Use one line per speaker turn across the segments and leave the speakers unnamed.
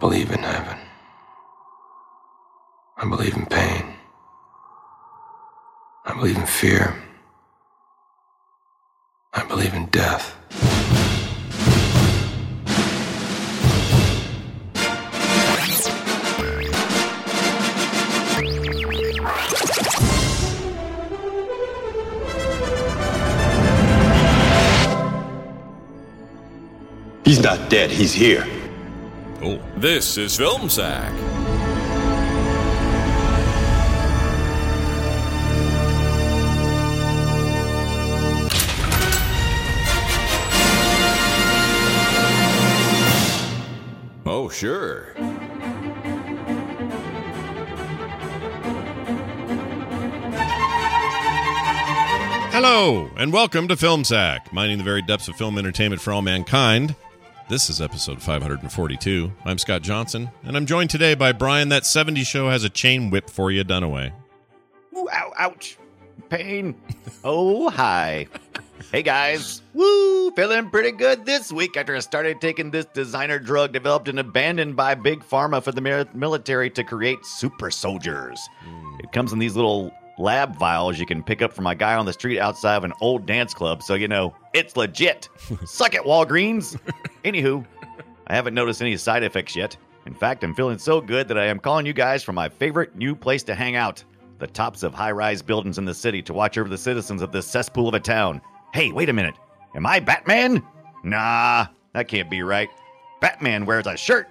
believe in heaven. I believe in pain. I believe in fear. I believe in death.
He's not dead, he's here.
Oh. This is Film Sack. Oh, sure.
Hello, and welcome to Film Sack, mining the very depths of film entertainment for all mankind. This is episode 542. I'm Scott Johnson, and I'm joined today by Brian. That 70 show has a chain whip for you, Dunaway.
Ooh, ow, ouch. Pain. Oh, hi. Hey, guys. Woo, feeling pretty good this week after I started taking this designer drug developed and abandoned by Big Pharma for the mi- military to create super soldiers. It comes in these little lab vials you can pick up from a guy on the street outside of an old dance club, so you know, it's legit. Suck it, Walgreens. Anywho, I haven't noticed any side effects yet. In fact, I'm feeling so good that I am calling you guys from my favorite new place to hang out the tops of high rise buildings in the city to watch over the citizens of this cesspool of a town. Hey, wait a minute. Am I Batman? Nah, that can't be right. Batman wears a shirt.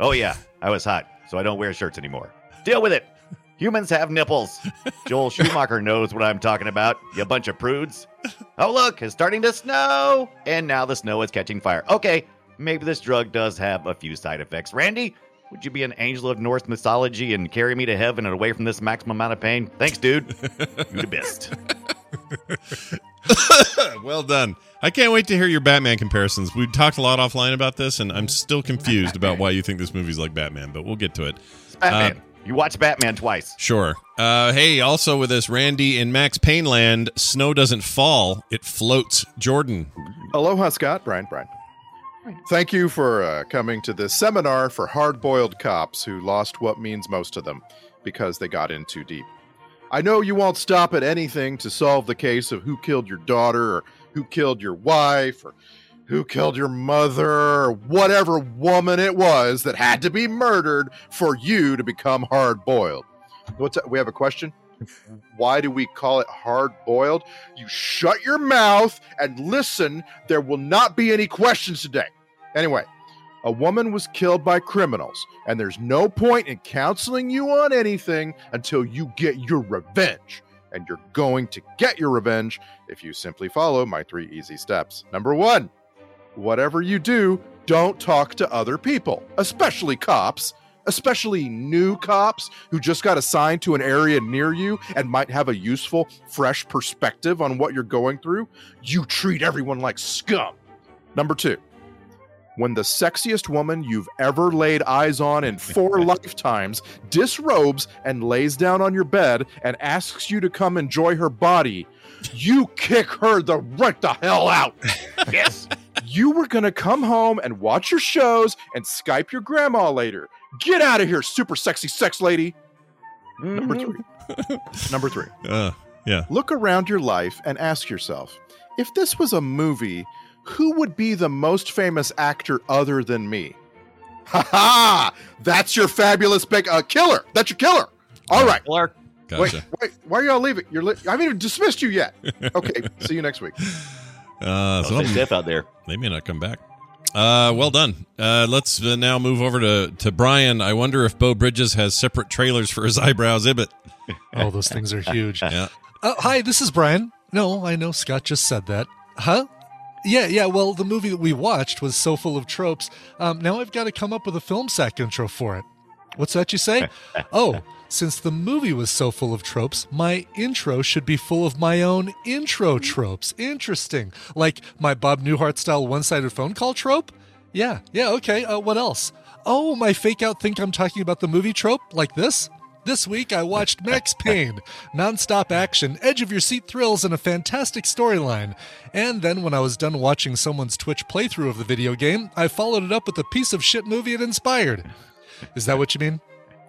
Oh, yeah, I was hot, so I don't wear shirts anymore. Deal with it. Humans have nipples. Joel Schumacher knows what I'm talking about, you bunch of prudes. Oh, look, it's starting to snow. And now the snow is catching fire. Okay, maybe this drug does have a few side effects. Randy, would you be an angel of Norse mythology and carry me to heaven and away from this maximum amount of pain? Thanks, dude. You the best.
well done. I can't wait to hear your Batman comparisons. We talked a lot offline about this, and I'm still confused about why you think this movie's like Batman, but we'll get to it. Uh,
Batman. you watch Batman twice.
Sure. Uh, hey, also with us, Randy in Max Payne Land, snow doesn't fall, it floats. Jordan.
Aloha, Scott. Brian, Brian. Thank you for uh, coming to this seminar for hard boiled cops who lost what means most to them because they got in too deep. I know you won't stop at anything to solve the case of who killed your daughter or who killed your wife or who killed your mother or whatever woman it was that had to be murdered for you to become hard boiled. What's we have a question? Why do we call it hard boiled? You shut your mouth and listen. There will not be any questions today. Anyway, a woman was killed by criminals, and there's no point in counseling you on anything until you get your revenge. And you're going to get your revenge if you simply follow my three easy steps. Number one, whatever you do, don't talk to other people, especially cops especially new cops who just got assigned to an area near you and might have a useful, fresh perspective on what you're going through, you treat everyone like scum. Number two, when the sexiest woman you've ever laid eyes on in four lifetimes disrobes and lays down on your bed and asks you to come enjoy her body, you kick her the right the hell out.
Yes.
You were going to come home and watch your shows and Skype your grandma later. Get out of here, super sexy sex lady. Number three. Number three.
Uh, yeah.
Look around your life and ask yourself if this was a movie, who would be the most famous actor other than me? Ha ha! That's your fabulous big uh, killer. That's your killer. All right.
Clark.
Gotcha.
Wait, wait. Why are y'all leaving? You're li- I haven't even dismissed you yet. Okay. see you next week.
Uh,
Don't stay
so
stiff out there.
they may not come back. Uh, well done. Uh, let's uh, now move over to, to Brian. I wonder if Bo Bridges has separate trailers for his eyebrows. Ibit.
Oh, those things are huge.
Yeah.
Oh, hi, this is Brian. No, I know Scott just said that. Huh? Yeah, yeah. Well, the movie that we watched was so full of tropes. Um, now I've got to come up with a film sack intro for it. What's that you say? oh, since the movie was so full of tropes, my intro should be full of my own intro tropes. Interesting. Like my Bob Newhart style one sided phone call trope? Yeah, yeah, okay. Uh, what else? Oh, my fake out think I'm talking about the movie trope? Like this? This week I watched Max Payne, nonstop action, edge of your seat thrills, and a fantastic storyline. And then when I was done watching someone's Twitch playthrough of the video game, I followed it up with a piece of shit movie it inspired. Is that what you mean?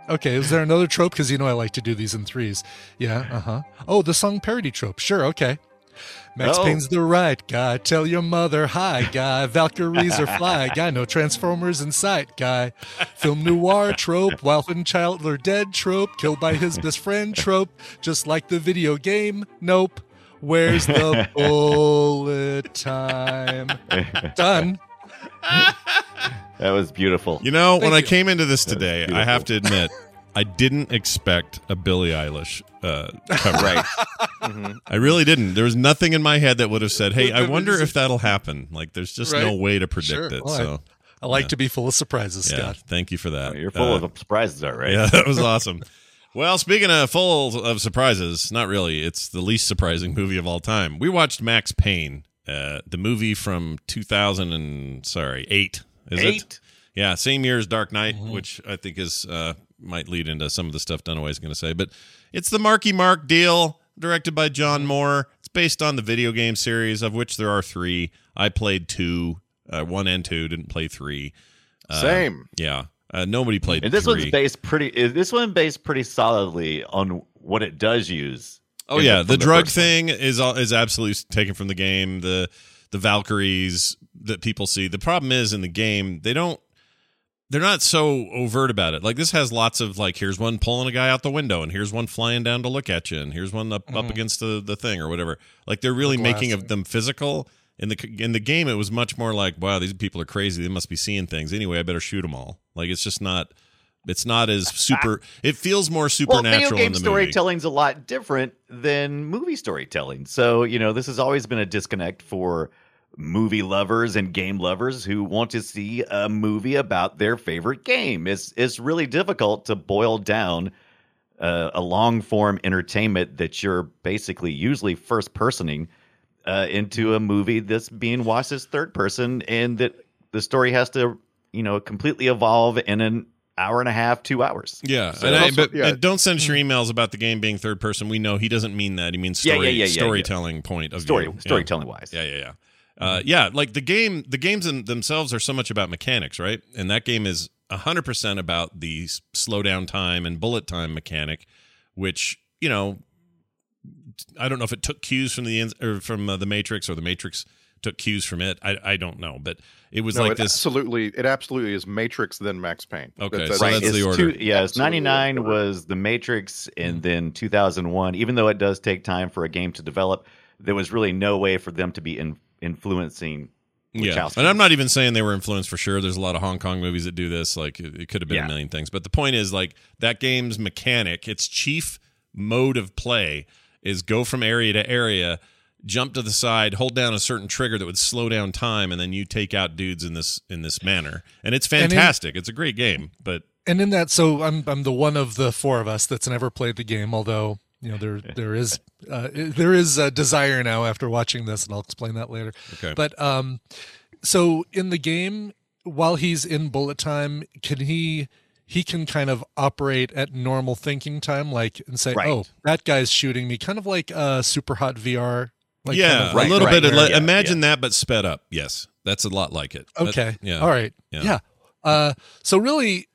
Okay, is there another trope? Because you know I like to do these in threes. Yeah, uh huh. Oh, the song parody trope. Sure, okay. Max
Oh.
Payne's the right guy. Tell your mother hi, guy. Valkyries are fly, guy. No Transformers in sight, guy. Film noir trope. Wilfin Childler dead trope. Killed by his best friend trope. Just like the video game. Nope. Where's the bullet time? Done.
That was beautiful.
You know, when
Thank
I
you.
came into this
That was
today, I
beautiful.
have to admit, I didn't expect a Billie Eilish uh, cover. Mm-hmm.
Right.
I really didn't. There was nothing in my head that would have said, "Hey,
Would
I
have
wonder
been-
if that'll happen." Like, there's just no
Right.
way to predict
Sure.
it.
Well, I-
so,
I like
Yeah.
to be full of surprises,
yeah,
Scott.
thank you for that.
You're full
Uh,
of surprises, all right.
Yeah, that was awesome. Well, speaking of full of surprises, not really. It's the least surprising movie of all time. We watched Max Payne, uh, the movie from 2000 and sorry eight. Is it?
Eight. Mm-hmm.
Yeah, same year as Dark Knight, which I think is uh, might lead into some of the stuff Dunaway's going to say. But it's the Marky Mark deal, directed by
Mm-hmm.
John Moore. It's based on the video game series, of which there are three. I played two, uh, one and two. Didn't play three. Uh,
Same.
Yeah, uh, nobody played.
And this
three.
one's based pretty. is- This one based pretty solidly on what it does use.
Oh
in
yeah, the,
from
drug
first one.
thing is all is absolutely taken from the game. The the Valkyries that people see. The problem is in the game they don't. They're not so overt about it. Like this has lots of like here's one pulling a guy out the window, and here's one flying down to look at you, and here's one up, up
Mm-hmm.
against the, the thing or whatever. Like they're really
The
making
glass.
of them physical. In the c- in the game, it was much more like wow, these people are crazy. They must be seeing things. Anyway, I better shoot them all. Like it's just not. It's not as super. It feels more
Well,
supernatural
video
in
game
the movie.
storytelling's a lot different than movie storytelling. So you know, this has always been a disconnect for movie lovers and game lovers who want to see a movie about their favorite game. It's it's really difficult to boil down uh, a long form entertainment that you're basically usually first personing uh, into a movie that's being watched as third person, and that the story has to you know completely evolve in an hour and a half, two hours.
Yeah,
So
and
it's
I-
also-
but,
yeah.
but don't send us your emails about the game being third person. We know he doesn't mean that. He means
Yeah,
story,
yeah, yeah, yeah, yeah.
storytelling point of
Story
view. Yeah.
storytelling Mm-hmm. wise.
Yeah, yeah, yeah. Uh, yeah, like the game, the games in themselves are so much about mechanics, right? And that game is hundred percent about the s- slowdown time and bullet time mechanic, which you know, I don't know if it took cues from the ins- or from uh, the Matrix or the Matrix took cues from it. I I don't know, but it was
No,
like
it
this.
absolutely it absolutely is Matrix then Max Payne.
Okay,
That-
so that's
it's
the order. Mm.
Two, yeah, it's
Absolutely.
99 was The Matrix, and then 2001. Even though it does take time for a game to develop, there was really no way for them to be in, influencing.
Yeah,
Wachowskis.
and I'm not even saying they were influenced for sure. There's a lot of Hong Kong movies that do this. Like it, it could have been a
Yeah.
million things, but the point is like that game's mechanic, its chief mode of play is go from area to area, jump to the side, hold down a certain trigger that would slow down time, and then you take out dudes in this in this manner. And it's
And in-
fantastic. it's a great game, but
and in that so i'm i'm the one of the four of us that's never played the game although you know there there is uh, there is a desire now after watching this and i'll explain that later
okay,
but um so in the game while he's in bullet time can he he can kind of operate at normal thinking time like and say
Right.
oh that guy's shooting me kind of like uh super hot vr like
yeah,
kind of-
right,
a little
right,
bit. of
right,
li-
yeah,
imagine that, but sped up. Yes, that's a lot like it. That-
Okay.
yeah.
All right.
Yeah.
Yeah. Uh, so really,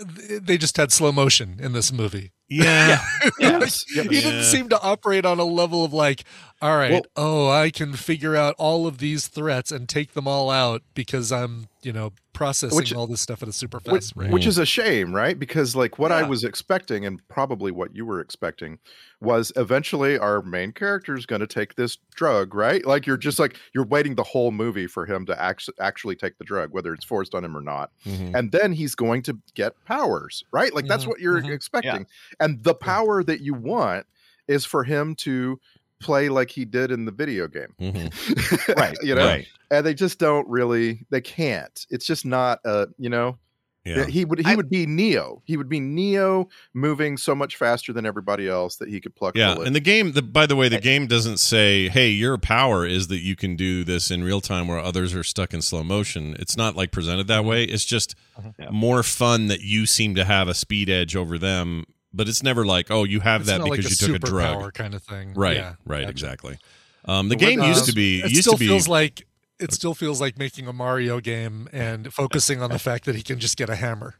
uh, th- they just had slow motion in this movie.
Yeah.
he didn't seem to operate on a level of like, all right, oh, I can figure out all of these threats and take them all out because I'm, you know, processing
Which-
all this stuff at a super
which,
fast rate.
which is a shame, right? Because like what I was expecting, and probably what you were expecting, was eventually our main character is going to take this drug, right? Like you're just like you're waiting the whole movie for him to act- actually take the drug, whether it's forced on him or not,
Mhm.
and then he's going to get powers, right? Like that's
Yeah.
what you're
Mhm.
expecting, and the power that you want is for him to play like he did in the video game,
Mhm.
Right.
you know,
Right.
and they just don't really, they can't. It's just not a, you know.
Yeah.
Yeah, He would he would be Neo. He would be Neo moving so much faster than everybody else that he could pluck
Yeah,
bullets.
and the game. The, by the way, the game doesn't say, "Hey, your power is that you can do this in real time where others are stuck in slow motion." It's not like presented that way. It's just
Yeah.
more fun that you seem to have a speed edge over them but it's never like, oh, you have
It's
that
not
because
like
you took a drug.
superpower kind of thing.
Right,
Yeah,
right,
gotcha.
exactly. Um, the
But what
game
about-
used to be
It
used
still
to be
feels like it still feels like making a Mario game and focusing on the fact that he can just get a hammer.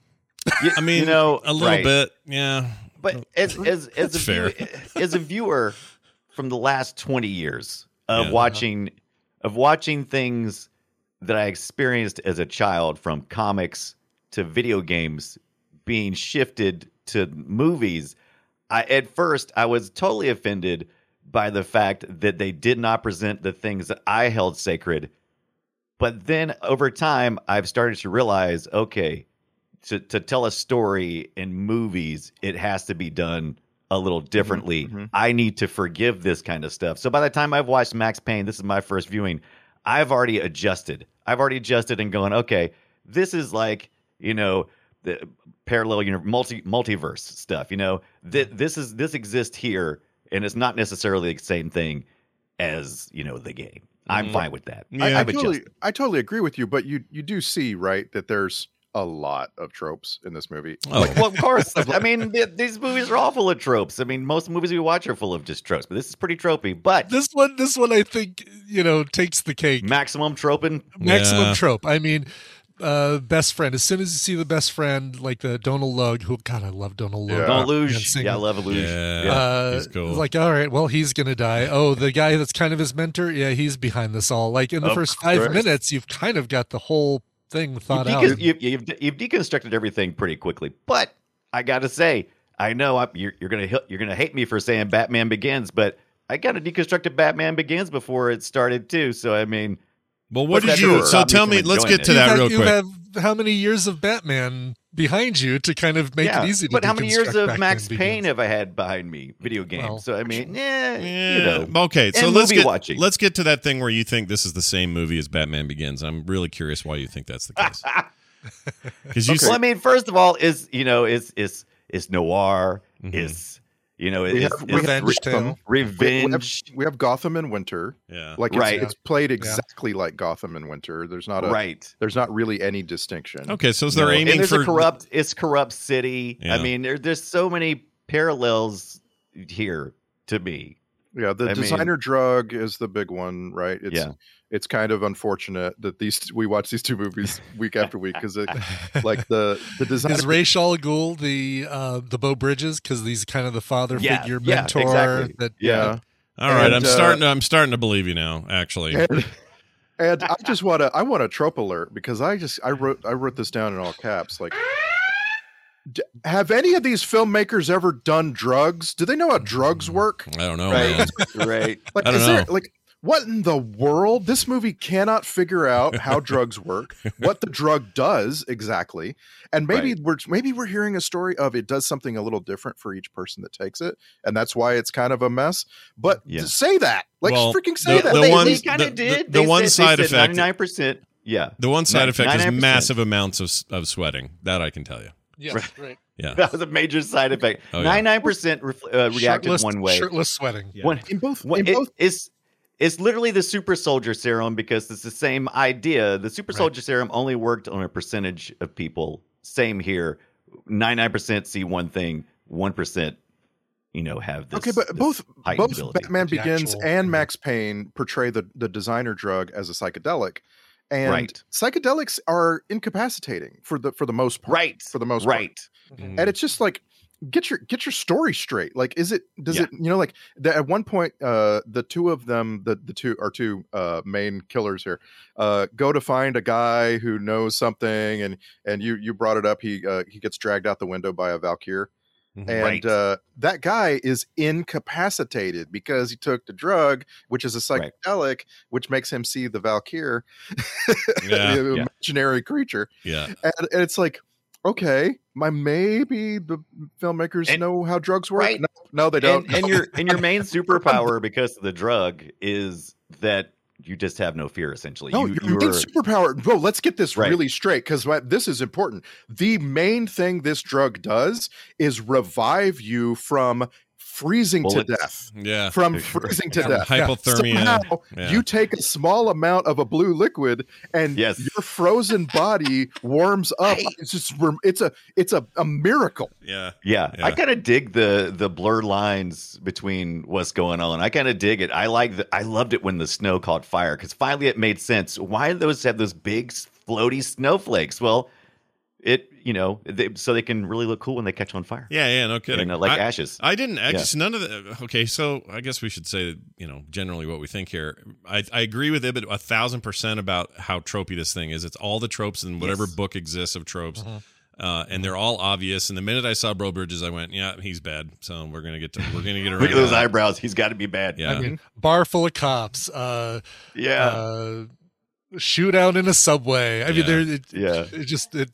I mean,
you know,
a little
right.
bit, yeah.
But as as as a
That's
view, as a viewer from the last twenty years of
Yeah.
watching of watching things that I experienced as a child, from comics to video games, being shifted to movies, I at first I was totally offended by the fact that they did not present the things that I held sacred. But then over time, I've started to realize, okay, to, to tell a story in movies, it has to be done a little differently.
mhm.
I need to forgive this kind of stuff. So by the time I've watched Max Payne, this is my first viewing, I've already adjusted. I've already adjusted and going, okay, this is like, you know, the parallel universe, multi multiverse stuff, you know. Th- this is this exists here and it's not necessarily the same thing as, you know, the game. I'm fine with that.
Yeah.
I- I,
I've
totally,
adjusted.
I totally agree with you, but you you do see right that there's a lot of tropes in this movie.
Oh,
well, of course. I mean, th- these movies are all full of tropes. I mean, most movies we watch are full of just tropes, but this is pretty tropey. But
This one, this one, I think you know takes the cake.
maximum troping,
Maximum
Yeah.
trope. I mean, uh, best friend. As soon as you see the best friend, like the Donald Lug, who God, I love Donald Lug.
Yeah.
don't
Yeah,
lose.
sing-
Yeah, I love a luge.
Yeah.
uh,
he's cool.
Like, all right, well, he's gonna die. Oh, the guy that's kind of his mentor, yeah, he's behind this all. Like in the
Of
first five
course.
minutes, you've kind of got the whole thing
You've,
thought out.
decon- you've, you've, you've deconstructed everything pretty quickly, but I gotta say, I know I'm, you're, you're gonna hi- you're gonna hate me for saying Batman Begins, but I gotta deconstruct a Batman Begins before it started too. So I mean,
well, what
but
did
that
you?
doesn't
So
stop me
tell
from
me, let's
enjoying
get
it.
to
you
that
have,
real
you
quick.
have how many years of Batman behind you to kind of make
yeah.
it easy to
but how many years
deconstruct
of
Batman
Max
Begins?
Payne have I had behind me? Video games.
Well,
so I mean, yeah,
Yeah,
you know.
okay, so
and
let's
movie
get
watching.
let's get to that thing where you think this is the same movie as Batman Begins. I'm really curious why you think that's the case. Because you
Well, I
said,
mean, first of all, is you know, is is is noir,
Mhm.
is you know, is,
We have
is
Mm-hmm. Revenge Tale.
We, we have,
revenge,
we have Gotham and Winter.
Mm-hmm. yeah,
Like it's,
Right.
it's played exactly like Gotham and Winter. There's not a
right?
there's not really any distinction.
okay, so they're
No, and
aiming
there's
for
a corrupt. It's corrupt city.
Yeah.
I mean, there, there's so many parallels here to me.
Yeah, the
I mean-
designer drug is the big one, right? It's
Yeah.
it's kind of unfortunate that these we watch these two movies week after week because like the the designer
Is Ra's al Ghul the uh, the Bo Bridges because he's kind of the father
Yeah,
figure,
yeah,
mentor
exactly.
that
yeah.
All right,
And,
I'm
uh,
starting. To, I'm starting to believe you now. Actually,
And, and I just want to I want a trope alert because I just I wrote I wrote this down in all caps like d- have any of these filmmakers ever done drugs? Do they know how
Mm.
drugs work?
I don't know.
Right.
Oh, Man.
Right.
Like
I don't
is there
know.
like what in the world? This movie cannot figure out how drugs work, what the drug does exactly, and maybe we're maybe we're hearing a story of it does something a little different for each person that takes it, and that's why it's kind of a mess. But
Yeah.
say that, like,
Well,
freaking say
the-
that.
the
they,
one-
they kind
the-
of did.
the- the one side effect-
Ninety nine percent. Yeah.
The one side
Nine-
effect is
99%.
massive amounts of of sweating. That I can tell you.
yeah,
Right.
right.
Yeah.
That was a major side effect.
Oh, yeah.
Ninety nine percent uh, reacted
shirtless,
one way.
shirtless sweating.
Yeah.
One,
in both,
What
in
it-
both,
it's it's literally the super soldier serum because it's the same idea. The super
Right.
soldier serum only worked on a percentage of people. Same here. 99% see one thing, 1% you know have this.
okay, but
this
both
heightened
both
ability.
Batman
The
Begins
actual-
and
yeah.
Max Payne portray the the designer drug as a psychedelic, and
Right.
psychedelics are incapacitating for the for the most part.
Right.
For the most part.
Right.
Mm-hmm.
Mm,
and it's just like get your get your story straight like is it does
Yeah.
it you know like the, at one point uh the two of them the the two our two uh main killers here uh go to find a guy who knows something and and you you brought it up he uh, he gets dragged out the window by a
Mhm.
valkyr and
Mm-hmm, Right.
uh that guy is incapacitated because he took the drug which is a
Right.
psychedelic which makes him see the valkyr
Yeah.
the
yeah.
imaginary creature
Yeah.
and, and it's like okay my maybe the filmmakers
And-
know how drugs work
Right.
no, no, they don't
And, and your and your main superpower because of the drug is that you just have no fear essentially.
no,
you,
your main
you're-
superpower, bro. Let's get this
Right.
really straight because this is important. The main thing this drug does is revive you from freezing to
Bullets.
death.
Yeah.
From
Sure.
freezing to
From
death.
Hypothermia.
uh,
Somehow,
Yeah.
you take a small amount of a blue liquid, and
Yes.
your frozen body warms up.
Hey.
It's just rem- it's a it's a, a miracle.
yeah.
Yeah,
Yeah.
I kind of dig the the blur lines between what's going on. I kind of dig it. I like the, I loved it when the snow caught fire because finally it made sense. Why do those have those big s- floaty snowflakes? Well, it you know they, so they can really look cool when they catch on fire.
Yeah, yeah, no
you
kidding.
know, like
I,
ashes.
I didn't
Yeah.
actually none of the okay, so I guess we should say you know generally what we think here. I, I agree with Ibid a thousand percent about how tropey this thing is. It's all the tropes in whatever
Yes. Mm-hmm.
book exists of tropes.
Mhm.
Uh, and they're all obvious. And the minute I saw Bro Bridges, I went, "Yeah, he's bad." So we're gonna get to we're gonna get around.
Look at those
that.
eyebrows. He's got to be bad.
Yeah,
I mean, Mm-hmm. bar full of cops, uh,
Yeah.
uh, shootout in a subway. I
Yeah.
mean, there, it,
Yeah.
it just it.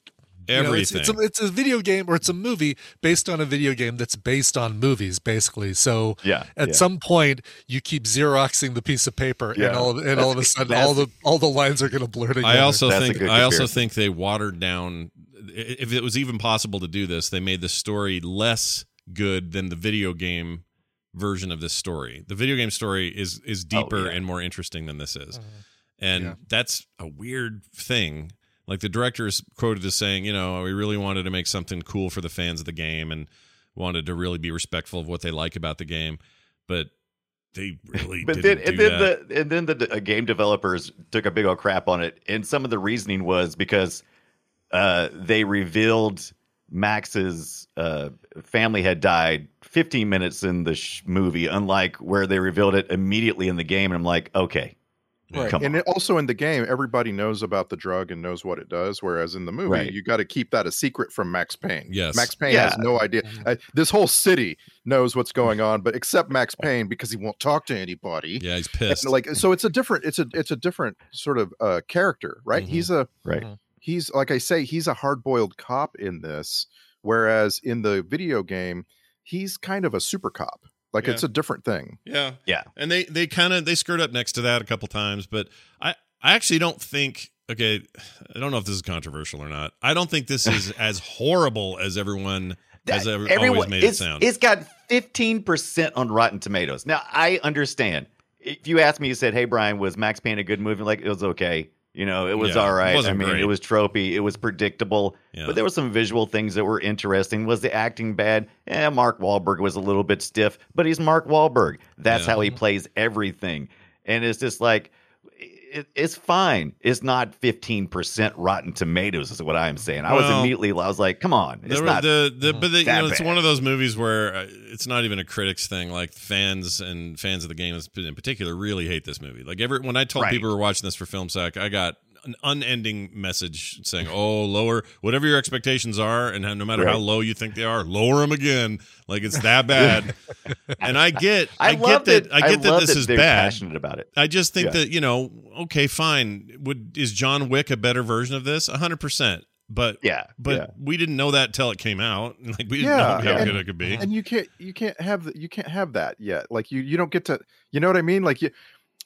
you know, it's-
everything.
it's, a, it's a video game or it's a movie based on a video game that's based on movies, basically. So
yeah.
at
yeah.
some point, you keep xeroxing the piece of paper,
Yeah.
and all and
That's
all of a sudden, all the all the lines are going to blur together.
I also
That's a
think
good
I also
comparison.
think they watered down. i- If it was even possible to do this, they made the story less good than the video game version of this story. The video game story is is deeper
Oh, yeah.
and more interesting than this is,
Mm-hmm.
and
Uh-huh. Yeah.
that's a weird thing. Like the director is quoted as saying, you know, we really wanted to make something cool for the fans of the game and wanted to really be respectful of what they like about the game, but they really
But then,
didn't
and
do
then
that.
the and then the uh, game developers took a big old crap on it, and some of the reasoning was because uh, they revealed Max's uh, family had died 15 minutes in the sh- movie, unlike where they revealed it immediately in the game. And I'm like, okay,
Right.
come
and
on.
it, also in the game, everybody knows about the drug and knows what it does. Whereas in the movie,
Right.
you got to keep that a secret from Max Payne.
Yes.
Max Payne
Yeah.
has no idea. Uh, this whole city knows what's going on, but except Max Payne because he won't talk to anybody.
yeah, he's
And,
pissed.
like so, it's a different. It's a it's a different sort of uh, character, right?
Mhm.
He's a
Mm-hmm. Right.
Mhm.
He's like I say, he's a hard boiled cop in this. Whereas in the video game, he's kind of a super cop. Like
Yeah.
it's a different thing.
Yeah.
Yeah.
And they they kind of they screwed up next to that a couple times, but I I actually don't think okay, I don't know if this is controversial or not. I don't think this is as horrible as everyone has ever, always made it
it's,
sound.
It's got 15% on Rotten Tomatoes. Now, I understand. If you asked me, you said, hey, Brian, was Max Payne a good movie? Like, it was okay. You know, it was
Yeah,
all
it
right. I
wasn't
mean,
great.
it was tropey. It was predictable.
Yeah.
But there were some visual things that were interesting. Was the acting bad? Yeah, Mark Wahlberg was a little bit stiff, but he's Mark Wahlberg. That's
Yeah.
how he plays everything. And it's just like, it, it's fine. It's not 15% Rotten Tomatoes, is what I'm saying. I was
Well,
immediately, I was like, come on. It's
There were
not
the, the, but the, you
that
know, it's
bad.
one of those movies where uh, it's not even a critics thing. Like fans and fans of the game in particular really hate this movie. Like every when I told
Right.
people who were watching this for film sack, I got an unending message saying, "Oh, lower whatever your expectations are, and how- no matter how
Right.
low you think they are, lower them again. Like it's that bad." and I get, I, get
loved
that,
it.
I get that
loved
this
that
is
they're
bad.
Passionate about it.
I just think
Yeah.
that you know, okay, fine. Would is John Wick a better version of this? hundred percent. But
Yeah,
but
yeah.
we didn't know that till it came out. Like we didn't
Yeah,
know how
and-
good it could be.
and you can't you can't have th- you can't have that yet like you you don't get to you know what i mean like you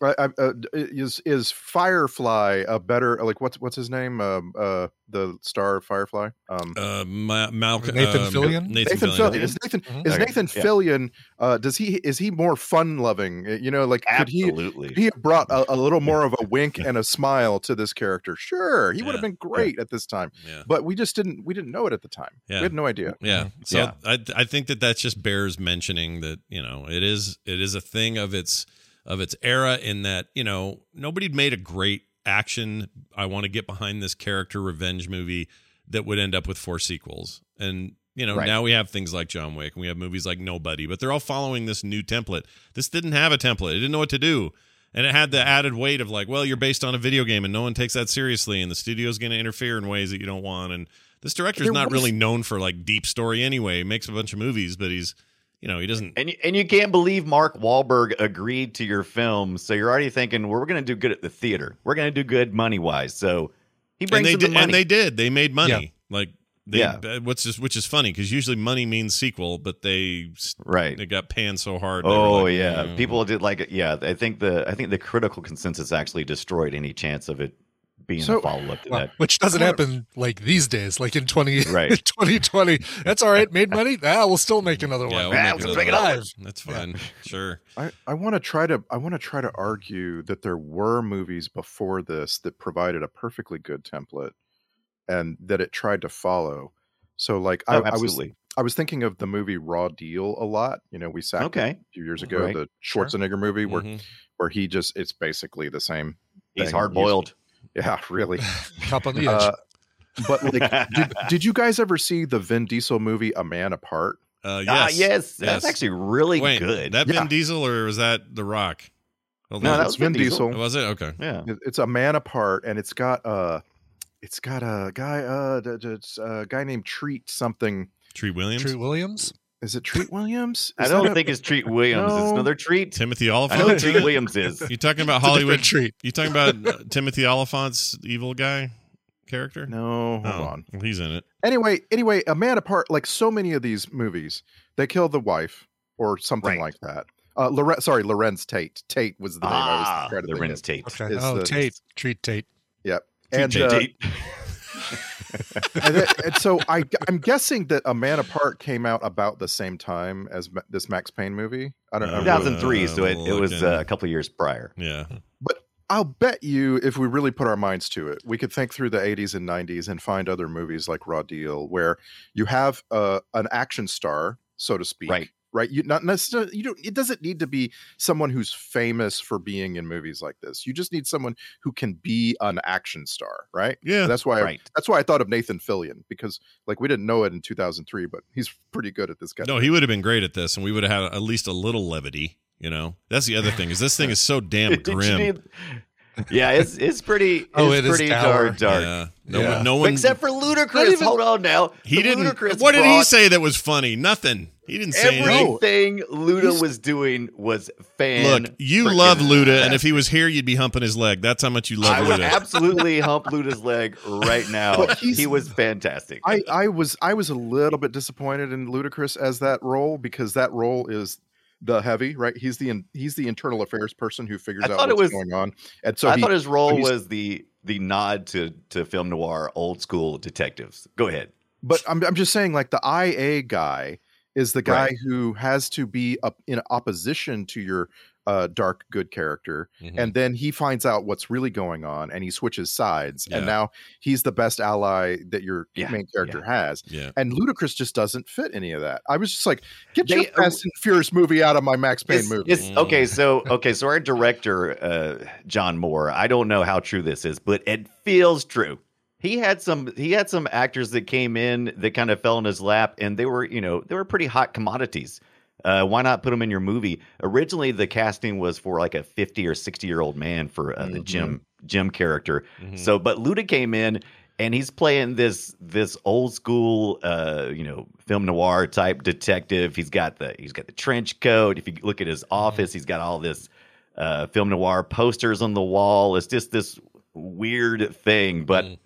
I, I, uh, d- is is firefly a better like what's what's his name um uh the star of firefly um
uh, Ma- Malcolm
Nathan
um,
Fillion?
Nathan,
Nathan
Fillion. Mm-hmm.
Fillion. Is Nathan,
Mhm.
is
Okay,
Nathan
yeah.
Fillion? Uh, does he is he more fun loving? You know, like could he
Absolutely.
could he have brought a, a little more of a wink and a smile to this character? Sure, he would
Yeah,
have been great at this time,
Yeah.
but we just didn't we didn't know it at the time.
Yeah.
We had no idea.
Yeah. So
Yeah.
I I think that that just bears mentioning that you know it is it is a thing of its of its era in that you know nobody made a great action. I want to get behind this character revenge movie that would end up with four sequels and. You know,
Right.
now we have things like John Wick and we have movies like Nobody, but they're all following this new template. This didn't have a template. It didn't know what to do. And it had the added weight of like, well, you're based on a video game and no one takes that seriously and the studio's going to interfere in ways that you don't want and this director's
There
not
was-
really known for like deep story anyway. He makes a bunch of movies, but he's you know, he doesn't
and you, and you can't believe Mark Wahlberg agreed to your film, so you're already thinking well, we're going to do good at the theater. We're going to do good money wise. So he
and
brings
they
in the
did
money.
and they did. They made money. Like they
Yeah.
uh, what's just which is funny cuz usually money means sequel, but they s-
right.
they got panned so hard. they were
Oh
like,
yeah,
"Mm."
people did like it. yeah. I think the I think the critical consensus actually destroyed any chance of it being
So-
a follow up to
Well,
that.
which doesn't
Well-
happen like these days, like in 20,
Right.
2020. That's all right. Made money. Ah, we'll still make another
Yeah,
one.
we'll
Yeah,
make
we'll
another
make it
one.
up.
That's fine. Sure.
I, I want to try to I want to try to argue that there were movies before this that provided a perfectly good template and that it tried to follow. So like
Oh,
I, I was
absolutely.
I was thinking of the movie Raw Deal a lot. You know, we sat a
okay. Mm-hmm.
few years ago
Right.
the Schwarzenegger movie where
Mhm.
where he just it's basically the same.
He's
Dang,
hard boiled.
Yeah, really.
Cop on the edge.
Uh, but like, did, did you guys ever see the Vin Diesel movie A Man Apart?
Uh, yes.
Ah, yes,
Yes.
that's actually really
Wait,
good.
That
Yeah.
Vin Diesel or was that The Rock? Hold
No,
on. Oh,
that
It's
was Vin Diesel.
was it. Okay.
yeah.
It- It's a man apart, and it's got uh it's got a guy, uh, d- d- it's a guy named Treat something.
Tree Williams,
True Williams.
Is it Treat Williams?
I
Is
don't
that a-
think it's Treat Williams. It's
No.
another treat.
Timothy
I know
Oliphant.
Treat Williams is.
You talking about
It's a different
Hollywood?
treat.
You talking about uh, Timothy Oliphant's evil guy character?
No, hold
Oh,
on.
well, he's in it.
Anyway, anyway, a man apart, like so many of these movies, they kill the wife or something
Right.
like that. Uh, Loren, sorry, Lorenz Tate. Tate was the name I
Ah,
was trying to
the
think of.
Ren's Tate.
Okay.
It's
oh,
the-
Tate. Treat Tate.
And,
Treat
uh,
Tate.
and, that- and so I, I'm guessing that A Man Apart came out about the same time as Ma- this Max Payne movie. I don't
Uh,
Oh.
know.
2003, so it, it was
looking-
uh, a couple of years prior.
Yeah.
I'll bet you if we really put our minds to it, we could think through the 80s and 90s and find other movies like Raw Deal where you have uh, an action star, so to speak.
Right.
Right. You not necessarily you don't it doesn't need to be someone who's famous for being in movies like this. You just need someone who can be an action star, right?
Yeah.
That's why I,
Right.
that's why I thought of Nathan Fillion because like we didn't know it in 2003, but he's pretty good at this guy.
No, he would have been great at this, and we would have had at least a little levity. You know, that's the other thing is this thing is so damn
Did you
grim.
need- yeah, it's it's pretty. It's
Oh, it is
pretty
dour.
dark, dark.
Yeah. No,
Yeah.
one, no one.
Except for
Not
Ludacris.
even-
Hold on now.
he
The
didn't.
Ludacris
What did he
brought
say that was funny? Nothing. He didn't say anything.
Everything Luda
He's-
was doing was fan.
Look, you
frickin'
love Luda, and if he
fantastic.
was here, you'd be humping his leg. That's how much you
I
love
would
Luda.
absolutely hump Luda's leg right now.
But he's-
He was fantastic.
I, I was I was a little bit disappointed in Ludacris as that role because that role is the heavy, right? He's the in, he's the internal affairs person who figures
I
out
thought
what's
it was-
going on. And so
I
he,
thought his role
he's-
was the the nod to to film noir, old school detectives. Go ahead.
but I'm I'm just saying like the IA guy is the guy
Right.
who has to be up in opposition to your uh, dark good character,
Mm-hmm.
Mhm.
and then he finds out what's really going on, and he switches sides,
Yeah.
and now he's the best ally that your
Yeah,
main character has.
yeah.
and Ludacris just doesn't fit any of that. I was just like, get
They- uh,
your Fast and Furious movie out of my Max Payne
It's-
movie.
it's- okay, so okay, so our director, uh, John Moore. I don't know how true this is, but it feels true. He had some he had some actors that came in that kind of fell in his lap, and they were you know they were pretty hot commodities. Uh, why not put them in your movie? Originally, the casting was for like a fifty or sixty year old man for uh, the Jim Jim character.
Hmm.
So, but Luda came in and he's playing this this old school, uh, you know, film noir type detective. He's got the he's got the trench coat. If you look at his
Mm-hmm.
office, he's got all this uh, film noir posters on the wall. It's just this weird thing, but
Mm.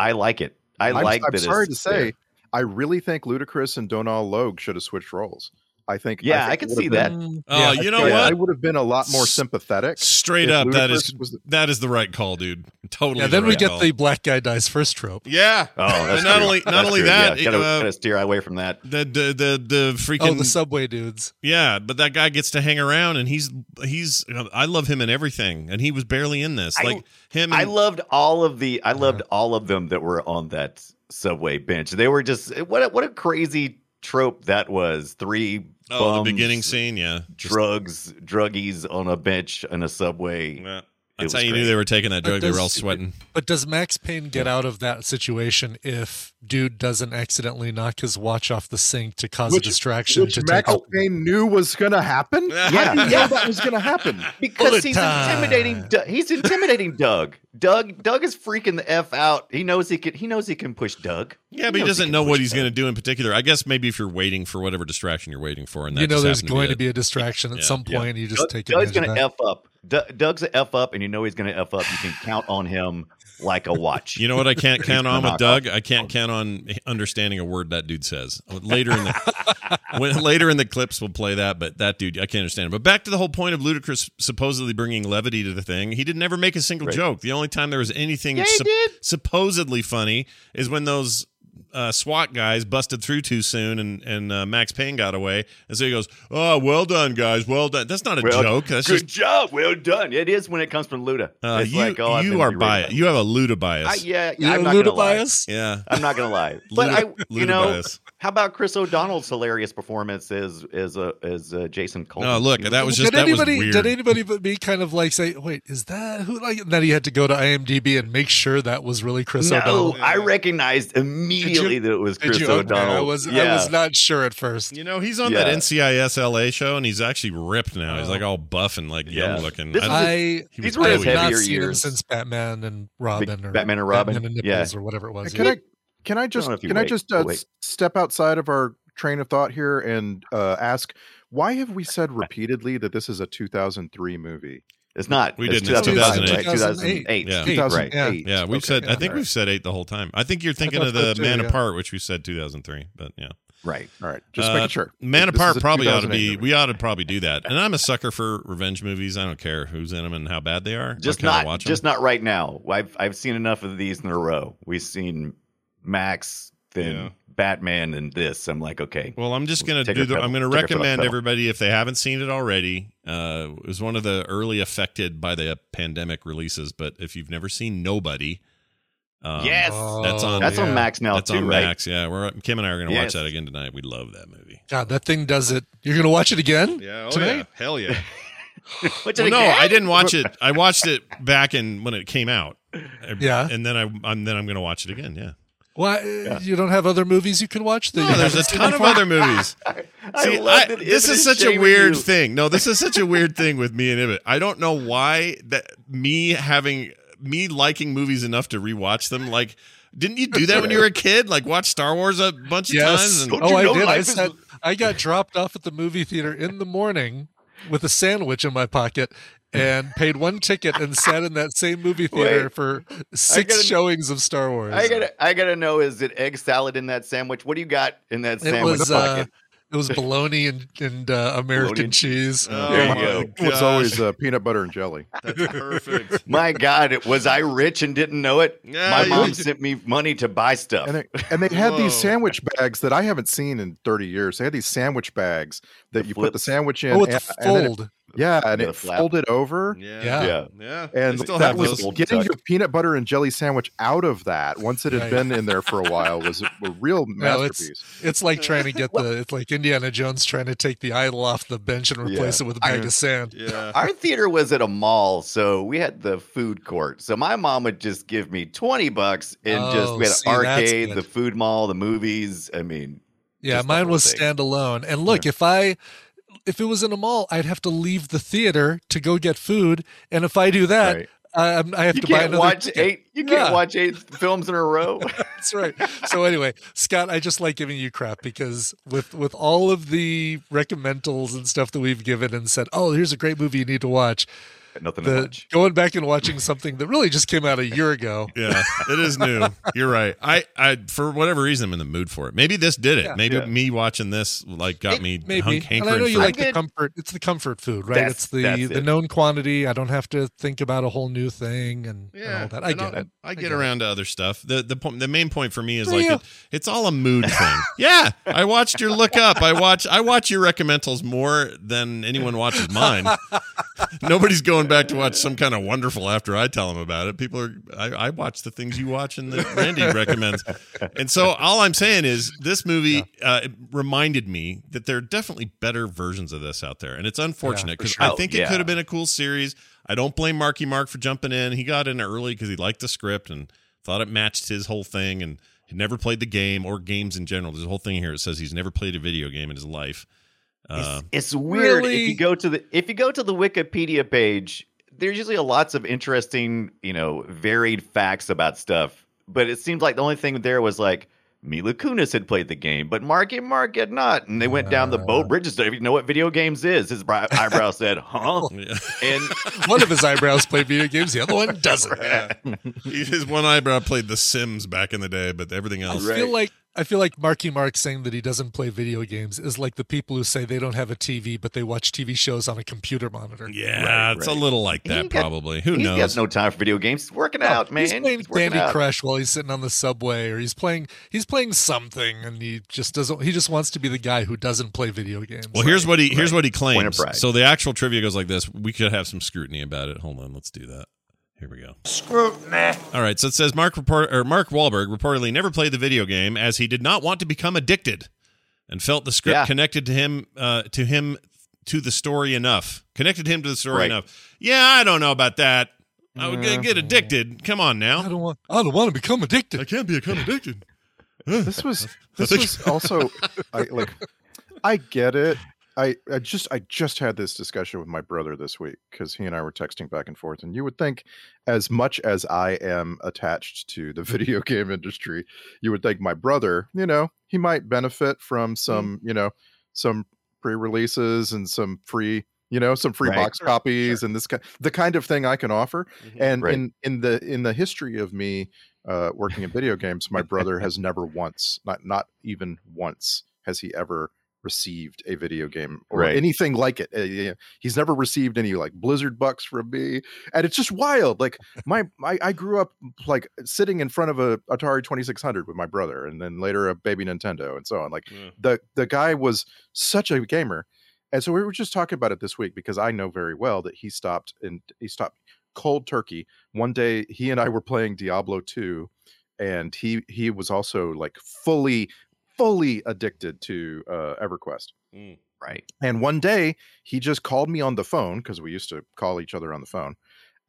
I like it. I
I'm,
like.
I'm
that
sorry to
it's
say,
there.
I really think Ludacris and Donal Logue should have switched roles. I think,
Yeah,
think
I
it
can
would've
see
been-
that.
Oh,
Mm. Yeah,
you
I-
know
I
what?
would have been a lot more
S-
sympathetic.
Straight
if
up, that is
Ludacris was the-
that is the right call, dude. Totally.
Yeah, then
the
we
right
get
call.
the black guy dies first trope.
yeah.
Oh, that's
and not
true.
only not
That's
only
true.
that,
yeah, gotta,
uh,
gotta steer away from that.
the the the the freaking
Oh, the subway dudes.
yeah, but that guy gets to hang around, and he's he's I love him in everything, and he was barely in this.
I-
like him, and,
I loved all of the I loved
Uh-huh.
all of them that were on that subway bench. They were just what a, what a crazy trope that was. Three
oh, the
bums,
beginning scene. Yeah, Just-
drugs, druggies on a bench in a subway.
yeah. that's
was
how you
great.
knew they were taking that
But
drug. They were
does-
all sweating.
But does Max Payne get out of that situation if dude doesn't accidentally knock his watch off the sink to cause
Which-
a distraction
Which
to
Max
Oh,
take?
Payne knew was going to happen. How do you know that was going to happen?
Because
Bullet
he's
time.
intimidating. Du- he's intimidating Doug. Doug. Doug is freaking the f out. He knows he can. He knows he can push Doug.
Yeah, but he
knows
doesn't
can
know what
push
he's
Doug.
going to do in particular. I guess maybe if you're waiting for whatever distraction you're waiting for, and that
You know,
just
there's
happened
going
to
to be a distraction at
Yeah,
some
yeah.
point. You just
Doug,
take
Doug's
advantage
gonna
of that.
f up. Doug, Doug's an f up, and you know he's gonna f up. You can count on him like a watch.
You know what I can't count on with
Knock
Doug? I can't count on understanding a word that dude says. Later in the when, later in the clips we'll play that, but that dude I can't understand. him. But back to the whole point of Ludacris supposedly bringing levity to the thing. He did never make a single joke. The only time there was anything
Yeah, he
sup-
did.
supposedly funny is when those uh, SWAT guys busted through too soon and and uh, Max Payne got away. And so he goes, "Oh, well done, guys. Well done." That's not a
Well,
joke. That's just
Good job. Well done. It is when it comes from Luda.
uh,
It's
you.
like, oh, I've
you
been
are
berated.
biased. You have a Luda bias.
I, yeah,
You
I'm
know,
not going to
Luda
lie.
bias?
yeah.
I'm not going to lie. But
Luda-
I, you
Luda
know,
bias.
how about Chris O'Donnell's hilarious performance as as a as uh, Jason Coleman?
No, Oh, look, that was just
did
that was
anybody
weird.
did anybody but me kind of like say, wait, is that who? Like, and then he had to go to IMDb and make sure that was really Chris
no,
O'Donnell.
I recognized immediately that it was
Did
Chris
you? Okay,
O'Donnell.
I was
yeah.
I was not sure at first.
You know, he's on
Yeah.
that NCIS LA show, and he's actually ripped now. He's like all buff and like
Yeah.
young looking.
This
I-
is-
I
he was
these were his
always-
have not
heavier
seen him
years.
since Batman and Robin or
Batman and Robin,
Batman and
yeah.
Nipples or whatever it was.
Can I can I just
know if you
can I
wait- Oh,
just uh,
wait.
s- step outside of our train of thought here and uh, ask why have we said repeatedly that this is a 2003 movie?
It's not.
We
it's
didn't. It's
2005, right?
2008.
2008.
Yeah.
Right.
2008.
Yeah.
Eight.
yeah, we've
Okay,
said.
yeah.
I think we've said eight the whole time. I think you're thinking
thought
of the
so too,
Man
yeah.
Apart, which we said 2003, but yeah,
Right.
All right, just
Uh,
making sure.
Man
This is
Apart
a
probably ought to
2008
be.
movie.
We ought to probably do that. And I'm a sucker for revenge movies. I don't care who's in them and how bad they are. I
Just
kinda
not.
watch 'em.
just not right now. I've I've seen enough of these in a row. We've seen Max, then
Yeah.
Batman, and this. I'm like, okay.
Well, I'm just gonna
Take
do
your
the.
pedal.
I'm gonna
Take your foot off the
recommend
pedal.
everybody if they haven't seen it already. Uh, it was one of the early affected by the pandemic releases, but if you've never seen Nobody, um,
yes.
Oh,
That's on-
That's
yeah.
on Max now
that's
too,
on
right?
Max. Yeah, we're Kim and I are gonna
Yes.
watch that again tonight. We love that movie.
God, that thing does it. You're gonna watch it again?
Yeah,
oh Tonight? yeah.
hell yeah.
What's
well,
it
no,
again?
I didn't watch it. I watched it back in when it came out.
Yeah.
and then I and then I'm gonna watch it again. Yeah,
Why you don't have other movies you can watch? that you
no, there's
haven't
a
seen
ton of
before?
other movies.
I
See,
loved
I-
it.
this
Isn't
is
it
such a
shaming
weird
you?
thing. No, this is such a weird thing with me and Ibbot. I don't know why that me having me liking movies enough to rewatch them. Like, didn't you do that when you were a kid? Like, watch Star Wars a bunch of times.
Yes.
And,
Don't
oh,
you
I
know
did. I
life is-
said I got dropped off at the movie theater in the morning with a sandwich in my pocket and paid one ticket and sat in that same movie theater
Wait.
for 6
gotta-
showings of Star Wars.
I gotta, I gotta know. Is it egg salad in that sandwich? What do you got in that
it
sandwich
was uh,
pocket?
it was bologna and, and uh, American
Bologna and-
cheese.
Oh,
There you
my
go.
It was
gosh.
always uh, peanut butter and jelly.
That's perfect.
My God, it, was I rich and didn't know it?
Yeah,
My
you-
mom sent me money to buy stuff.
And they, and they had these
Whoa.
sandwich bags that I haven't seen in 30 years. They had these sandwich bags that you put the
flips.
sandwich in.
Oh, with the
and, and then it-
fold.
yeah, and
Yeah, the
it
flap.
folded over.
Yeah.
yeah.
Yeah.
And
They still
that
have
was
those.
getting
Old
your peanut butter and jelly sandwich out of that once it had
Right.
been in there for a while was a a real
No, it's-
masterpiece.
It's like trying to get the it's like Indiana Jones trying to take the idol off the bench and replace it with a bag of sand.
Yeah.
Our theater was at a mall, so we had the food court. So my mom would just give me 20 bucks and just
Oh,
we had
see,
an
that's
arcade,
good.
the food mall, the movies. I mean,
Yeah,
Just the
mine
whole
was
thing.
standalone. And look, if I if it was in a mall, I'd have to leave the theater to go get food, and if I do that,
Right.
I, I'm- I have
you
to buy
can't
another.
watch
ticket.
eight you can't
Yeah.
watch eight films in a row.
That's right. So anyway, Scott, I just like giving you crap because with with all of the recommendals and stuff that we've given and said, oh, here's a great movie you need to watch.
Nothing to
The,
watch.
going back and watching something that really just came out a year ago.
Yeah, it is new. You're right. I, I, for whatever reason, I'm in the mood for it. Maybe this did it. Maybe me watching this like got
It-
me
maybe.
hunk
And I
hankering
know you
for-
like
I'm
the
good.
comfort. It's the comfort food, right?
That's-
it's the
that's
the
it.
known quantity. I don't have to think about a whole new thing and, and all that. I
and
get
I'll-
it.
I get
get it.
around to other stuff. The the point, the main point for me is
Do
like
you?
it, it's all a mood thing. yeah, I watched your look up. I watch I watch your recommendals more than anyone watches mine. Nobody's going back to watch some kind of wonderful after I tell them about it. People are I, I watch the things you watch and that Randy recommends. And so all I'm saying is this movie uh, it reminded me that there are definitely better versions of this out there, and it's unfortunate because I
sure.
think
Oh,
it
yeah.
could have been a cool series. I don't blame Marky Mark for jumping in. He got in early because he liked the script and thought it matched his whole thing, and he never played the game or games in general. There's a whole thing here that says he's never played a video game in his life. Uh,
It's weird if
Really?
you go to the if you go to the Wikipedia page. There's usually lots of interesting, you know, varied facts about stuff. But it seems like the only thing there was like Mila Kunis had played the game, but Marky Mark had not. And they went down the
Uh.
Bo Bridges. stuff. You know what video games is? His bri- eyebrow said, huh? And
One of his eyebrows played video games, the other one doesn't.
His one eyebrow played The Sims back in the day, but everything
I
else.
feel like I feel like Marky Mark saying that he doesn't play video games is like the people who say they don't have a TV but they watch TV shows on a computer monitor.
Yeah,
Right,
it's a
right.
little like that
He's got-
probably. Who
he's
knows?
got no time for video games. He's working out, man.
He's playing
working
Candy
out.
Crush while he's sitting on the subway, or he's playing he's playing something, and he just doesn't. He just wants to be the guy who doesn't play video games.
Well, here's what he here's what he
Point of
claims.
pride.
So the actual trivia goes like this. We could have some scrutiny about it. Hold on, let's do that. Here we go. Scrutiny. All right. So it says Mark report or Mark Wahlberg reportedly never played the video game as he did not want to become addicted, and felt the script
Yeah.
connected to him uh, to him to the story enough. Connected him to the story
Right.
enough. Yeah, I don't know about that. I would get- get addicted. Come on
I
now.
don't want. I don't want to become addicted.
can't become addicted.
This was this was also I like I get it. I, I just I just had this discussion with my brother this week because he and I were texting back and forth, and you would think, as much as I am attached to the video game industry, you would think my brother, you know, he might benefit from
Hmm.
some, you know, some pre-releases and some free, you know, some free
Right.
box copies and this kind the kind of thing I can offer. And
Mm-hmm. Right.
in in the in the history of me uh, working in video games, my brother has never once, not not even once, has he ever received a video game or
Right.
anything like it. Uh, yeah, He's never received any like Blizzard bucks from me, and it's just wild. Like my, my I grew up like sitting in front of a Atari Twenty Six Hundred with my brother, and then later a baby Nintendo, and so on. Like
Yeah.
the the guy was such a gamer, and so we were just talking about it this week because I know very well that he stopped and he stopped cold turkey. One day he and I were playing Diablo two, and he he was also like fully fully addicted to uh, EverQuest.
Right.
And one day he just called me on the phone because we used to call each other on the phone.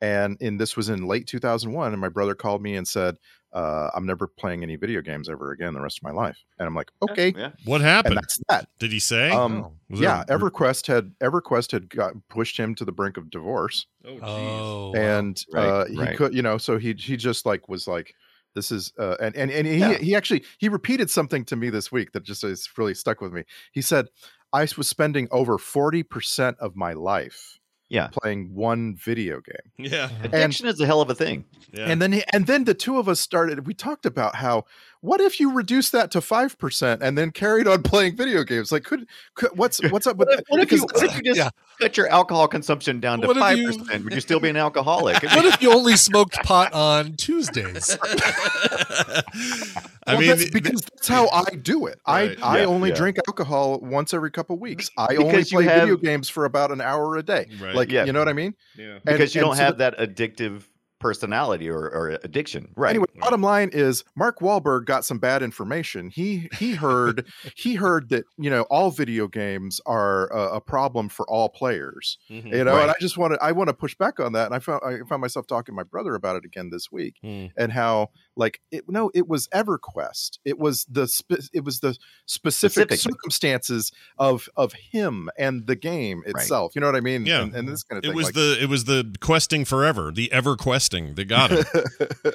And in this was in late 2001, and my brother called me and said, uh, "I'm never playing any video games ever again the rest of my life." And I'm like, "Okay,"
Yeah.
What
and
happened?
that's that.
Did he say?
Um,
Was
yeah,
there a-
EverQuest had EverQuest had got, pushed him to the brink of divorce,
Oh,
and
Right,
uh, he
right.
could, you know, so he he just like was like, "This is," uh, and and and he
Yeah.
he actually he repeated something to me this week that just is really stuck with me. He said, "I was spending over forty percent of my life."
Yeah.
playing one video game
yeah.
Addiction is a hell of a thing.
Yeah.
and then he, and then the two of us started we talked about how what if you reduce that to 5% and then carried on playing video games like could, could what's what's up with
What if,
that?
what if you,
Because-
what if you just
Yeah.
cut your alcohol consumption down to
What if
five
you-
percent? Would you still be an alcoholic?
what if you only smoked pot on Tuesdays?
I
Well,
mean,
that's
th-
because that's how I do it.
Right.
I, I
Yeah,
only
yeah.
drink alcohol once every couple weeks. I only
Because you
play video
have-
games for about an hour a day.
Right.
Like,
Yeah.
you know what I mean?
yeah.
And-
because you
and
don't
so
have that addictive personality or, or addiction, right?
Anyway, bottom line is Mark Wahlberg got some bad information. He he heard he heard that you know all video games are uh, a problem for all players.
Mm-hmm.
You know, and I just want to I want to push back on that. And I found I found myself talking to my brother about it again this week.
Mm.
and how like it, no it was everquest it was the spe- it was the specific
Specifically.
circumstances of of him and the game itself you know what i mean
Yeah.
and, and this kind of
It
thing
was
like,
the it was the questing forever, the ever questing that got him.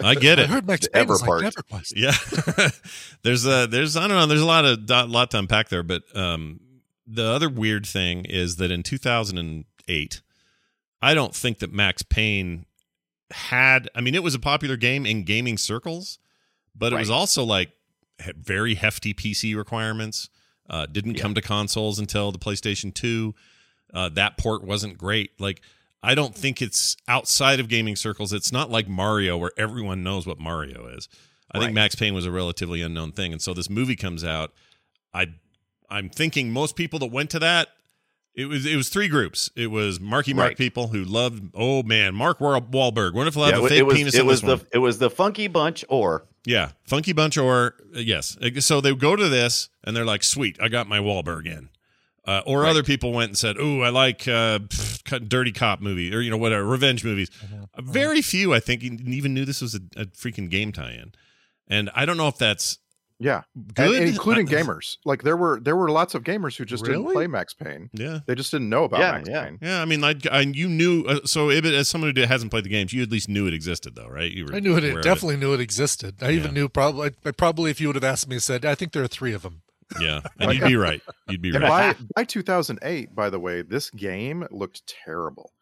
I get
I
it.
heard Max
The
Payne was like
Everpart.
EverQuest.
Yeah, there's a there's I don't know. There's a lot of a lot to unpack there, but um, the other weird thing is that in 2008, I don't think that Max Payne had. I mean, it was a popular game in gaming circles, but it was
Right.
also like had very hefty PC requirements. Uh, didn't come to consoles until the PlayStation 2. Uh, that port wasn't great. Like, I don't think it's outside of gaming circles. It's not like Mario where everyone knows what Mario is. I think
Right.
Max Payne was a relatively unknown thing, and so this movie comes out. I, I'm thinking most people that went to that, it was it was three groups. It was Marky Mark
Right.
people who loved. Oh man, Mark Wa- Wahlberg. Wonder if we'll have
Yeah,
a
it
fake
was,
penis.
it
in
was
this
the
one.
it was the funky bunch or
Yeah, Funky Bunch or uh, yes. So they go to this and they're like, "Sweet, I got my Wahlberg in." Uh, or other people went and said, "Ooh, I like uh, pff, dirty cop movie or you know whatever revenge movies."
Uh-huh.
Uh, e-, Very few, I think, even knew this was a, a freaking game tie-in, and I don't know if that's
Yeah, and,
good, uh,
and including
I-
gamers. Like there were there were lots of gamers who just didn't
Really?
play Max Payne.
Yeah,
They just didn't know about
Yeah,
Max
yeah.
Payne.
yeah. I mean, I'd, I you knew. Uh, so, if it, as someone who hasn't played the games, you at least knew it existed, though, right? You were
I knew it.
aware of
definitely knew it existed. I
Yeah.
even knew probably. I, I probably, if you would have asked me, said I think there are three of them.
Yeah, and you'd be right. You'd be
And
right.
by by 2008, by the way, this game looked terrible.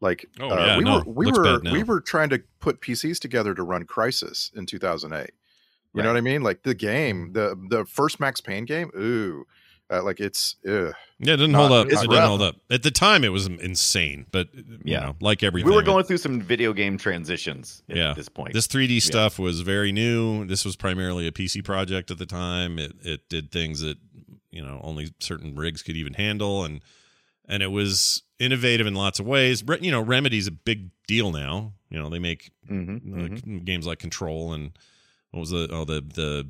Like uh,
Oh, yeah,
we
no,
were we
looks
were
bad now.
we were trying to put PCs together to run Crisis in 2008. You know
Right.
what I mean? Like the game, the the first Max Payne game. Ooh, uh, like it's ugh.
Yeah, it didn't hold
Uh,
up. It
it's
didn't
rough.
hold up. At the time, it was insane, but you
Yeah.
know, like everything,
We were
it-
going through some video game transitions at
Yeah.
this point.
This 3D stuff was very new. This was primarily a PC project at the time. It it did things that you know only certain rigs could even handle, and and it was innovative in lots of ways. Re- you know, Remedy's a big deal now. You know, they make
Mhm,
uh,
Mm-hmm.
mhm.
c- games like Control and what was the oh the the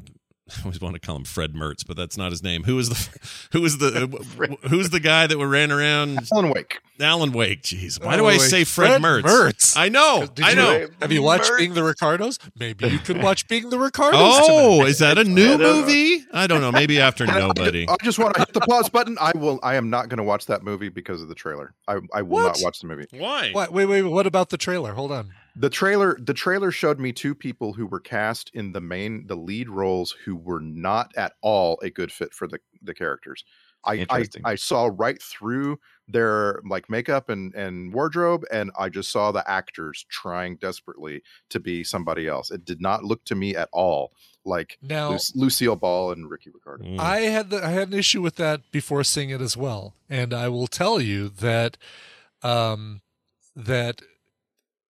I always want to call him Fred Mertz, but that's not his name. Who was the who was the who was the guy that ran around
Alan Wake.
Alan Wake? Jeez, why
Oh,
do I
wait,
say Fred, Mertz?
Mertz.
I know,
Did
I
you-
know.
Have you watched
Mertz.
Being the Ricardos? Maybe you could watch Being the Ricardos.
Oh,
tonight.
is that a new
I don't know.
movie? I don't know. Maybe after
I- I
Nobody.
ju- I just want to hit the pause button. I will. I am not going to watch that movie because of the trailer. I, I will
What?
not watch the movie.
Why?
What, wait, wait, wait. What about the trailer? Hold on.
The trailer. The trailer showed me two people who were cast in the main, the lead roles, who were not at all a good fit for the the characters. I I,
Interesting.
I saw right through their like makeup and and wardrobe, and I just saw the actors trying desperately to be somebody else. It did not look to me at all like
Now,
Lu- Lucille Ball and Ricky Ricardo.
Mm.
I had the, I had an issue with that before seeing it as well, and I will tell you that um, that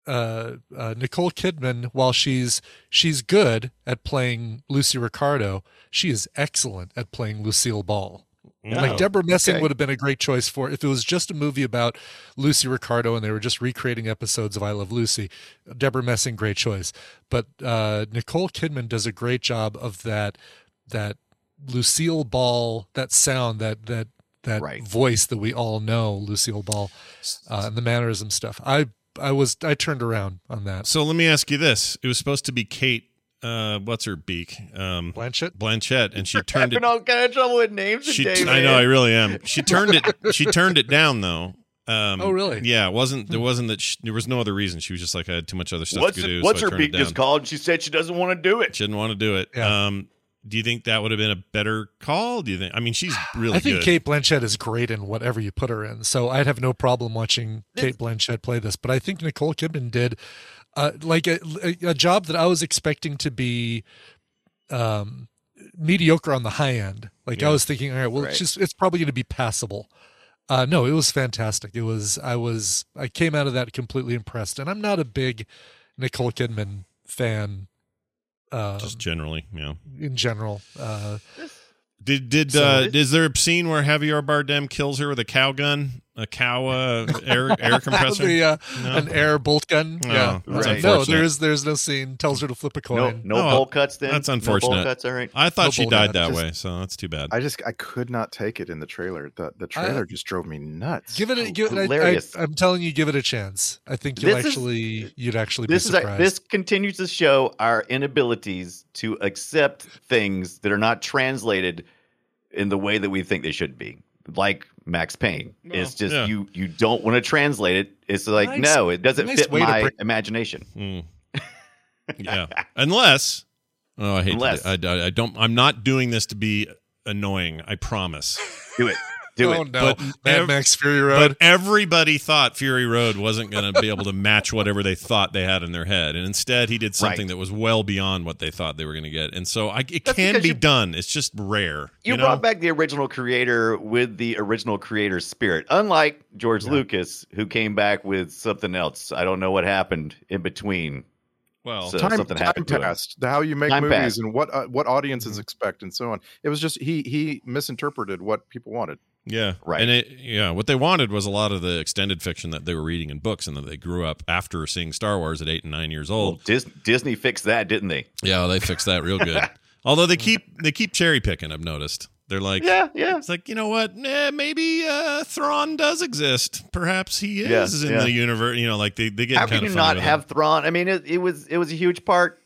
uh, uh, Nicole Kidman, while she's she's good at playing Lucy Ricardo, she is excellent at playing Lucille Ball.
No.
Like Deborah Messing
okay.
would have been a great choice for if it was just a movie about Lucy Ricardo and they were just recreating episodes of I Love Lucy. Deborah Messing, great choice. But uh, Nicole Kidman does a great job of that that Lucille Ball that sound that that that
Right.
voice that we all know Lucille Ball uh, and the mannerism stuff. I I was I turned around on that.
so let me ask you this: It was supposed to be Kate. Uh, what's her beak? Um,
Blanchett.
Blanchett, and she
I've
turned it.
been all kind of trouble with names
She,
today.
I know, I
man.
really am. She turned it. She turned it down though. Um,
Oh, really? Hmm.
Yeah, it wasn't there wasn't that she, there was no other reason. She was just like I had too much other stuff
What's
to do.
it,
so
what's
I
her
turned it
weakness
down.
called? She said she doesn't want to do it.
She didn't want to do it.
Yeah.
Um, do you think that would have been a better call? Do you think? I mean, she's really
I think
good.
Kate Blanchett is great in whatever you put her in, so I'd have no problem watching Kate Blanchett play this. But I think Nicole Kidman did uh, like a, a, a job that I was expecting to be um, mediocre on the high end. Like I was thinking, all right, well,
Right.
it's just it's probably going to be passable. Uh, no, it was fantastic. It was I was I came out of that completely impressed, and I'm not a big Nicole Kidman fan uh,
just generally, yeah.
in general. Uh,
Did did
So-
uh, is there a scene where Javier Bardem kills her with a cow gun, a cow uh, air air compressor?
the, uh,
No.
an air bolt gun.
No,
yeah,
that's
Right.
no,
unfortunate.
there is there's no scene. Tells her to flip a
No,
coin.
No,
no bowl cuts. Then
that's
No
unfortunate.
bowl cuts. All right.
I thought she
Noble
died that
death.
way, so that's too bad.
I just I could not take it in the trailer. The the trailer just drove me nuts.
Give it, a, give it.
Hilarious.
I, I, I'm telling you, give it a chance. I think you'll
This is-
actually, you'd actually
This
be
is a,
surprised.
this continues to show our inabilities to accept things that are not translated in the way that we think they should be. Like Max Payne, it's
Well,
just
yeah.
you you don't want to translate it. It's like
Nice-
no, it doesn't
nice
fit
way to
my
bring-
imagination.
Mm. Yeah, unless oh, I hate. to do-
Unless.
I, I, I don't. I'm not doing this to be annoying. I promise.
Do it, do
oh
it.
no,
But
Mad
ev-
Max Fury Road.
But everybody thought Fury Road wasn't going to be able to match whatever they thought they had in their head, and instead he did something
Right.
that was well beyond what they thought they were going to get. And so I, it
That's
can
because
be
you-
done. It's just rare.
You,
You, know?
brought back the original creator with the original creator spirit, unlike George Lucas, who came back with something else. I don't know what happened in between.
well,
So-
time,
something
time
happened to him.
passed. the- How you make
Time
movies
passed. Mm-hmm.
and what uh, what audiences expect and so on. It was just he he misinterpreted what people wanted.
Yeah.
Right.
And it, yeah, what they wanted was a lot of the extended fiction that they were reading in books and that they grew up after seeing Star Wars at eight and nine years
Well,
old.
Dis- Disney fixed that, didn't they?
Yeah, they fixed that real good. Although they keep they keep cherry picking, I've noticed. They're like
Yeah, yeah.
It's like, you know what? Eh, maybe uh Thrawn does exist. Perhaps he
Yeah,
is in
yeah.
the universe. You know, like they, they get
How
kind
can
of
you
funny
not
with
have Thrawn? I mean, it, it was it was a huge part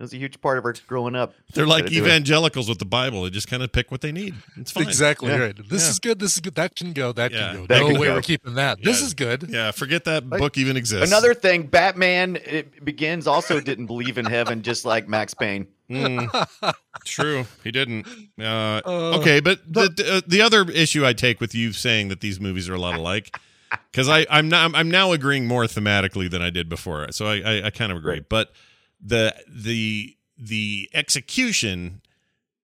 was a huge part of her growing up.
They're like
Gotta do it.
evangelicals with the Bible. They just kind of pick what they need. It's fine.
Exactly
Yeah.
right. This
Yeah.
is good. This is good. That can go. That
Yeah.
can go.
That
no
can
way
go.
we're keeping that. This
Yeah.
is good.
Yeah, forget that book even exists.
Another thing, Batman it begins also didn't believe in heaven, just like Max Payne.
Mm. true. He didn't. Uh,
Uh,
okay, but the the, uh, the other issue I take with you saying that these movies are a lot alike, because I I'm now I'm now agreeing more thematically than I did before, so I I, I kind of agree. But the the the execution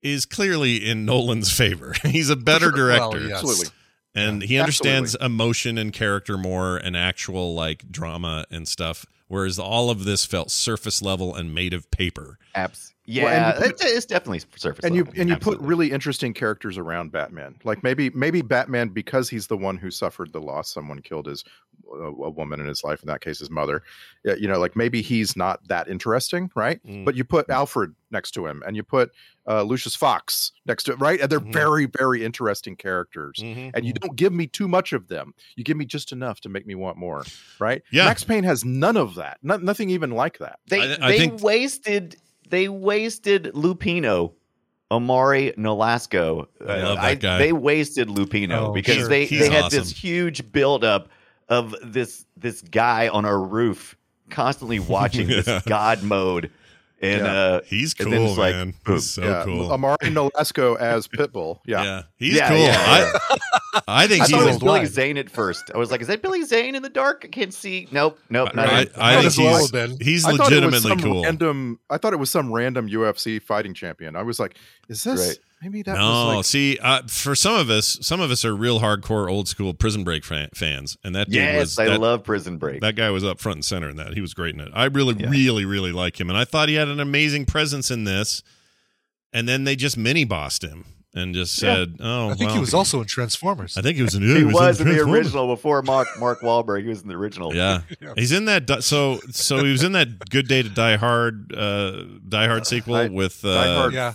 is clearly in Nolan's favor. He's a better
Well,
director.
yes.
Absolutely.
and he understands emotion and character more and actual like drama and stuff whereas all of this felt surface level and made of paper
Apps. Yeah,
Well, and you
it's, it's definitely surface.
and you
level.
and you put
Absolutely.
really interesting characters around Batman. Like maybe maybe Batman because he's the one who suffered the loss, someone killed his a, a woman in his life. In that case, his mother. Yeah, you know, like maybe he's not that interesting, right?
Mm.
But you put Alfred next to him, and you put uh, Lucius Fox next to it, right? And they're
Mm-hmm.
Mhm.
very very interesting characters.
Mm-hmm.
And you don't give me too much of them. You give me just enough to make me want more, right?
Yeah.
Max Payne has none of that. No, nothing even like that.
They
I- I
they
think-
wasted they wasted Lupino, Amari Nolasco. Uh,
I love that guy.
They wasted Lupino
Oh,
because
sure.
they
He's
they had this
awesome.
huge buildup of this this guy on a roof constantly watching
Yeah.
this god mode, and
Yeah.
uh,
he's
And
cool
then it's like,
man
boom.
he's so
yeah.
cool
Amari Nolasco as Pitbull.
yeah.
Yeah.
he's
Yeah,
cool
yeah,
I, I think
I
he's
thought it was
a,
Billy
blind.
Zane at first. I was like, "Is that Billy Zane in the dark? I can't see." Nope, nope, not
I,
him.
I
Might
think
as well
he's,
have been.
he's
I thought it was
legitimately
some
cool
Random, I thought it was some random UFC fighting champion. I was like, is this
Right.
maybe that
no
was
see uh, for some of us some of us are real hardcore old school prison break fan, fans and that dude
yes,
was
I
that,
love Prison Break.
That guy was up front and center in that. He was great in it. I really, really, really like him, and I thought he had an amazing presence in this. And then they just mini bossed him and just said, "Oh,
I think he
well."
was also in Transformers.
I think he was in.
he was in the
Transformers.
original before Mark Mark Wahlberg. He was in the original.
Yeah, he's in that. di- So, so he was in that Good Day to Die Hard, uh, Die Hard sequel
I-
with uh,
like Die Hard
yeah.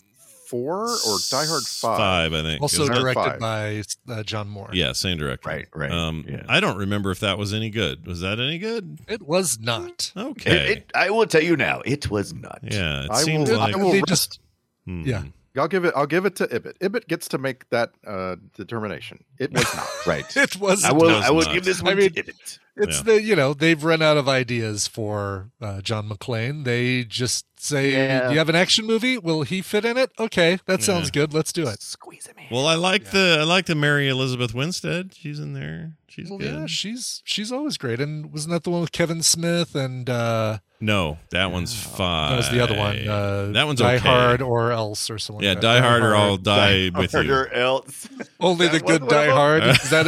four or Die Hard five?
Five, I think.
also
Isn't
Isn't
it?
direct-
directed by uh, John Moore.
yeah, same director.
Right, right,
Um,
yeah.
I don't remember if that was any good. Was that any good?
It was not.
It-
Okay.
it- I will tell you now, it was not.
yeah, it
I
seems
will.
like.
I will
They
rest.
just-
Hmm.
yeah.
I'll give it. I'll give it to Ibit. Ibit gets to make that uh, determination. It was not.
Right.
It was.
I will.
was
I will
not.
give this
I
one.
mean-
to it.
It's
Yeah.
the you know they've run out of ideas for uh, John McClane. They just say,
Yeah.
"Do you have an action movie? Will he fit in it? Okay, that sounds good. Let's do it."
Squeeze him in.
Well, I like the I like the Mary Elizabeth Winstead. She's in there. She's
Well,
good.
yeah, she's she's always great. And wasn't that the one with Kevin Smith and uh,
no, that one's five.
that was the other one? Uh,
that one's
Die
okay.
Hard or else or someone.
yeah,
like that.
Die Hard or I'll die with you.
Harder else.
Only the
That was
good
one of
Die
them.
Hard. Is that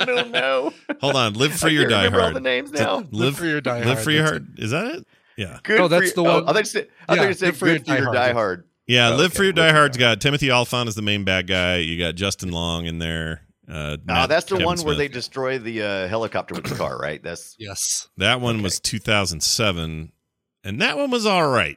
I don't know.
Hold on, live
I
free or
can't
die
remember all
hard.
the names
Is it
now.
Live
Free or Die
Live
Hard,
free or
that's
hard. Is that it? Yeah,
Good
No, that's
for
the
you- oh,
one-
I thought you said. I
Yeah,
thought you
good
said
for your
good for your
Die
die
Hard.
hard.
Oh,
yeah.
Okay,
live free or
Live
die
Free or
hard's
Die
got Timothy Alphon is the main bad guy. You got Justin Long in there.
Oh,
Uh,
No,
Matt-
Oh, that's the
Kevin
one where they
Smith.
destroy the uh, helicopter with the car, right? That's
yes,
that one was 2007, and that one was all right.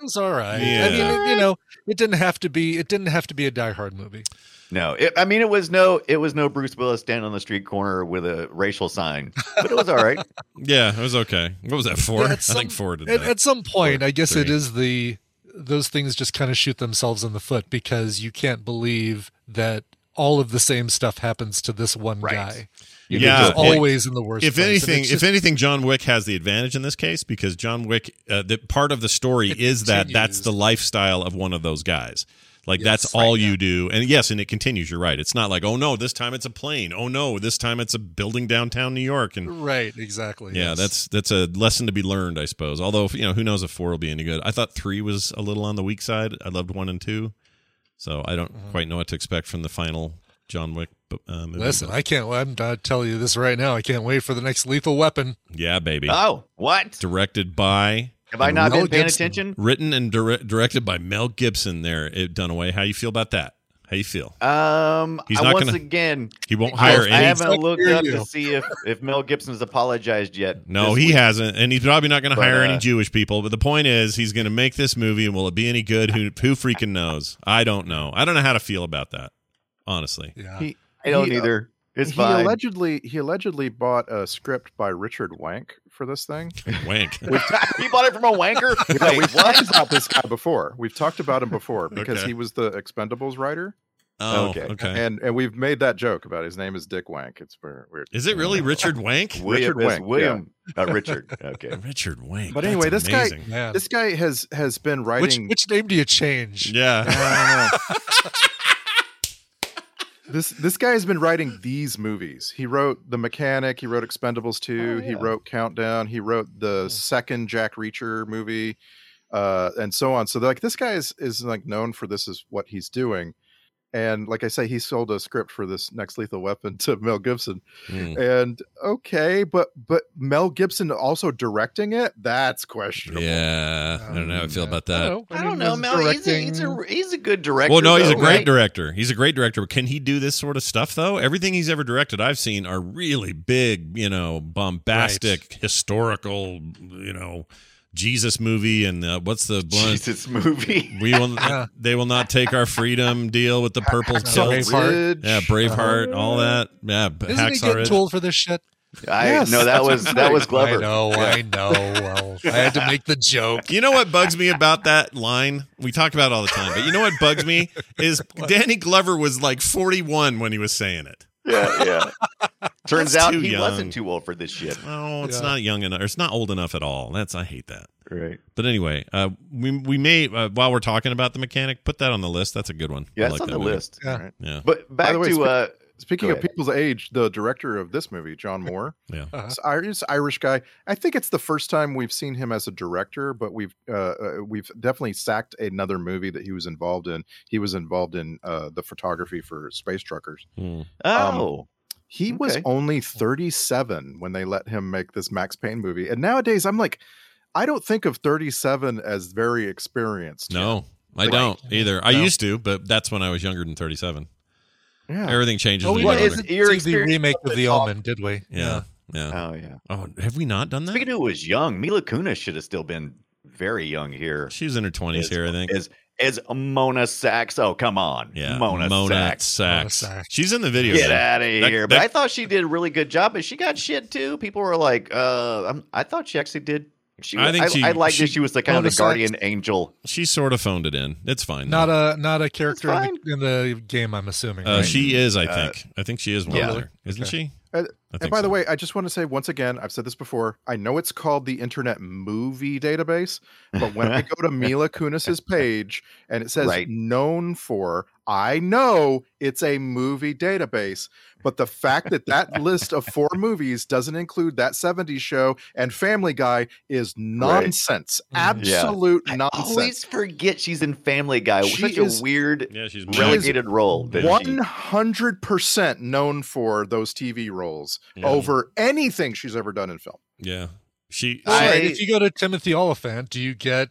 it was all right.
Yeah.
I mean, it- you know, it didn't have to be. It didn't have to be a Die Hard movie.
no. It, I mean, it was no, it was no Bruce Willis standing on the street corner with a racial sign, but it was all right.
Yeah, it was okay. What was that four?
Yeah,
I
it's
think
some-
four did
at,
that.
at some point i guess it
three.
is the those things just kind of shoot themselves in the foot because you can't believe that all of the same stuff happens to this one
Right.
guy
You
You know,
Yeah.
he's
If-
always in the worst
if
place. And
anything,
it's
if
just-
anything, John Wick has the advantage in this case because John Wick, uh, the part of the story
It
is that that's
continues.
the lifestyle of one of those guys. Like that's
Yes,
all you do, and yes, and it continues. You're right. It's not like oh no, this time it's a plane. Oh no, this time it's a building downtown New York, and
right exactly
yeah,
yes.
that's that's a lesson to be learned, I suppose. Although you know, who knows if four will be any good? I thought three was a little on the weak side. I loved one and two, so I don't
Uh-huh.
quite know what to expect from the final John Wick uh, movie.
listen
but-
i can't i'm not telling you this right now i can't wait for the next lethal weapon
yeah, baby.
Oh, what?
Directed by
Have I not
Mel
been paying
Gibson.
attention?
written and dire- directed by Mel Gibson. There, it Dunaway. How you feel about that? How you feel?
Um,
He's
I-
not
once
gonna-
again,
He won't hire
I
any.
haven't looked up
you.
to see if, if Mel Gibson's apologized yet.
No,
this
he
week.
hasn't, and he's probably not going to
But,
hire
uh,
any Jewish people. But the point is, he's going to make this movie, and will it be any good? Who who freaking knows? I don't know. I don't know how to feel about that, honestly.
yeah
He-
I don't
He, uh,
either. It's
he
fine.
allegedly he allegedly bought a script by Richard Wank for this thing.
Wank.
he bought it from a wanker. Wait,
We've
what?
talked about this guy before. We've talked about him before because
Okay.
he was the Expendables writer.
Oh, okay.
Okay.
And and we've made that joke about his name is Dick Wank. It's weird. weird.
Is it really Richard Wank?
William,
Richard
it's
Wank, yeah.
William, uh, Richard. Okay.
Richard Wank.
But anyway,
That's
this guy-
amazing.
Man.
This guy has has been
which,
writing.
which name do you change?
Yeah.
I don't know. this this guy has been writing these movies. He wrote The Mechanic. He wrote Expendables Two. He wrote Countdown. He wrote the second Jack Reacher movie, uh, and so on. So they're like this guy is is like known for this is what he's doing. And like I say, he sold a script for this next Lethal Weapon to Mel Gibson.
Hmm.
And okay, but but Mel Gibson also directing it? That's questionable.
Yeah. I don't know how I feel about that.
I don't know, Mel. He's a, he's, a, he's a good director.
Well, no, he's a
though,
great
right?
director. He's a great director. But can he do this sort of stuff though? Everything he's ever directed, I've seen, are really big, you know, bombastic, historical, you know, Jesus movie and uh, what's the blunt?
Jesus movie.
We will.
Yeah.
They will not take our freedom. Deal with the purple
Hacksaw
kilts.
Ridge.
Ridge.
Yeah, Braveheart, all that. Yeah, b-
Isn't he
Hacksaw
getting
Ridge.
too old for this shit?
I
Yes,
no, that
that's
was that was
I
clever.
know, I know. Well, I had to make the joke.
You know what bugs me about that line? We talk about it all the time, but you know what bugs me is Danny Glover was like 41 when he was saying it.
Yeah, yeah. Turns
That's
out
too
he
young.
wasn't too old for this shit.
Oh, it's
Yeah.
not young enough. or It's not old enough at all. That's I hate that.
Right.
But anyway, uh, we we may uh, while we're talking about the mechanic, put that on the list. That's a good one. I
Yeah, it's
like
on
that
the
movie.
list.
Yeah.
Right.
Yeah,
But back
the way,
to
speak-
uh,
Speaking
Go
of
ahead.
people's age, the director of this movie, John Moore,
yeah.
Uh-huh.
this Irish, Irish guy. I think it's the first time we've seen him as a director, but we've uh, uh, we've definitely sacked another movie that he was involved in. He was involved in uh, the photography for Space Truckers.
Hmm.
oh,
He was
Okay.
only 37 when they let him make this Max Payne movie, and nowadays I'm like, I don't think of 37 as very experienced.
No, I
Right.
don't either. I
No.
used to, but that's when I was younger than 37.
yeah.
Everything changes.
Oh,
when
we
you
Well,
get
didn't
is
older.
it- your
do the
experience
remake
with
of The
the
Omen, did we?
Yeah, yeah.
oh yeah.
Oh, have we not done that?
Speaking of who was young, Mila Kunis should have still been very young here.
She was in her 20s
Is-
here, I think.
Is is Mona Sachs? Oh come on,
yeah,
Mona, Sachs.
Sachs.
Mona Sachs.
She's in the video.
Get
though.
out of
That-
here!
that-
but I thought she did a really good job, but she got shit too. People were like, uh, I'm, I thought she actually did. She,
I
I
think
think I,
she-
I liked
she-
that she was the kind
Mona
of the
Sachs-
guardian angel.
She sort of phoned it in. It's fine.
Not
though.
a not a character
That's
in the, in the game, I'm assuming.
Uh,
right?
She is, I
Uh,
think. I think she is one
yeah.
other, isn't she?
Uh,
I
And
think
by the
so.
way, I just want to say once again, I've said this before. I know it's called the Internet Movie Database, but when I go to Mila Kunis's page and it says
Right.
known for, I know it's a movie database. But the fact that that list of four movies doesn't include that 70s show and Family Guy is nonsense.
Mhm.
Mm, Yeah.
Absolute
I
nonsense.
always forget she's in Family Guy.
She
Such
is-
a weird
yeah, she's
Really
back.
good.
relegated role. That she,
100% known for those TV roles
Yeah.
over anything she's ever done in film.
Yeah. She.
Well,
I-
right, if you go to Timothy Oliphant, do you get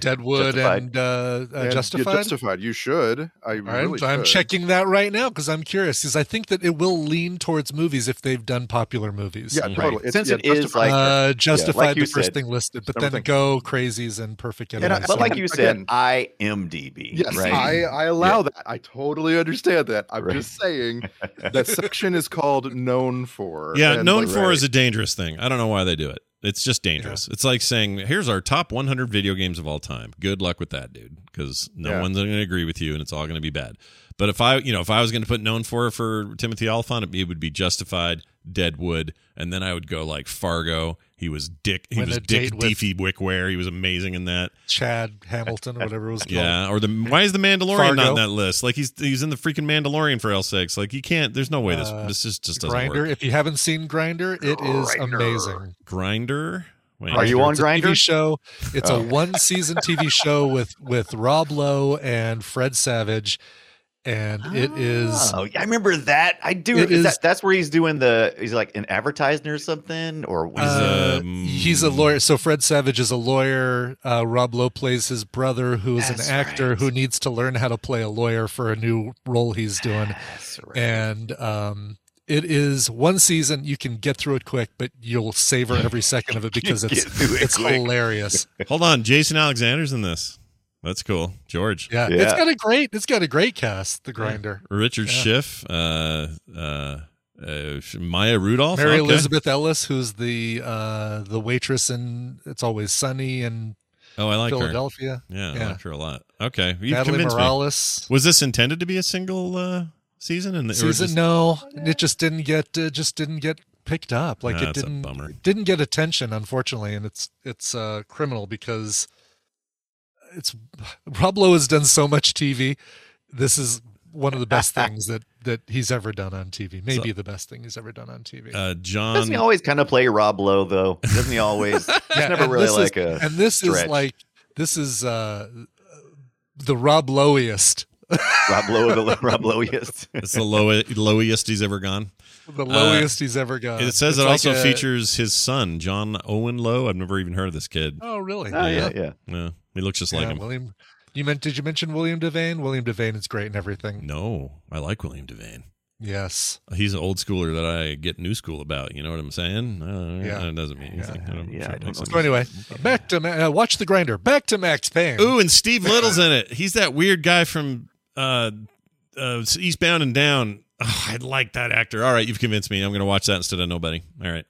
Deadwood
Justified.
and, uh, uh,
And you're
Justified?
Justified. You should. I
All right,
really.
I'm
should.
checking that right now because I'm curious because I think that it will lean towards movies if they've done popular movies.
Yeah,
Right.
totally. It's,
Since
yeah,
it is
Justified.
like
uh, Justified,
you
the first
said.
thing listed, but then
Everything.
go Crazies and Perfect
And
Enemy.
I-
but like you said,
Again.
IMDb.
yes,
right?
I, I allow that. I totally understand that. I'm
Right.
just saying that section is called known for.
Yeah,
and,
known
like,
for is a dangerous thing. I don't know why they do it. It's just dangerous. It's like saying, "Here's our top 100 video games of all time." Good luck with that, dude, because no
Yeah.
one's going to agree with you, and it's all going to be bad. But if I, you know, if I was going to put known for for Timothy Oliphant, it- it would be Justified, Deadwood, and then I would go like Fargo. He was Dick. He
With
was
a
Dick
date with-
Deefy Wickware. He was amazing in that.
Chad Hamilton or whatever it was called.
Yeah. Or the why is the Mandalorian not
Fargo.
in that list? Like he's he's in the freaking Mandalorian for L sakes. Like you can't. There's no way this
Uh,
this just, just doesn't
Grinder.
work.
If you haven't seen Grinder, it is amazing.
Grinder. Wait,
Are you on
It's a
Grindr?
TV show. It's
Oh.
a one season TV show with with Rob Lowe and Fred Savage, and it is uh,
Oh, yeah, I remember that. I do.
It
Is,
is-
that, that's where he's doing the. He's like an advertisement or something, or what is
Uh,
it?
Uh,
Um,
he's a lawyer. So Fred Savage is a lawyer. Uh, Rob Lowe plays his brother, who is
That's
an actor
right.
who needs to learn how to play a lawyer for a new role he's doing.
That's right.
Uh, And um, it is one season. You can get through it quick, but you'll savor every second of it because
Get
it's
through it
it's
quick.
hilarious.
Hold on, Jason Alexander's in this. That's cool. George,
Yeah.
Yeah.
it's got a great it's got a great cast. The Grinder.
Richard
Yeah.
Schiff, uh, uh, Uh, sh- Maya Rudolph,
Mary
Okay.
Elizabeth Ellis, who's the uh, the waitress in It's Always Sunny in
Oh, I like her.
Philadelphia.
Yeah, I
Yeah.
like her a lot. Okay, you
Natalie
convinced me.
Morales.
Was this intended to be a single uh, season? And or is
Season
this-
no, it just didn't get uh, just didn't get picked up. Like
Ah,
it
that's a
didn't
bummer.
didn't get attention, unfortunately, and it's it's uh, criminal because it's Rob Lowe has done so much TV. This is one of the best things that that he's ever done on TV. Maybe the best thing he's ever done on TV.
Uh, John.
Doesn't he always kind of play Rob Lowe though? Doesn't he always?
Yeah,
It's never
and
really
this is-
like a.
and this is
stretch.
like this is uh the Rob Lowiest,
Rob Lowe, the Rob Lowiest.
Oh,
It's the low, lowest he's ever gone.
the lowiest he's ever gone.
Uh, It says
Uh, It's
it
like
also
a-
features his son, John Owen Lowe. I've never even heard of this kid.
Oh, really?
Oh yeah, yeah.
Yeah, he looks just like
Yeah,
him.
William. You meant? Did you mention William Devane? William Devane is great and everything.
No, I like William Devane.
Yes.
He's an old schooler that I get new school about. You know what I'm saying? Uh,
Yeah.
It doesn't mean anything. I don't,
Yeah,
sure
I
it makes
don't know.
sense.
So anyway, back to Ma- uh, watch the grinder. Back to Max Payne.
Ooh, and Steve Little's in it. He's that weird guy from uh, uh, Eastbound and Down. Oh, I like that actor. All right, you've convinced me. I'm going to watch that instead of Nobody. All right.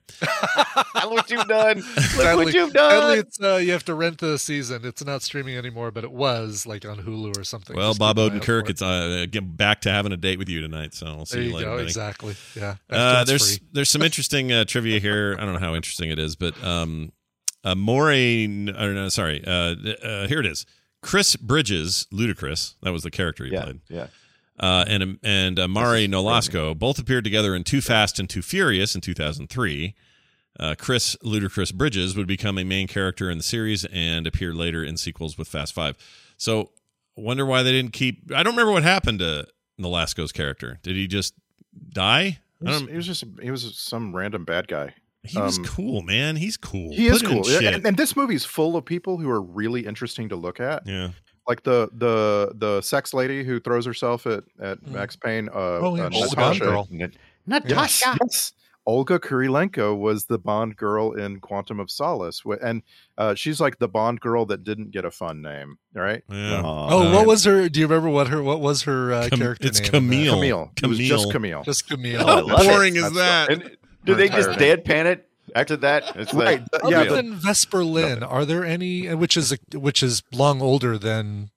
Look what you've done. Look
Sadly-
what you've
sadly,
done.
it's, uh, you have to rent the season. It's not streaming anymore, but it was like on Hulu or something.
Well,
Just
Bob
keep an eye out
Odenkirk,
for it.
it's uh, get back to having a date with you tonight. So I'll see
there
you,
you,
later.
go.
buddy.
Exactly. Yeah. Back to
Uh,
it's
there's
free.
there's some interesting uh, trivia here. I don't know how interesting it is, but um, uh, Maury, or no, sorry, uh, uh, here it is. Chris Bridges, Ludacris, that was the character he
Yeah,
played,
yeah.
uh, and and uh, Mari Nolasco both appeared together in Too Fast and Too Furious in 2003. Uh, Chris Ludacris Bridges would become a main character in the series and appear later in sequels with Fast Five. So, wonder why they didn't keep. I don't remember what happened to Nolasco's character. Did he just die?
He
I
was,
don't,
he was just he was some random bad guy.
he was
Um,
cool, man. He's cool.
He
Put
is
it in
cool, Yeah,
shit.
and, and this movie's full of people who are really interesting to look at.
yeah.
Like the the the sex lady who throws herself at at
Mm.
Max Payne. Uh,
Oh, yeah,
uh,
she's a Bond
Natasha.
girl.
Natasha.
Yes. Olga Kurilenko was the Bond girl in Quantum of Solace, wh- and uh, she's like the Bond girl that didn't get a fun name, right?
Yeah.
Oh,
uh,
what was her? Do you remember what her? What was her uh,
Cam-
character?
it's
name in that?
Camille.
Camille. It was just Camille.
Just Oh, Camille.
Oh, I love it.
is
That's
And do they just
Entire
deadpan it after that? It's like,
Right, th- yeah,
Other than Vesper Lynn, are there any which is which is long older than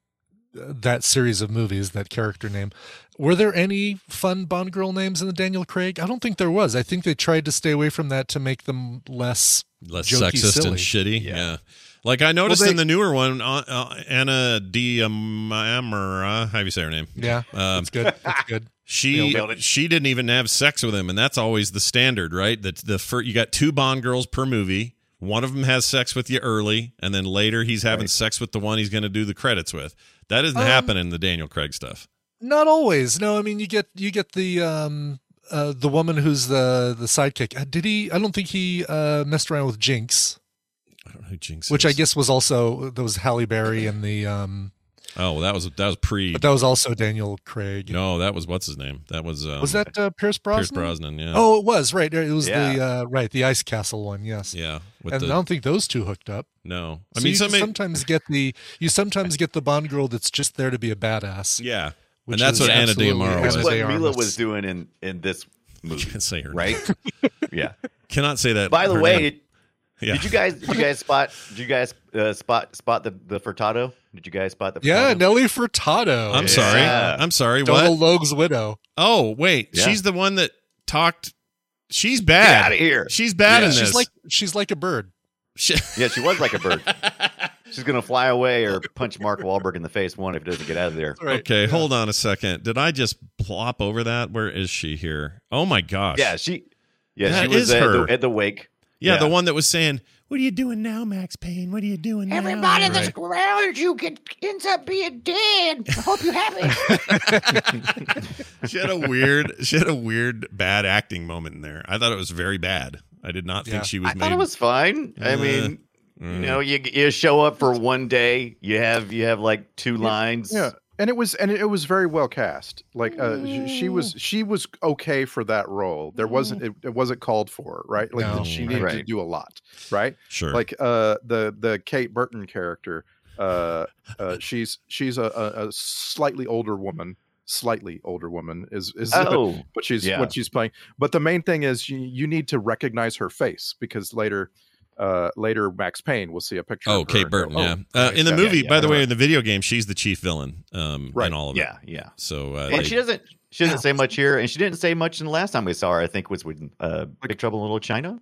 uh, that series of movies? That character name. Were there any fun Bond girl names in the Daniel Craig? I don't think there was. I think they tried to stay away from that to make them less.
Less
jokey,
sexist and
silly.
shitty. Yeah.
Yeah.
Like I noticed
they-
in the newer one, uh, uh, Anna Diamara, how do you say her name?
Yeah,
Um,
that's good. That's good.
She
Nailed it.
she didn't even have sex with him, and that's always the standard, right? That the fir- you got two Bond girls per movie. One of them has sex with you early, and then later he's having sex with the one he's going to do the credits with. That doesn't
Um,
happen in the Daniel Craig stuff.
Not always. No, I mean you get you get the um uh the woman who's the the sidekick. Uh, did he? I don't think he uh messed around with Jinx,
I don't know who Jinx
which I
is.
guess was also that was Halle Berry and the um,
Oh, well, that was that was pre.
but that was also Daniel Craig.
no, that was what's his name? That was um,
was that uh, Pierce Brosnan?
Pierce Brosnan? Yeah.
Oh, it was right. It was the
Yeah.
uh, right the Ice Castle one. Yes.
yeah. With
and
the,
I don't think those two hooked up.
no, I
So
mean
you
somebody.
sometimes get the you sometimes get the Bond girl that's just there to be a badass.
yeah,
which
that's
is
what Ana de
absolutely
Amaro
Ana
that's
was.
what
de
Mila
Armas.
was doing in in this movie,
can't say her. Right.
right? yeah.
Cannot say that.
By the
her
way,
name.
did,
yeah.
you guys did you guys spot did you guys uh, spot spot the the furtado? Did you guys spot the
Yeah,
Furtado?
Nelly Furtado.
I'm
Yeah.
sorry. I'm sorry. What?
Donald Logue's widow.
Oh wait,
Yeah.
she's the one that talked. She's
Get
bad.
out of here.
She's bad
Yeah.
in
she's
this.
like she's like a bird.
She-
Yeah, she was like a bird. She's gonna fly away or punch Mark Wahlberg in the face one if he doesn't get out of there.
Right.
okay,
Yeah.
hold on a second. Did I just plop over that? Where is she here? Oh my gosh.
Yeah, she. Yeah,
That
she was
is
at,
her.
The, at the wake.
Yeah,
yeah.
the one that was saying, "What are you doing now, Max Payne? What are you doing now?"
Everybody that's around you get, ends up being dead. I hope you have it.
she had a weird, she had a weird bad acting moment in there. I thought it was very bad. I did not
Yeah.
think she was
I
made.
thought it was fine. I
Uh,
mean,
Mm.
you know, you you show up for one day, you have you have like two lines. Oh,
Yeah, and it was and it was very well cast. Like uh, sh- she was she was okay for that role. There wasn't it, it wasn't called for, right? Like
No,
she needed to
right.
do a lot, right?
sure.
Like uh, the the Kate Burton character, uh, uh, she's she's a, a, a slightly older woman slightly older woman is is
Oh,
what she's
yeah.
what she's playing. But the main thing is you, you need to recognize her face because later uh later Max Payne will see a picture.
Oh,
of her
Kate
and go,
Burton.
"Oh,
yeah. Uh, in the
yeah,
movie,
yeah,
by the
yeah.
way, in the video game, she's the chief villain. Um,
Right.
In all of it.
yeah, yeah.
So uh,
And
they-
she doesn't she doesn't say much here, and she didn't say much in the last time we saw her. I think was with uh, Big Trouble in Little China.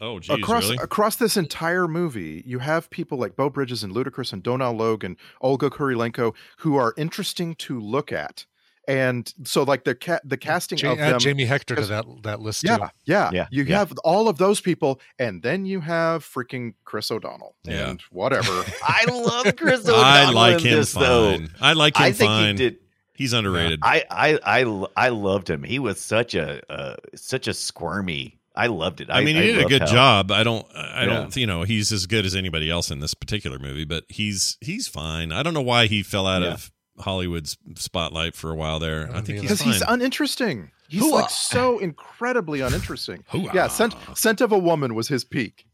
oh, geez,
across
really?
across this entire movie, you have people like Bo Bridges and Ludacris and Donal Logue and Olga Kurilenko who are interesting to look at, and so like the ca-
Mm,
the casting
Ja-
of
uh,
add
them.
Jamie Hector to that that list too.
yeah, yeah,
uh, um, Yeah,
You
yeah.
have all of those people, and then you have freaking Chris O'Donnell
Yeah.
and whatever.
I love Chris O'Donnell.
I like
in
him
this, though.
fine. I like him
I think
fine.
he did.
He's underrated.
I, I I l- I loved him. He was such a uh, such a squirmy. I loved it.
I, mean, he did a
loved
good
how-
job. I don't, I don't, you know, he's as good as anybody else in this particular movie, but he's he's fine. I don't know why he fell out
Yeah.
of Hollywood's spotlight for a while there. I
don't
think
either.
he's
because
fine.
he's uninteresting. He's
Hoo-ah.
like so incredibly uninteresting.
Hoo-ah.
yeah, scent, scent of a woman was his peak.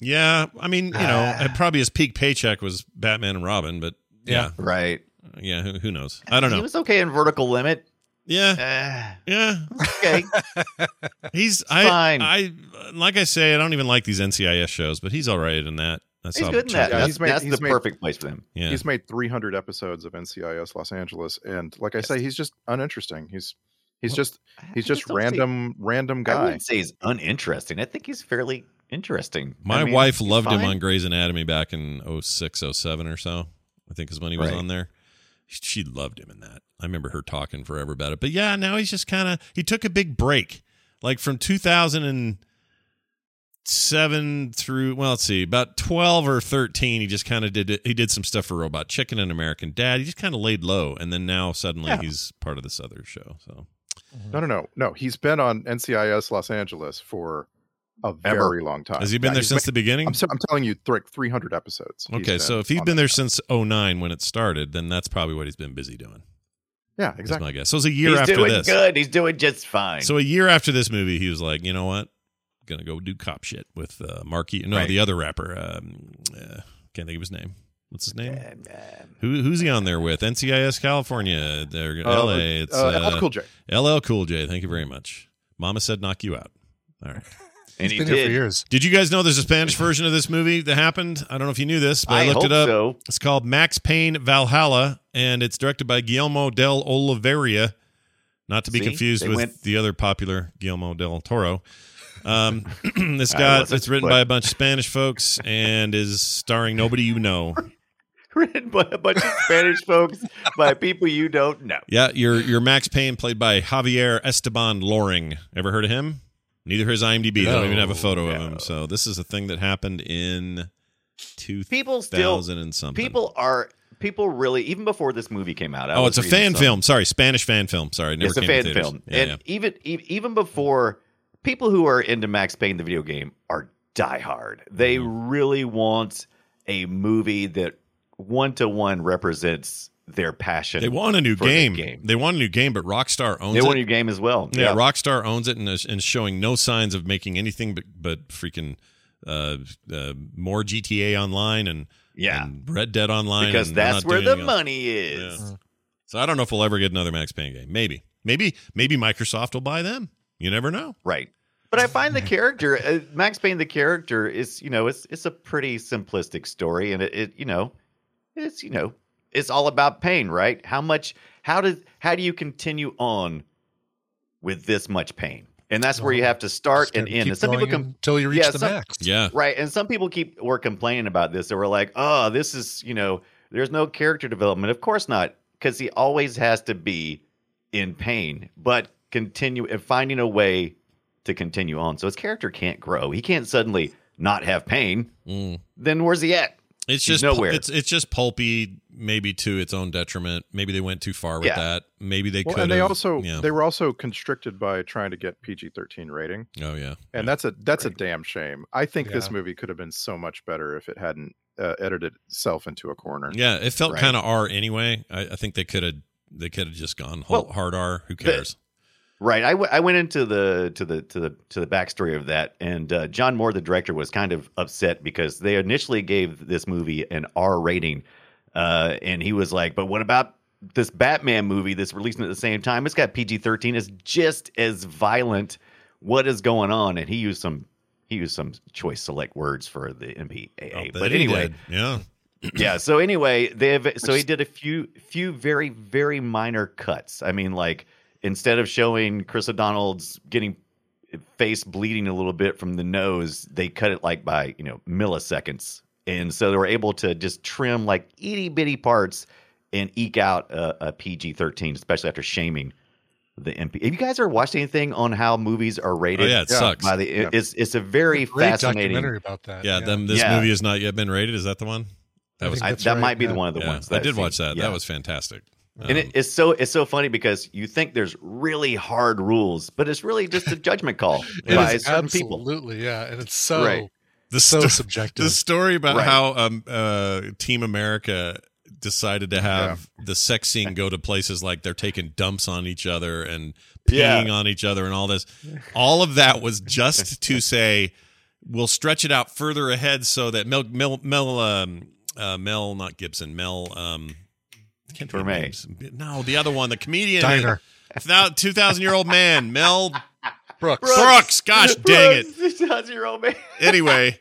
yeah, I mean, you know, and probably his peak paycheck was Batman and Robin, but yeah,
Yeah.
Right.
yeah, who, who knows? I don't
He
know.
was okay in Vertical Limit.
Yeah,
Uh,
yeah,
okay.
he's I,
fine.
I like I say, I don't even like these NCIS shows, but he's all right in that. That's
he's
all
good in that.
Yeah,
that's
he's made-
that's
he's
the
made-
perfect place for him.
Yeah,
He's made 300 episodes of NCIS Los Angeles, and like I say, he's just uninteresting. He's he's just he's
I
just,
don't see-
random random
I
guy.
wouldn't say he's uninteresting. I think he's fairly interesting.
My
I mean,
wife
he's
loved him
fine.
on Grey's Anatomy back in 06, 07 or so. I think is when he was
Right.
on there. She loved him in that. I remember her talking forever about it. But yeah, now he's just kind of he took a big break, like from 2007 through well, let's see, about 12 or 13. He just kind of did it. He did some stuff for Robot Chicken and American Dad. He just kind of laid low, and then now suddenly
Yeah.
he's part of this other show. So
No, no, no, no. He's been on NCIS Los Angeles for a
Ever.
very long time.
has he been
Uh, Yeah,
there
he's
since
made-
the beginning?
I'm, so, I'm telling you, like 300 episodes. he's
okay, so
been
if he's
on
been
that.
there since 09 when it started, then that's probably what he's been busy doing.
yeah,
That's
exactly.
my guess. So it was a year
He's
after
doing
this.
good. He's doing just fine.
So a year after this movie, he was like, you know what? Gonna go do cop shit with uh, Marky. No,
Right.
the other rapper. Um, uh, can't think of his name. What's his name?
And, uh,
Who, who's he on there with? NCIS California, they're
Oh,
Uh,
LA. It's
uh,
uh,
LL Cool J.
LL Cool J. Thank you very much. Mama said knock you out. All right.
and he
Been here for
did.
years.
Did you guys know there's a Spanish version of this movie that happened? I don't know if you knew this, but I,
I
looked
hope
it up.
so.
It's called Max Payne Valhalla, and it's directed by Guillermo del Oliveria, not to be
See?
confused
They
with
went-
the other popular Guillermo del Toro. Um, it's
I
got
wasn't,
it's written
but-
by a bunch of Spanish folks and is starring nobody you know.
Written by a bunch of Spanish folks, by people you don't know.
Yeah, your your Max Payne played by Javier Esteban Loring. Ever heard of him? Neither has IMDb. they don't even have a
No,
photo of him. So this is a thing that happened in two
People still,
thousand and something.
people are, people really, even before this movie came out. I
Oh, it's
was
a
reading
fan
some-
film. Sorry, Spanish fan film. Sorry, it never
It's a
came to
fan
theaters.
film,
Yeah,
and
yeah.
even e- even before people who are into Max Payne the video game are diehard. They
Mm-hmm.
really want a movie that one to one represents their passion.
They want a new
for the
game.
game.
They want a new game, but Rockstar owns
They
it.
want a new game as well.
yeah, Rockstar owns it and is, and is showing no signs of making anything but but freaking uh, uh, more GTA Online and
Yeah.
and Red Dead Online
because
and they're
that's
not
where
doing
the
anything else.
money is.
Yeah. So I don't know if we'll ever get another Max Payne game. Maybe, maybe, maybe Microsoft will buy them. You never know.
Right. But I find the character uh, Max Payne the character is you know it's it's a pretty simplistic story and it, it you know it's you know it's all about pain right how much how does how do you continue on with this much pain and that's where you have to start
Just
and
gotta
end
keep
and some people
going
can
until you reach
yeah,
the
some-
max.
Yeah,
Right. And some people keep were complaining about this. They were like, oh, this is, you know, there's no character development. Of course not, because he always has to be in pain, but continue and finding a way to continue on. So his character can't grow. He can't suddenly not have pain.
Mm.
Then where's he at?
it's
He's
just
nowhere.
It's it's just pulpy, maybe to its own detriment. Maybe they went too far with
Yeah.
that. Maybe they
Well,
could.
and they also
yeah.
they were also constricted by trying to get PG-13 rating.
oh yeah.
and that's a that's a damn shame. I think this
Yeah.
movie could have been so much better if it hadn't uh, edited itself into a corner.
Yeah, it felt
Right.
kind of R anyway. I, I think they could have they could have just gone whole,
Well,
hard R. Who cares?
Right. I, w- I went into the to the to the to the backstory of that, and uh, John Moore, the director, was kind of upset because they initially gave this movie an R rating, uh, and he was like, "But what about this Batman movie that's releasing at the same time. It's got PG thirteen. It's just as violent. What is going on? And he used some he used some choice select words for the MPAA. but anyway,
Oh, yeah.
yeah. So anyway, they have so he did a few few very very minor cuts. I mean, like instead of showing Chris O'Donnell's getting face bleeding a little bit from the nose, they cut it like by you know milliseconds, and so they were able to just trim like itty bitty parts and eke out a, a PG thirteen, especially after shaming the MP. Have you guys ever watched anything on how movies are rated?
Oh, yeah, it sucks.
By the, It's it's a very
Great
fascinating.
documentary about that.
Yeah, them this
Yeah.
movie has not yet been rated. Is that the one? That was
I,
That's
that
right,
might be
yeah.
the one of the
yeah,
ones
I
that
did
I've
watch
seen.
that.
Yeah.
That was fantastic.
and
Um,
it, it's so it's so funny because you think there's really hard rules, but it's really just a judgment call
It
by
is
certain people.
absolutely yeah, and it's so
Right.
the
so
sto-
subjective.
the story about
Right.
how um uh Team America decided to have the sex scene go to places like they're taking dumps on each other and
Yeah.
peeing on each other and all this. All of that was just to say we'll stretch it out further ahead so that Mel Mel Mel um, uh, Mel not Gibson Mel um I can't think of
Vermey.
names. No, the other one, the comedian,
Diner.
two thousand year old man, Mel
Brooks.
Brooks. Gosh dang it!
That's your old man.
anyway,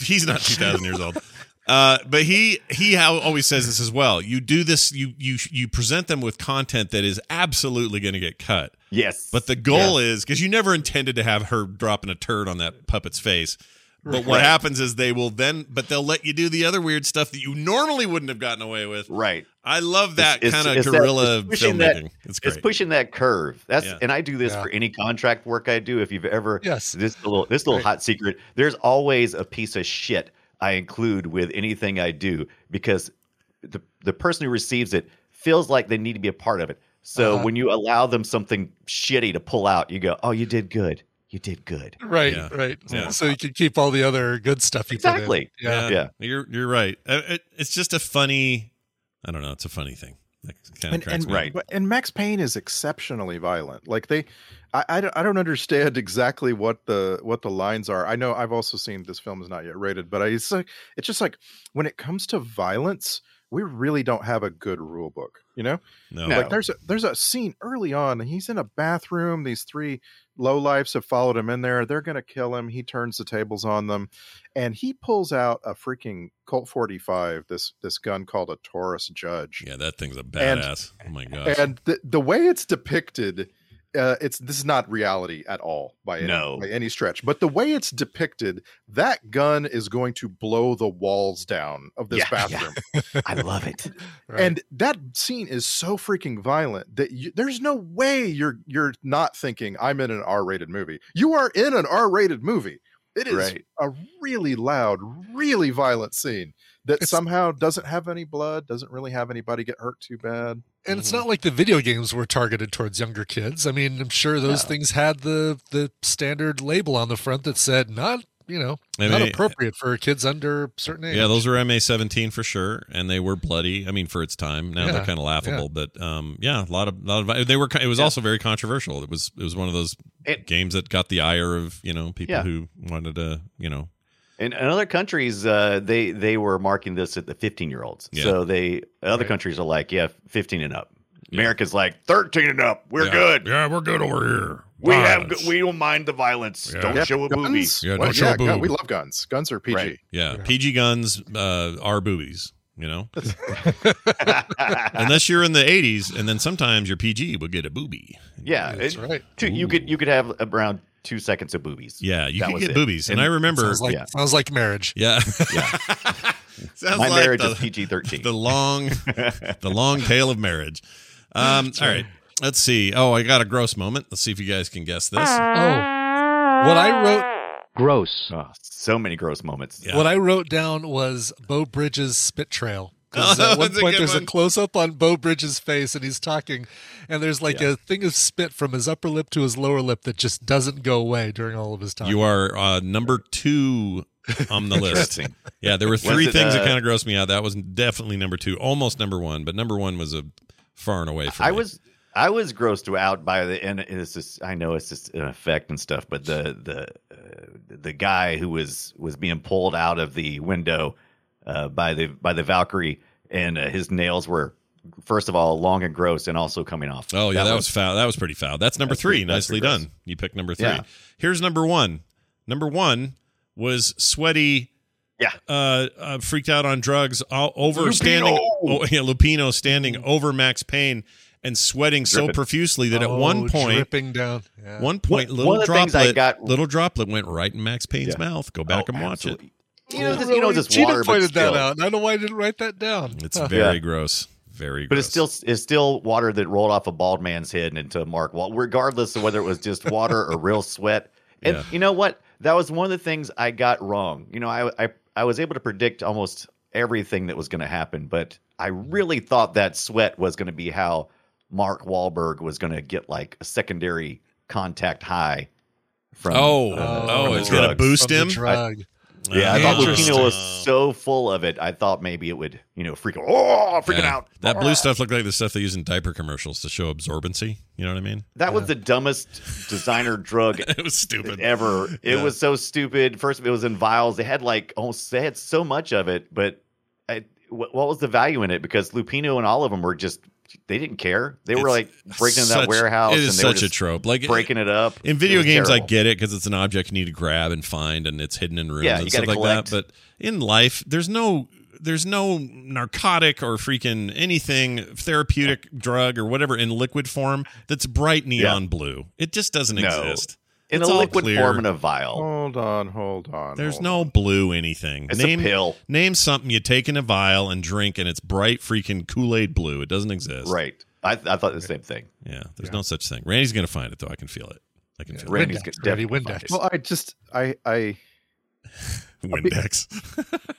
he's not 2,000 years old. Uh, but he he how- always says this as well. You do this, you you you present them with content that is absolutely going to get cut.
Yes,
But the goal is because you never intended to have her dropping a turd on that puppet's face. But what
Right.
happens is they will then, but they'll let you do the other weird stuff that you normally wouldn't have gotten away with.
right.
I love that
It's-
kind of
it's- it's that-
guerrilla
it's pushing that-
filmmaking. it's
It's
great.
pushing that curve. That's
Yeah.
and I do this
Yeah.
for any contract work I do. If you've ever
Yes.
this little this little
Right.
hot secret. There's always a piece of shit I include with anything I do because the the person who receives it feels like they need to be a part of it. So
Uh-huh.
when you allow them something shitty to pull out, you go, "Oh, you did good. You did good."
Right,
Yeah.
right.
Yeah.
So you can keep all the other good stuff you put in.
Exactly.
Yeah.
Yeah.
You're you're right. Uh, it- it's just a funny. I don't know. It's a funny thing. That kind of
and,
cracks
and,
me up.
Right.
but- and Max Payne is exceptionally violent. Like they, I, I, don't, I don't understand exactly what the what the lines are. I know I've also seen this film is not yet rated, but I, it's like it's just like when it comes to violence, we really don't have a good rule book. You know,
No.
No.
like there's a, there's a scene early on. He's in a bathroom. These three low lifes have followed him in there. They're gonna kill him. He turns the tables on them, and he pulls out a freaking Colt 45. This this gun called a Taurus Judge.
Yeah, that thing's a
And-
badass. oh my gosh.
and the, the way it's depicted uh, it's this is not reality at all by any,
No.
by any stretch but the way it's depicted that gun is going to blow the walls down of this
Yeah, yeah.
bathroom
I love it.
Right.
and that scene is so freaking violent that you, there's no way you're you're not thinking i'm in an r-rated movie you are in an r-rated movie it is
Right.
a really loud really violent scene that
It's-
somehow doesn't have any blood doesn't really have anybody get hurt too bad
and
Mm-hmm.
it's not like the video games were targeted towards younger kids. I mean, I'm sure those things had the the standard label on the front that said not you know
I
not
mean,
appropriate for kids under a certain age.
yeah, those were MA seventeen for sure, and they were bloody. I mean, for its time, now they're
Yeah,
kind of laughable, but um, yeah, a lot of lot of they were. ki- It was also very controversial. It was it was one of those
It-
games that got the ire of you know people
Yeah.
who wanted to you know
In, in other countries, uh, they they were marking this at the 15 year olds.
Yeah.
So they other countries are like, yeah, 15 and up. America's like 13 and up. We're
yeah.
good.
Yeah, we're good over here.
We have
Violence.
good, we don't mind the violence.
Yeah.
Don't
Yeah,
show a
guns?
movie.
Yeah,
Well,
don't show
yeah,
boob.
gun- we love guns. Guns are PG.
Right.
yeah,
Yeah.
PG guns uh, are boobies. You know, unless you're in the '80s, and then sometimes your PG will get a booby.
yeah,
that's
it-
right.
two- you could you could have around two seconds of boobies.
Yeah, you
That
can
was
get
it.
boobies, and,
And
I remember.
Sounds like
Yeah.
sounds like marriage.
yeah,
Yeah.
Sounds
My
like
marriage
the-
is PG 13.
the long the long tail of marriage um all right let's see oh i got a gross moment let's see if you guys can guess this
Oh, what I wrote
Gross.
Oh, so many gross moments.
Yeah.
What I wrote down was Bo Bridges' spit trail. 'Cause
Oh,
at one
that's a
point,
good
there's
one.
a close up on Bo Bridges' face, and he's talking, and there's like a thing of spit from his upper lip to his lower lip that just doesn't go away during all of his time.
you are uh number two on the list
Interesting.
yeah there were three
it,
things that
uh,
kind of grossed me out that was definitely number two almost number one but number one was a far and away for
I
me.
was I was grossed out by the and it's just I know it's just an effect and stuff, but the the uh, the guy who was was being pulled out of the window uh, by the by the Valkyrie and uh, his nails were first of all long and gross, and also coming off.
Oh yeah, that, was, foul. That was pretty foul. That's number
That's
three.
pretty- that's
Nicely
pretty gross.
done. You picked number three.
Yeah.
Here's number one. Number one was sweaty.
Yeah.
Uh, uh freaked out on drugs. All over standing. Oh, yeah, Lupino standing over Max Payne and sweating so
Dripping.
profusely that at
Oh,
one point,
dripping down. Yeah.
one point,
One-
little
one of the things I
droplet,
got- Oh,
little droplet went right in Max Payne's mouth. Go back and watch it.
it. You know, this, you know, this
Gina
water, but
pointed
still-
that out. and I don't know why I didn't write that down.
It's
Huh.
very gross. Very.
But
gross.
it's still it's still water that rolled off a bald man's head and into Mark Wall, regardless of whether it was just water or real sweat. And
Yeah.
you know what? That was one of the things I got wrong. You know, I I, I was able to predict almost everything that was going to happen, but I really thought that sweat was going to be how Mark Wahlberg was going to get like a secondary contact high. From
Oh,
uh,
oh,
from
it's
the
gonna
drugs.
boost
From the
him.
drug.
Yeah, I thought
Interesting.
Lupino was so full of it. I thought maybe it would, you know, freak. Oh, freaking
Yeah.
out.
That blue stuff looked like the stuff they use in diaper commercials to show absorbency. You know what I mean?
That was the dumbest designer drug
It was stupid.
ever. It
Yeah.
was so stupid. First, it was in vials. They had like almost they had so much of it, but I, wh- what was the value in it? Because Lupino and all of them were just they didn't care. They were
It's
like breaking into that
such-
warehouse.
It is
and they were
such a
just
trope. Like
Breaking it up
in video
was
games, I
terrible.
get it because it's an object you need to grab and find, and it's hidden in rooms
Yeah,
and
you
stuff
gotta
like that.
collect.
But in life, there's no there's no narcotic or freaking anything therapeutic drug or whatever in liquid form that's bright neon blue. It just doesn't
No.
exist.
in
it's
a
all
liquid
clear. Oh,
form in a vial.
Hold on, hold on.
There's
hold
no blue anything.
It's
name,
a pill,
Name something you take in a vial and drink, and it's bright freaking Kool Aid blue. It doesn't exist.
right? I, I thought the same thing.
Yeah. There's no such thing. Randy's gonna find it though. I can feel it. I can feel
Randy's
Windex,
get-
Randy,
definitely
Windex.
find it.
on. Well, I just, I, I,
it. Windex.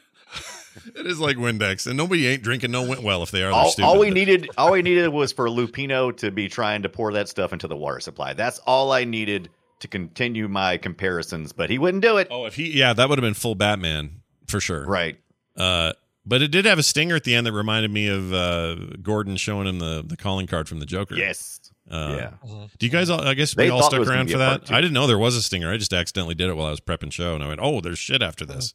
it is like Windex, and nobody ain't drinking no Win. Well, if they are, they're
all,
stupid.
all we needed all we needed was for Lupino to be trying to pour that stuff into the water supply. That's all I needed to continue my comparisons, but he wouldn't do it.
Oh, if he, yeah, that would have been full Batman for sure.
Right.
Uh, but it did have a stinger at the end that reminded me of uh, Gordon showing him the, the calling card from the Joker.
Yes.
Uh,
yeah.
Do you guys all, I guess we
They
all
thought it
stuck
was gonna
around
be
for
a part
that?
two.
I didn't know there was a stinger. I just accidentally did it while I was prepping show and I went, oh, there's shit after this.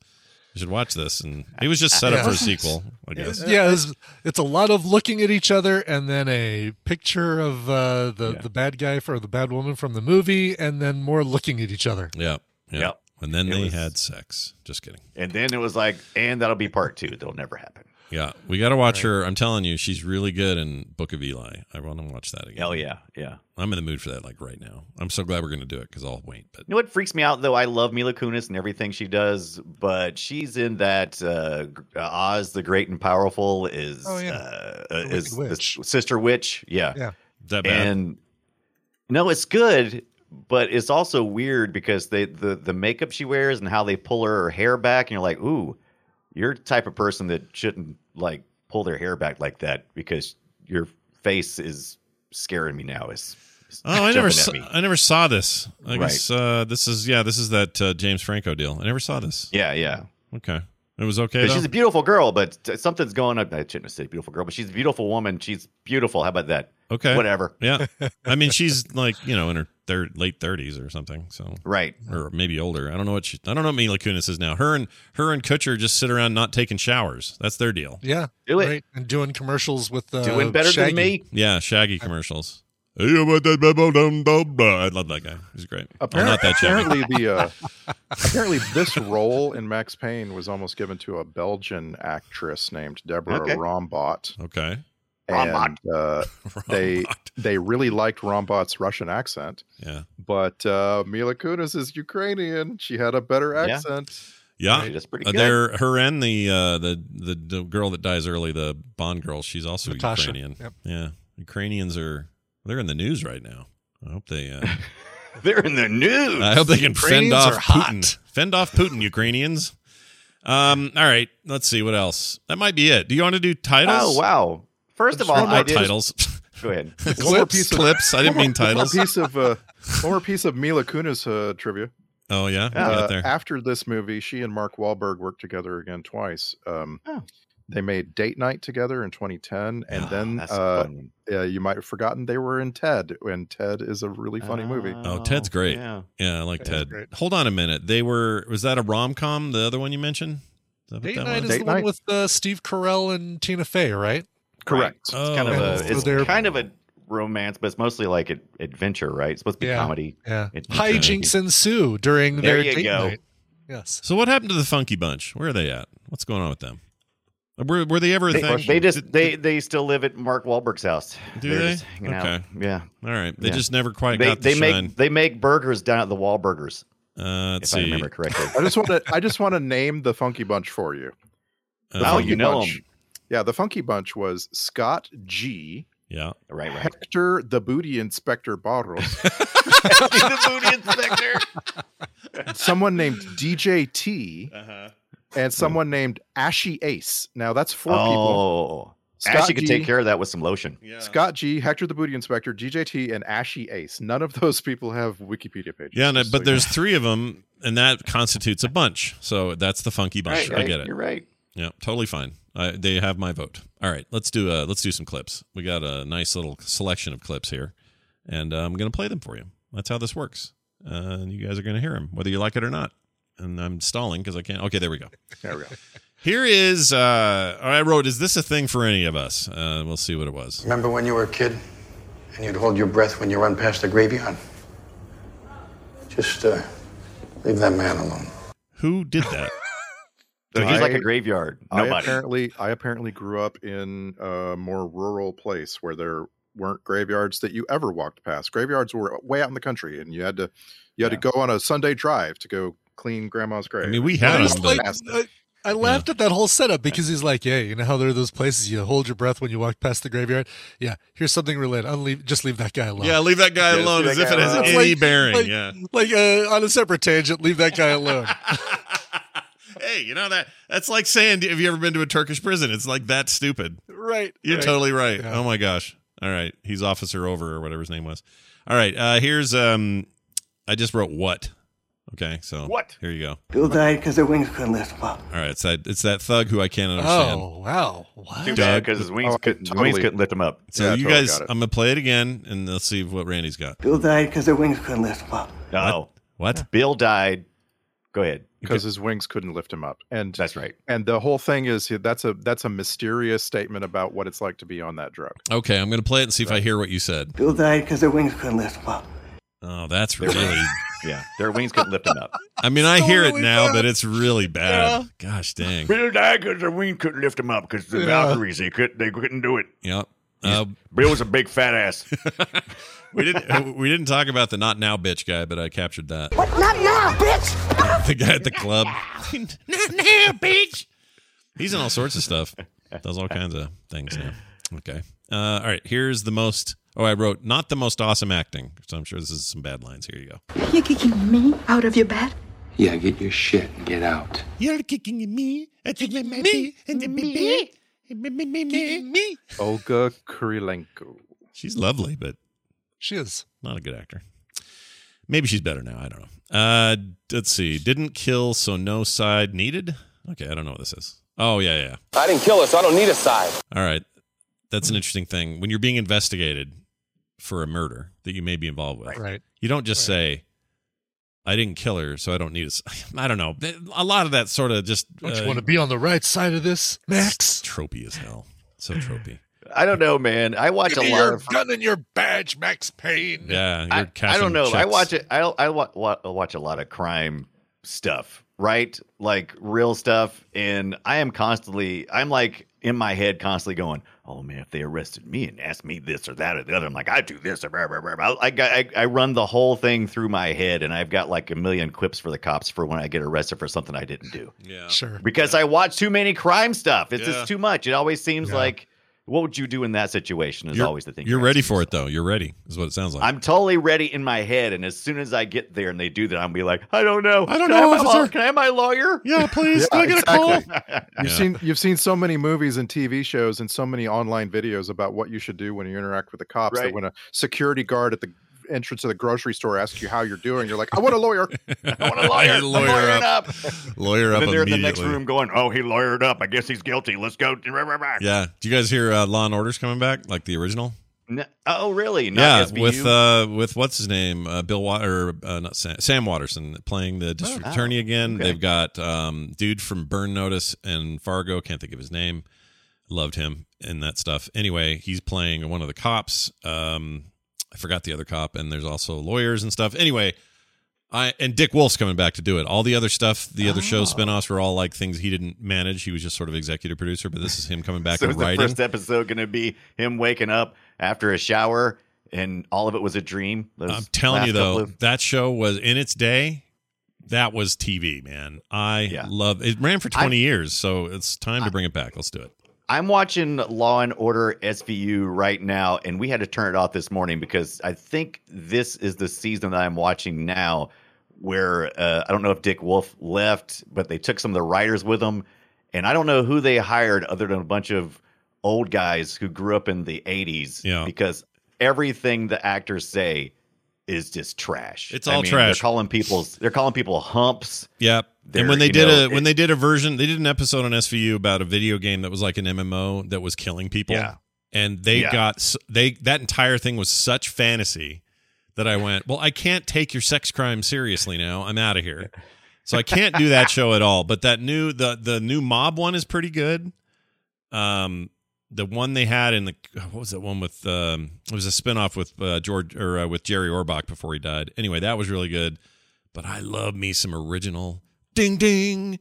You should watch this. And it was just set up
Yeah.
for a sequel, I
Yeah,
guess.
it's, it's a lot of looking at each other and then a picture of uh, the the bad guy for or the bad woman from the movie, and then more looking at each other.
Yeah. Yeah.
Yep.
And then
It
they
was-
had sex. Just kidding.
And then it was like, and that'll be part two. That'll never happen.
Yeah. We got to watch her. I'm telling you, she's really good in Book of Eli. I want to watch that again.
Hell yeah. Yeah.
I'm in the mood for that like right now. I'm so glad we're going to do it because I'll wait. But
You know what freaks me out though? I love Mila Kunis and everything she does, but she's in that uh, Oz the Great and Powerful is
Oh, yeah.
uh,
Wicked
is
Witch.
Sister Witch. Yeah.
that bad.
and no it's good but it's also weird because they the the makeup she wears and how they pull her hair back and you're like ooh you're the type of person that shouldn't like pull their hair back like that because your face is scaring me now is
Oh, I never, saw,
jumping at me.
I never saw this. I
Right.
guess uh, this is yeah, this is that uh, James Franco deal. I never saw this.
yeah yeah
Okay, it was okay.
but
though?
she's a beautiful girl but t- something's going on i shouldn't have said beautiful girl but she's a beautiful woman she's beautiful how about that
Okay.
whatever
Yeah. I mean, she's like, you know, in her thir- late 30s or something. So,
right
or maybe older. I don't know what she, I don't know what Mila Kunis is now. Her and, her and Kutcher just sit around not taking showers. That's their deal.
Yeah,
do it
right. And doing commercials with uh,
doing better
Shaggy.
than me
Yeah. Shaggy commercials. Hey, about that blah, blah, blah, blah, blah. I love that guy. He's great. Apparently, not
Apparently,
that Shaggy.
apparently the uh, apparently this role in Max Payne was almost given to a Belgian actress named Deborah
Okay.
Rombot,
Okay.
and uh, They-
Robot.
they really liked Rombot's Russian accent.
Yeah.
But uh, Mila Kunis is Ukrainian; she had a better
Yeah.
accent.
Yeah.
Shit, that's pretty
Uh,
good
they're her and the uh the, the the girl that dies early, the Bond girl. She's also
Natasha.
Ukrainian.
Yep.
Yeah, Ukrainians are they're in the news right now. I hope they uh,
they're in the news
I hope they can fend
Ukrainians
off
are hot.
Putin. Fend off Putin, Ukrainians. Um. All right. Let's see what else. That might be it. Do you want to do titles?
Oh wow! First of
One
all,
more
I did.
titles.
Go ahead.
One more
clips.
piece of-
Clips. I didn't mean
One more
titles.
piece of uh, one more piece of Mila Kunis uh, trivia.
Oh yeah. we got
Uh,
there.
after this movie, she and Mark Wahlberg worked together again twice. Um,
Oh.
They made Date Night together in 2010, and
Ah,
then
That's
uh,
fun.
uh, you might have forgotten they were in Ted, and Ted is a really funny
Ah,
movie.
Oh, Ted's great.
Yeah.
Yeah, I like
That's
Ted.
great.
Hold on a minute. They were. Was that a rom com? The other one you mentioned. Is that what
Date
that was?
Night is
Date
the one
Night.
with uh, Steve Carell and Tina Fey, right?
Correct.
It's kind of
Oh,
a
so
it's
they're-
kind of a romance, but it's mostly like an adventure, right? It's supposed to be
Yeah.
comedy.
Yeah.
It's-
Hijinks ensue during
There
their
you
date
go.
night. Yes.
So what happened to the Funky Bunch? Where are they at? What's going on with them? Uh, Were, were they ever a
They,
thing?
they just
Did-
they they still live at Mark Wahlberg's house.
Do
They're
they?
just hanging out.
Okay.
Yeah.
all right. They
yeah.
just never quite
They
got the
they
shine.
make they make burgers down at the Wahlburgers,
uh, let's
if
see.
I remember correctly.
I just want to. I just want to name the Funky Bunch for you.
Uh,
oh, you know
Bunch.
him.
Yeah, the Funky Bunch was Scott G,
yeah.
Right, right.
Hector the Booty Inspector Barros,
the booty inspector.
someone named DJ T, and someone named Ashy Ace. Now that's four people.
Oh. Ashley could
G,
take care of that with some lotion.
Yeah.
Scott G, Hector the Booty Inspector, DJ T, and Ashy Ace. None of those people have Wikipedia pages.
Yeah, and,
just so
but
you
there's three of them, and that constitutes a bunch. So that's the funky bunch. I get it.
You're right.
Yeah, totally fine. I, they have my vote. All right, let's do uh, let's do some clips. We got a nice little selection of clips here, and uh, I'm going to play them for you. That's how this works. Uh, and you guys are going to hear them, whether you like it or not. And I'm stalling because I can't. Okay, there we go.
There we go.
Here is. Uh, I wrote. Is this a thing for any of us? Uh, we'll see what it was.
Remember when you were a kid and you'd hold your breath when you run past the graveyard? Just uh, leave that man alone.
Who did that?
Dude, he's like
I-
a graveyard.
I
Nobody.
apparently I apparently grew up in a more rural place where there weren't graveyards that you ever walked past. Graveyards were way out in the country, and you had to you had to go on a Sunday drive to go clean grandma's grave.
I mean, we had
Well,
them,
it's
but
like-
I, I laughed at that whole setup because he's like, "Yeah, you know how there are those places you hold your breath when you walk past the graveyard. Yeah, here's something related. Unleave, just leave that guy alone.
yeah, leave that guy
Yeah,
alone
leave
as
that
if
guy
it has
alone.
It's
any bearing.
like,
yeah.
like uh, on a separate tangent, leave that guy alone.
hey, you know that that's like saying, "Have you ever been to a Turkish prison?" It's like that stupid.
right?
You're
right.
totally right.
Yeah.
Oh my gosh. All right. He's Officer Over or whatever his name was. All right. Uh here's um I just wrote what. Okay, so
What?
Here you go.
Bill died because their wings couldn't lift them up.
All right, it's that it's that thug who I can't understand.
Oh wow! What?
Too
Doug.
bad because his wings
Oh,
couldn't his
totally.
wings couldn't lift him up.
So
Yeah, I
you
totally
guys
got it.
I'm gonna play it again and let's see what Randy's got.
Bill died because their wings couldn't lift them up.
No.
What?
Bill died. Go ahead.
because his wings couldn't lift him up, and
That's right.
and the whole thing is that's a that's a mysterious statement about what it's like to be on that drug.
Okay, I'm gonna play it and see if I hear what you said.
Bill died because their wings couldn't lift them up.
Oh, that's really
Yeah. Their wings couldn't lift him up.
I mean I hear it
Totally
now,
bad.
but it's really bad. Gosh dang.
Bill died because their wings couldn't lift him up because the
Yeah.
Valkyries they could they couldn't do it.
Yep. Uh,
Bill was a big fat ass.
we didn't we didn't talk about the not now bitch guy, but I captured that.
What? Not now, bitch!
the guy at the club. Not now, bitch. He's in all sorts of stuff. Does all kinds of things now. Okay. Uh, all right. Here's the most. Oh, I wrote not the most awesome acting. So I'm sure this is some bad lines. Here you go.
You're kicking me out of your bed?
Yeah, get your shit and get out.
You're kicking me. I think me. And me. Me.
Olga Kurilenko.
She's lovely, but
She is.
not a good actor. Maybe she's better now. I don't know. Uh, let's see. Didn't kill, so no side needed. Okay, I don't know what this is. Oh yeah, yeah.
I didn't kill her, so I don't need a side.
All right. That's an interesting thing. When you're being investigated for a murder that you may be involved with,
Right.
you don't just
Right.
say, I didn't kill her, so I don't need a. s-" I don't know. A lot of that sort of just.
Don't
uh,
you want to be on the right side of this, Max?
Tropey as hell. So tropey.
I don't know, man. I watch
Give
a
me
lot
your
of.
gun and your badge, Max Payne.
Yeah.
I,
you're
I
cashing
don't know. I
checks.
watch it. I I wa- wa- I watch a lot of crime stuff, right? Like real stuff, and I am constantly. I'm like in my head, constantly going, "Oh man, if they arrested me and asked me this or that or the other, I'm like, I do this or blah, blah, blah, blah." I, got- I I run the whole thing through my head, and I've got like a million quips for the cops for when I get arrested for something I didn't do
Yeah.
Sure.
because I watch too many crime stuff. It's
Yeah.
just too much. It always seems
Yeah.
like. What would you do in that situation? Is
You're,
always the thing.
You're ready for
it.
it, though. You're ready, is what it sounds like.
I'm totally ready in my head, and as soon as I get there and they do that, I'll be like, I don't know.
I don't
Can have
know,
my law-
officer."
Can I have my lawyer?
yeah, please.
Yeah,
do I get a call?
You've
Yeah.
seen you've seen so many movies and TV shows and so many online videos about what you should do when you interact with the cops. That
Right.
when a security guard at the entrance of the grocery store asks you how you're doing, you're like, "I want a lawyer."
I want a lawyer. I'm
Lawyer
lawyering
up.
up.
Lawyer
And
up
then they're in
immediately.
the next room going, "Oh, he lawyered up. I guess he's guilty. Let's go."
Yeah. Do you guys hear uh, Law and Order's coming back, like the original?
N- oh, really? Not
yeah,
SVU?
with uh, with what's his name, uh, Bill Wat- or uh, not Sam, Sam Watterson playing the district
Oh, wow.
attorney again.
Okay.
They've got um, dude from Burn Notice and Fargo. Can't think of his name. Loved him and that stuff. Anyway, he's playing one of the cops. Um, I forgot the other cop, and there's also lawyers and stuff. Anyway, I and Dick Wolf's coming back to do it. All the other stuff, the other
Oh.
show spinoffs were all like things he didn't manage. He was just sort of executive producer, but this is him coming back
so
and
is the
writing.
first episode going to be him waking up after a shower and all of it was a dream? Those
I'm telling
last
you though,
couple of-
that show was in its day. That was TV, man. I
Yeah.
love it. Ran for
I-
20 years, so it's time to bring it back. Let's do it.
I'm watching Law and Order SVU right now, and we had to turn it off this morning because I think this is the season that I'm watching now. Where uh, I don't know if Dick Wolf left, but they took some of the writers with them, and I don't know who they hired other than a bunch of old guys who grew up in the '80s.
Yeah.
because everything the actors say is just trash.
It's
I
all
mean,
trash.
They're calling people. They're calling people humps.
Yep.
They're-
and when they
you
did
know,
a when
it-
they did a version, they did an episode on SVU about a video game that was like an MMO that was killing people.
Yeah.
And they
Yeah.
got s- they that entire thing was such fantasy that I went, "Well, I can't take your sex crime seriously now. I'm out of here." So I can't do that show at all, but that new the the new mob one is pretty good. Um the one they had in the what was that one with um it was a spinoff with uh, George or uh, with Jerry Orbach before he died. Anyway, that was really good. But I love me some original ding ding.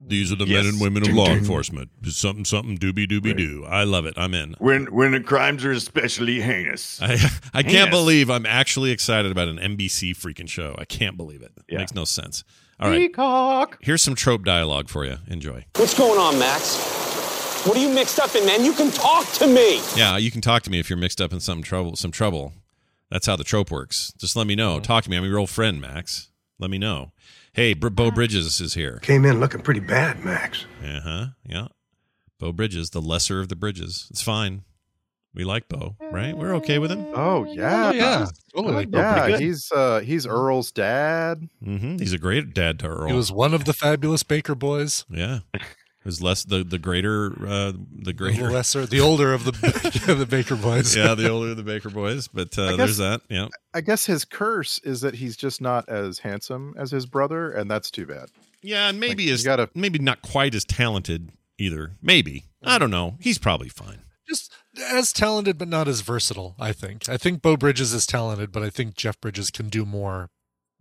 These are the men
Yes.
and women of
Ding,
law
ding.
enforcement. Something something doobie doobie doo. I love it. I'm in.
When when the crimes are especially heinous.
I I can't
Yes.
believe I'm actually excited about an NBC freaking show. I can't believe it.
Yeah.
Makes no sense. All right.
Peacock.
Here's some trope dialogue for you. Enjoy.
What's going on, Max? What are you mixed up in, man? You can talk to me.
Yeah, you can talk to me if you're mixed up in some trouble. Some trouble. That's how the trope works. Just let me know. Talk to me. I'm your old friend, Max. Let me know. Hey, Br- Bo Bridges is here.
Came in looking pretty bad, Max.
Uh huh. Yeah. Bo Bridges, the lesser of the bridges. It's fine. We like Bo, right? We're okay with him.
Oh yeah,
Oh, yeah, totally.
yeah.
pretty good.
he's uh, he's
Mm-hmm.
Earl's dad.
hmm He's a great dad to Earl.
He was one of the fabulous Baker boys,
yeah. Who's less the the greater uh, the
the
greater
lesser, the older of the of the Baker boys.
yeah the older the Baker boys, but uh,
guess-
there's that yeah
I guess his curse is that he's just not as handsome as his brother, and that's too bad.
yeah and maybe
Like, you
as
gotta-
maybe not quite as talented either maybe I don't know he's probably fine
just as talented but not as versatile. I think. I think Bo Bridges is talented, but I think Jeff Bridges can do more.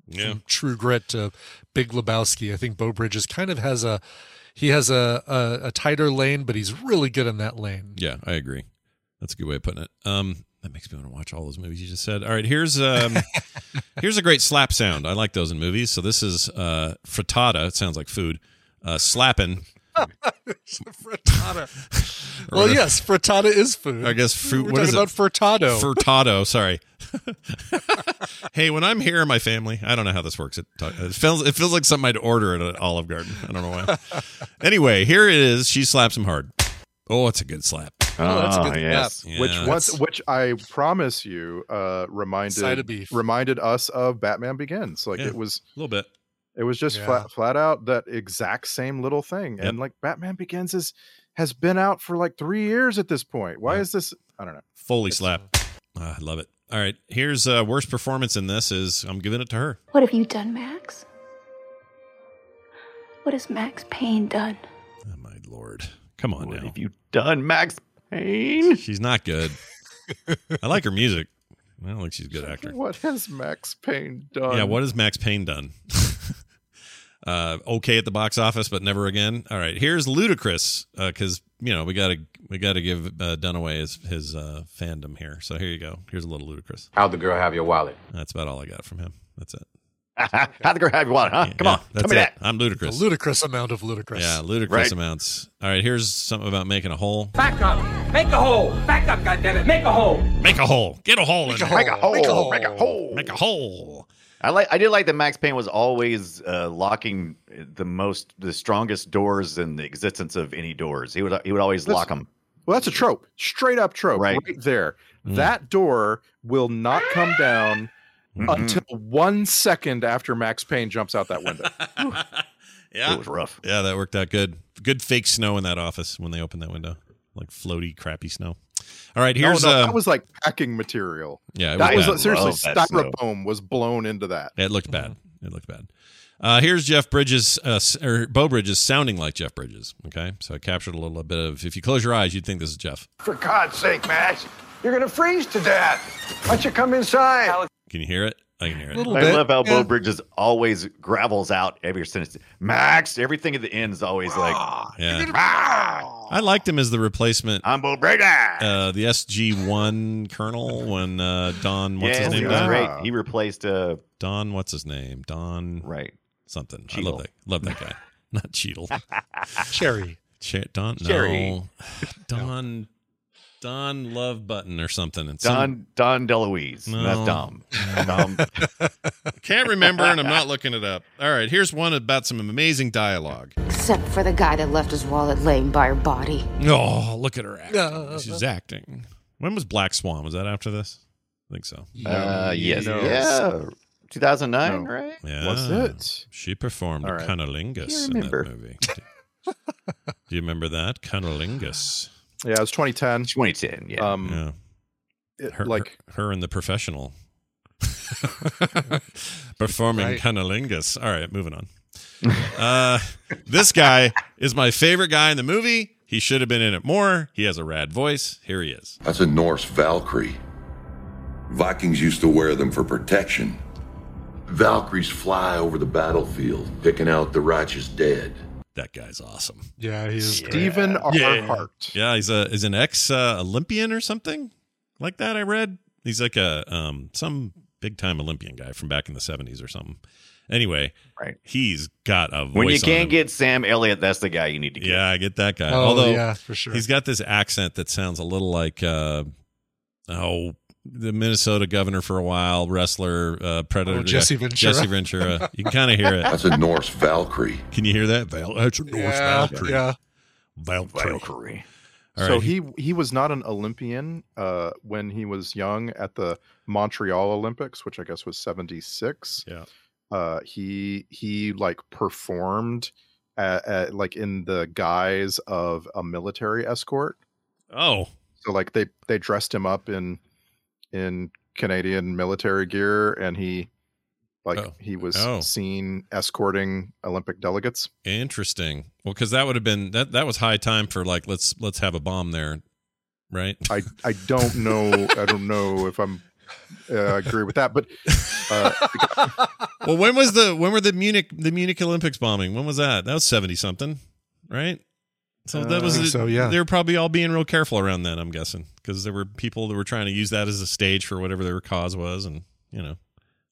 yeah
From True Grit to Big Lebowski, I think Bo Bridges kind of has a he has a a, a tighter lane, but he's really good in that lane.
yeah I agree that's a good way of putting it um that makes me want to watch all those movies you just said all right here's um here's a great slap sound I like those in movies so this is uh frittata it sounds like food uh slapping
frittata. well, yes, frittata is food.
I guess fruit
We're
what
talking
is it
about frittata.
Furtado, sorry. hey, when I'm here in my family, I don't know how this works. It, it feels it feels like something I'd order at an Olive Garden. I don't know why. anyway, here it is. She slaps him hard. Oh, it's a good slap.
oh, that's a good
Ah, yes.
Yeah,
which
that's-
once, which I promise you, uh,
Side of
reminded
beef.
reminded us of Batman Begins. Like
Yeah.
it was,
a little bit.
it was just
Yeah.
flat, flat out that exact same little thing.
Yep.
And like Batman Begins is has been out for like three years at this point. Why
Yeah.
is this? I don't know.
Foley slap. Ah, I love it. All right, here's uh, worst performance in this is I'm giving it to her.
What have you done, Max? What has Max Payne done?
Oh my lord. Come on
What
now.
have you done, Max Payne?
She's not good. I like her music. I don't think she's a good actor.
What has Max Payne done?
Yeah, what has Max Payne done? uh, okay at the box office, but never again. All right, here's Ludacris because you know we gotta we gotta give uh, Dunaway his his uh, fandom here. So here you go. Here's a little Ludacris.
How'd the girl have your wallet?
That's about all I got from him. That's it.
How'd the girl have you want, huh? Ah, Come
Yeah,
on,
that's
tell me
it.
that.
I'm
A
Ludacris.
ludicrous amount of ludicrous.
yeah, ludicrous
Right.
amounts. All right, here's something about making a hole.
Back up. Make a hole. Back up, goddammit. Make a hole.
Make a hole. Get a hole in there.
Make a hole.
Make a hole.
Make a hole.
Make a hole.
I like. I did like that. Max Payne was always uh, locking the most, the strongest doors in the existence of any doors. He would. He would always
That's-
lock 'em. lock them.
Well, that's a trope, straight up trope,
Right.
right, there.
Mm.
That door will not come down until one second after Max Payne jumps out that window.
It was rough.
Yeah, that worked out good. Good fake snow in that office when they opened that window. Like floaty, crappy snow. All right,
No,
here's
no,
uh,
that was like packing material.
yeah, it
that
That was
bad.
I
seriously
love that snow.
styrofoam was blown into that.
It looked bad. It looked bad. Uh, here's Jeff Bridges, uh, s- or Bo Bridges sounding like Jeff Bridges. Okay. So I captured a little bit of, if you close your eyes, you'd think this is Jeff.
For God's sake, Max, you're gonna freeze to death. Why don't you come inside?
Can you hear it? I can hear it.
I love how Bo Bridges always gravels out every sentence. Max, everything at the end is always like, "Ah,
Yeah. I liked him as the replacement.
I'm Bo Bridges.
Uh, the SG1 colonel when uh, Don, what's
yes,
his
he
name?
was
died?
great. He replaced uh,
Don, what's his name? Don.
Right.
Something. I
Cheadle.
love that. Love that guy. Not Cheadle.
Cherry.
Che- Don.
Cherry.
No. Don. Don Love Button or something. And some-
Don Don DeLuise.
No.
That's dumb. dumb.
Can't remember, and I'm not looking it up. All right, here's one about some amazing dialogue.
Except for the guy that left his wallet laying by her body.
Oh, look at her acting.
Uh,
She's acting. When was Black Swan? Was that after this? I think so.
Uh, yes.
No.
Yeah. 2009,
No.
right?
Yeah.
What's it?
She performed
All right.
Cunnilingus
I
in that
remember.
movie. Do you remember that? Cunnilingus.
Yeah, it was 2010.
2010. Yeah.
Um,
Yeah.
it-
Her,
like
her, her and the professional performing
Right.
cunnilingus. All right, moving on. uh, this guy is my favorite guy in the movie. He should have been in it more. He has a rad voice. Here he is.
That's a Norse Valkyrie. Vikings used to wear them for protection. Valkyries fly over the battlefield, picking out the righteous dead.
That guy's awesome.
Yeah, he is.
Stephen R.
Yeah.
Hart.
Yeah, he's a is an ex uh, Olympian or something like that. I read he's like a um some big time Olympian guy from back in the seventies or something. Anyway,
Right.
he's got a voice.
When you
on him.
can't get Sam Elliott, that's the guy you need to get.
Yeah, I get that guy.
Oh,
Although
yeah, for sure.
he's got this accent that sounds a little like uh, oh the Minnesota governor for a while, wrestler, uh, predator,
Oh, Jesse
guy-
Ventura.
Jesse Ventura. You can kind of hear it.
That's a Norse Valkyrie.
Can you hear that? Val- that's a Norse
yeah,
Valkyrie.
yeah.
Valkyrie.
Valkyrie.
All
so
right.
he he was not an Olympian uh, when he was young at the Montreal Olympics, which I guess was seventy six.
Yeah.
Uh, he he like performed at, at, like in the guise of a military escort.
Oh,
So like they they dressed him up in in Canadian military gear, and he like
Oh.
he was
Oh.
seen escorting Olympic delegates.
interesting. Well, because that would have been that that was high time for like let's let's have a bomb there, right?
I I don't know. I don't know if I'm uh, agree with that, but uh,
well, when was the when were the Munich the Munich Olympics bombing? When was that? That was seventy something, right? So that
Uh,
was
I think
so, yeah.
They were probably all being real careful around then. I'm guessing because there were people that were trying to use that as a stage for whatever their cause was, and you know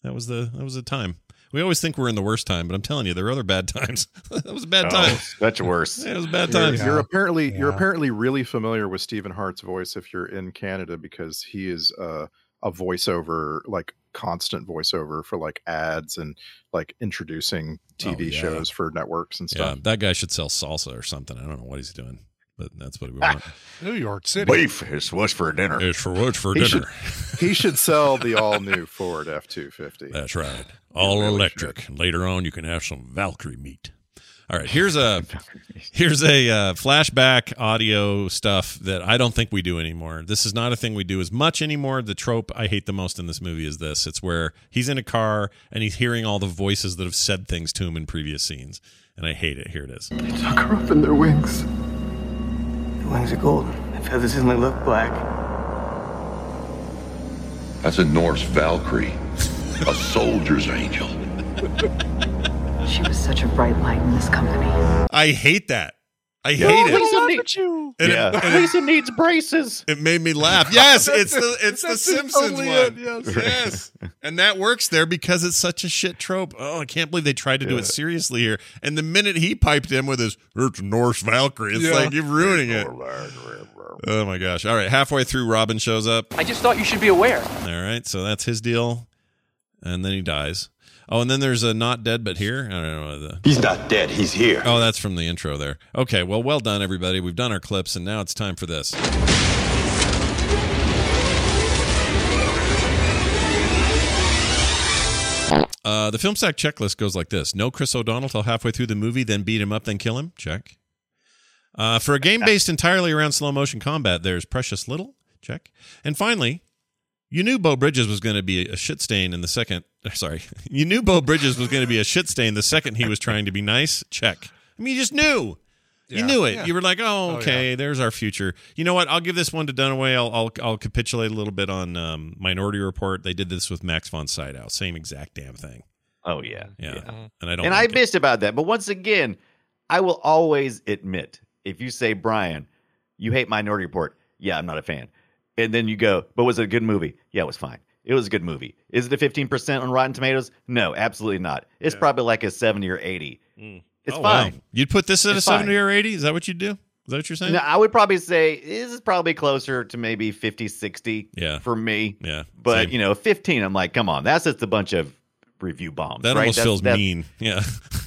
that was the that was the time. We always think we're in the worst time, but I'm telling you, there were other bad times. that was a bad time.
Oh, that's worse.
Yeah, it was a bad
you're,
time.
you're apparently you're
Yeah.
apparently really familiar with Stephen Hart's voice if you're in Canada because he is uh, a voiceover like constant voiceover for like ads and like introducing TV
Oh, yeah.
shows for networks and
Yeah,
stuff.
that guy should sell salsa or something. I don't know what he's doing, but that's what we want.
New York City.
Beef is what's for dinner.
it's for what's for
He
dinner.
should- he should sell the all new Ford F two fifty.
That's right. All
really
electric. Later on, you can have some Valkyrie meat. All right, here's a here's a uh, flashback audio stuff that I don't think we do anymore. This is not a thing we do as much anymore. The trope I hate the most in this movie is this. It's where he's in a car and he's hearing all the voices that have said things to him in previous scenes, and I hate it. Here it is.
They took her up in their wings.
The wings are golden. The feathers only look black.
That's a Norse Valkyrie. A soldier's angel.
She was such a bright light in this company.
I hate that. I hate it.
you.
And it-
yeah.
and it-
Lisa needs braces.
It made me laugh. Yes, it's the it's the
That's
Simpsons one.
totally it,
yes. and that works there because it's such a shit trope. Oh, I can't believe they tried to do it seriously here. And the minute he piped in with his "It's Norse Valkyrie," it's
Yeah.
like you're ruining it. Oh my gosh! All right, halfway through, Robin shows up.
I just thought you should be aware.
All right, so that's his deal, and then he dies. Oh, and then there's a not dead but here. I don't know the
He's not dead, he's here.
Oh, that's from the intro there. Okay, well, well done, everybody. We've done our clips, and now it's time for this. Uh, the film sack checklist goes like this: Know Chris O'Donnell till halfway through the movie, then beat him up, then kill him. Check. Uh, for a game based entirely around slow motion combat, there's precious little. Check. And finally, You knew Bo Bridges was going to be a shit stain in the second. uh, Sorry, you knew Bo Bridges was going to be a shit stain the second he was trying to be nice. Check. I mean, you just knew. You
Yeah.
knew it.
Yeah.
You were like, "Oh,
Oh,
okay, there's our future." You know what? I'll give this one to Dunaway. I'll I'll, I'll capitulate a little bit on um, Minority Report. They did this with Max von Sydow. Same exact damn thing.
Oh yeah,
Yeah, and I don't.
and
like
I
it.
missed about that. But once again, I will always admit if you say Brian, you hate Minority Report. Yeah, I'm not a fan. And then you go, but was it a good movie? Yeah, it was fine. It was a good movie. Is it a 15% on Rotten Tomatoes? No, absolutely not. It's probably like a 70 or 80. It's
Oh, wow.
fine.
You'd put this at
It's
a
fine.
seventy or eighty. Is that what you'd do? Is that what you're saying?
No, I would probably say this is probably closer to maybe 50, 60
Yeah.
for me.
Yeah,
But,
same.
you know, 15, I'm like, come on, that's just a bunch of review bombs.
That
right?
almost
That's-
feels
that's-
mean. Yeah.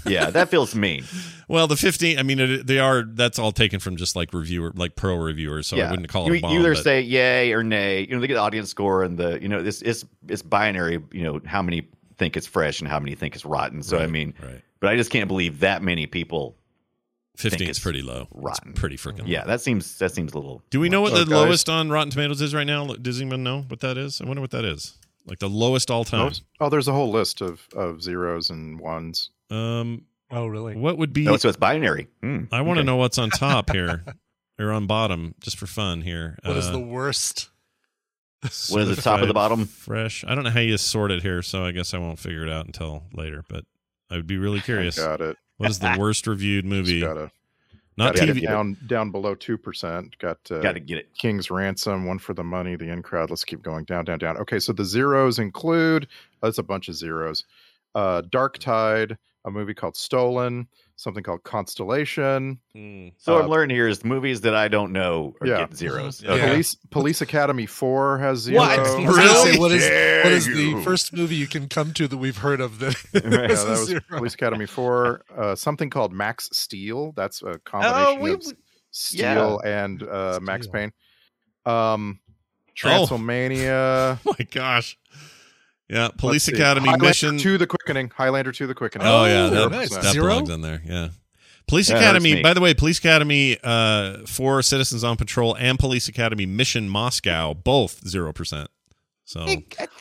yeah, that feels mean.
Well, the 15, I mean, it, they are, that's all taken from just like reviewer, like pro reviewers. So I wouldn't call
you,
it a bomb.
You either
but-
say yay or nay. You know, they get the audience score and the you know this it's it's binary. You know how many think it's fresh and how many think it's rotten. So I mean,
right.
but I just can't believe that many people.
15
think
is
it's Mm-hmm.
pretty low.
rotten.
It's pretty freaking low.
Yeah, that seems that seems a little.
Do we know what the
Guys,
lowest on Rotten Tomatoes is right now? Does anyone know what that is? I wonder what that is. Like the lowest all time.
Most- Oh, there's a whole list of, of zeros and ones.
Um,
Oh, really?
what would be.
No, so it's binary. Hmm,
I want to
okay.
know what's on top here or on bottom just for fun here.
What is
Uh,
the worst?
What is the top of the
Certified
bottom?
Fresh. I don't know how you sort it here, so I guess I won't figure it out until later. But I would be
Oh
really curious.
Got it.
What is the worst reviewed movie?
gotta-
Not
Got it
TV.
down down below two percent. Got uh,
Got to get it.
King's Ransom, One for the Money, The In Crowd. Let's keep going down, down, down. Okay, so the zeros include oh, that's a bunch of zeros. Uh, Dark Tide, a movie called Stolen, something called Constellation,
So
Uh,
what I'm learning here is movies that I don't know are
Yeah.
getting zeros.
uh, Police Police Academy Four has zero.
What?
I was gonna say, what is what is the first movie you can come to that we've heard of that
Yeah,
has a
that was
zero?
Police Academy Four. Uh, something called Max Steel. That's a combination
we-
of S- Steel and uh, Max Payne. Um, Transylvania.
Oh my gosh. Yeah, Police
Let's see.
Academy
Highlander
Mission.
to the quickening. Highlander to the quickening.
Oh, yeah, that,
0%.
that belongs in there. Yeah. Police
Yeah, that was
Academy,
me.
by the way, Police Academy uh, for Citizens on Patrol and Police Academy Mission Moscow, both 0%. So,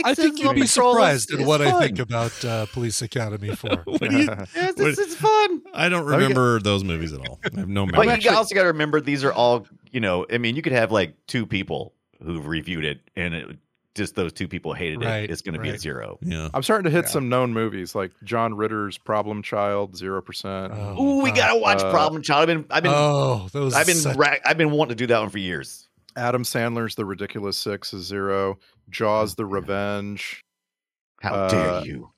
I think you'd be surprised at what I think
Of-
about uh, Police Academy 4.
what do you,
yes,
what-
this is fun.
I don't
me get-
remember those movies at all. I have no
But
memory.
you g- also got to remember these are all, you know, I mean, you could have like two people who've reviewed it and it, just those two people hated
Right,
it. It's going to be a
right.
zero.
yeah.
I'm starting to hit
Yeah.
some known movies like John Ritter's Problem Child, zero percent.
Oh.
Ooh, we gotta watch
Uh,
Problem Child. I've been, I've been,
oh, that was
I've been,
such-
ra- I've been wanting to do that one for years.
Adam Sandler's The Ridiculous Six is zero. Jaws: The Revenge.
How
Uh,
dare you?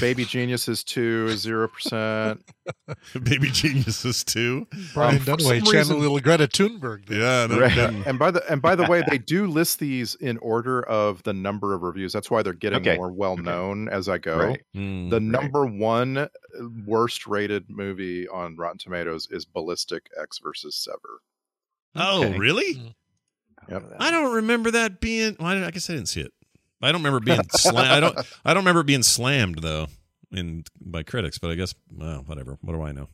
Baby Genius is two is zero percent. Um,
Baby Geniuses too.
Brian
for
Dunaway,
some
channel
reason-
little Greta Thunberg. there.
Yeah, no
Right.
kidding.
And by the and by the way, they do list these in order of the number of reviews. That's why they're getting
Okay.
more well known as I go.
Right.
Mm.
The number one uh, worst rated movie on Rotten Tomatoes is Ballistic X versus Sever.
oh,
okay.
really?
Yep.
I don't remember that being. Well, I, didn't- I guess I didn't see it. I don't remember being. slam, I don't. I don't remember it being slammed though, in by critics. But I guess well, whatever. What do I know?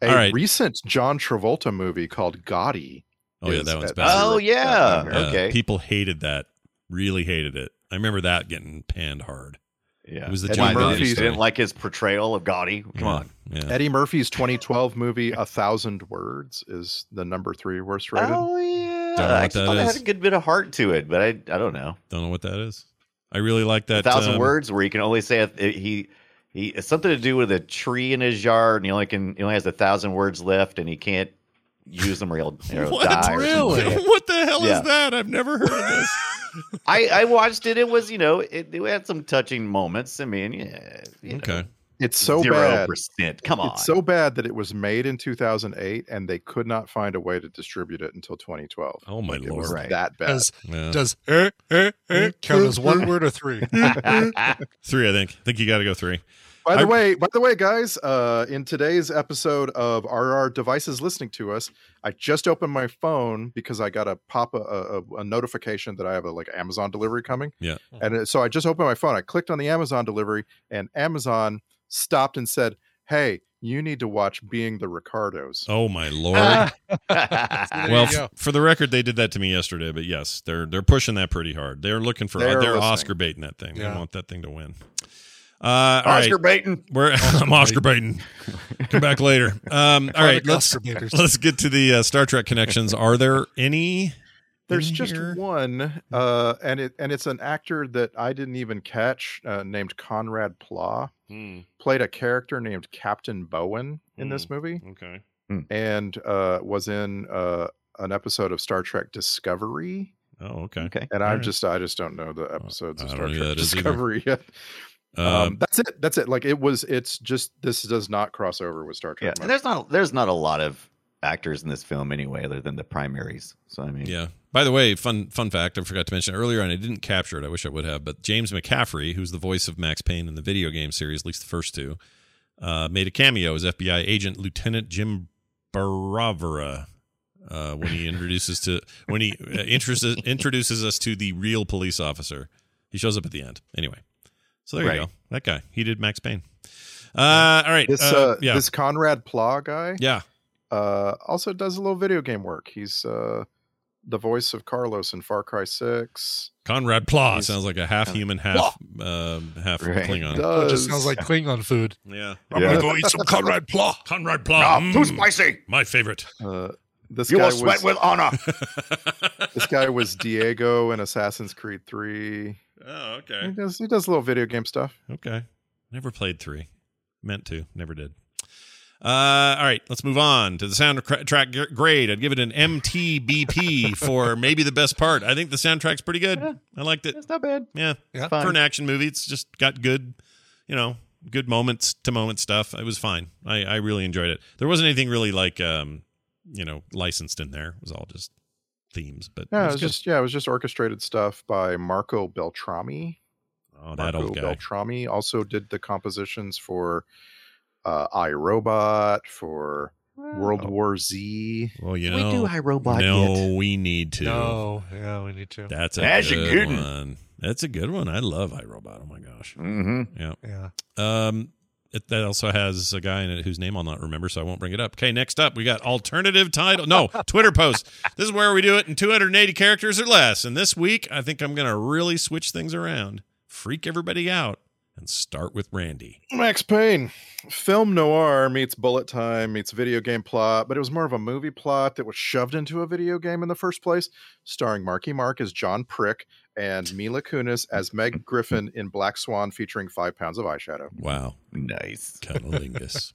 A
All right.
recent John Travolta movie called Gotti.
Oh yeah,
is
that one's
at
bad.
Oh,
0%
yeah.
on here.
Yeah,
okay.
people hated that. Really hated it. I remember that getting panned hard.
Yeah,
It was the
Eddie
John Gotti
Murphy
story.
didn't like his portrayal of Gotti. Come
Yeah,
on.
Yeah.
Eddie Murphy's 2012 movie A Thousand Words is the number three worst rated.
Oh yeah,
Don't know
I
what
actually
that
thought it
is.
had a good bit of heart to it, but I, I don't know.
Don't know what that is. I really like that.
a thousand
um,
words where you can only say a, he he it's something to do with a tree in his yard and he only can he only has a thousand words left and he can't use them or he'll, or he'll
What?
die. or something.
Really?
what the hell
Yeah.
is that? I've never heard of this.
I I watched it. It was you know it, it had some touching moments. I mean yeah. you know,
okay.
It's so
zero
bad.
percent. Come on.
It's so bad that it was made in 2008 and they could not find a way to distribute it until 2012.
Oh my
It was
lord.
Right.
that bad.
Does,
Yeah.
does er, er, er count as one word or three?
Three, I think. I think you got to go three.
By the
I-
way, by the way, guys, uh, in today's episode of Are Our Devices Listening to Us? I just opened my phone because I got a pop a, a, a notification that I have a like Amazon delivery coming.
Yeah.
And it- so I just opened my phone. I clicked on the Amazon delivery, and Amazon stopped and said, "Hey, you need to watch Being the Ricardos.
Oh my
Ah,
lord! well, f- for the record, they did that to me yesterday. But yes, they're they're pushing that pretty hard. They're looking for
They
they're,
are listening.
Oscar baiting that thing.
Yeah.
They want that thing to win. Uh, all
Oscar
right.
baiting.
We're I'm Oscar baiting. Come back later. Um, all right,
Chronic
let's
Oscar baiters.
let's get to the uh, Star Trek connections. Are there any?
There's
in
just
here?
one,
Hmm.
uh, and it and it's an actor that I didn't even catch uh, named Conrad Pla. Played a character named Captain Bowen in this movie,
Okay.
and uh, was in uh, an episode of Star Trek Discovery.
Oh, okay.
Okay.
and I
All right.
just I just don't know the episodes of
I don't
Star
know who
Trek
that is either.
Discovery yet. Um,
Um,
that's it. That's it. Like it was. It's just this does not cross over with Star
Yeah,
Trek.
and
much.
there's not there's not a lot of actors in this film anyway, other than the primaries. So I mean,
Yeah. By the way, fun fun fact I forgot to mention earlier, and I didn't capture it. I wish I would have. But James McCaffrey, who's the voice of Max Payne in the video game series, at least the first two, uh, made a cameo as FBI agent Lieutenant Jim Baravera uh, when he introduces to when he uh, introduces introduces us to the real police officer. He shows up at the end. Anyway, so there you go.
Right.
That guy, he did Max Payne. Uh, all right.
This
uh,
uh,
yeah.
this Conrad Pla guy
yeah.
uh, also does a little video game work. He's uh, the voice of Carlos in Far Cry Six.
Conrad Pla sounds like a half human, half um, half
Right.
Klingon.
It
Oh,
Does
just sounds like Klingon food.
Yeah.
I'm gonna Yeah.
go eat some Conrad Pla. Conrad Pla.
Ah,
Mm,
too
spicy.
My favorite.
uh, this
You
guy
will sweat
was
with honor.
this guy was Diego in Assassin's Creed Three.
Oh,
He
okay.
does he does a little video game stuff.
Okay. Never played three. Meant to. Never did. Uh, all right, let's move on to the soundtrack gr- grade. I'd give it an MTBP for maybe the best part. I think the soundtrack's pretty good. I liked it.
It's not bad.
Yeah.
Yeah.
Fine.
For an action movie, it's just got good, you know, good moments to moment stuff. It was fine. I, I really enjoyed it. There wasn't anything really like, um, you know, licensed in there. It was all just themes, but
Yeah,
it
it
was
was
good.
just yeah, it was just orchestrated stuff by Marco Beltrami.
oh, that
Marco
old guy.
Beltrami also did the compositions for uh, iRobot, for World War Z.
Well, you
We
know,
do iRobot
No,
yet.
we need to.
No, yeah, we need to.
That's a
That's a
good,
good
one.
one.
That's a good one. I love iRobot. Oh my gosh.
Mm-hmm.
Yeah.
Yeah.
Um, it, that also has a guy in it whose name I'll not remember, so I won't bring it up. Okay, next up, we got alternative title. No, Twitter post. This is where we do it in 280 characters or less. And this week, I think I'm going to really switch things around, freak everybody out, and start with Randy.
Max Payne. Film noir meets bullet time meets video game plot, but it was more of a movie plot that was shoved into a video game in the first place, starring Marky Mark as John Prick and Mila Kunis as Meg Griffin in Black Swan featuring five pounds of eyeshadow.
Wow,
Nice.
cunnilingus.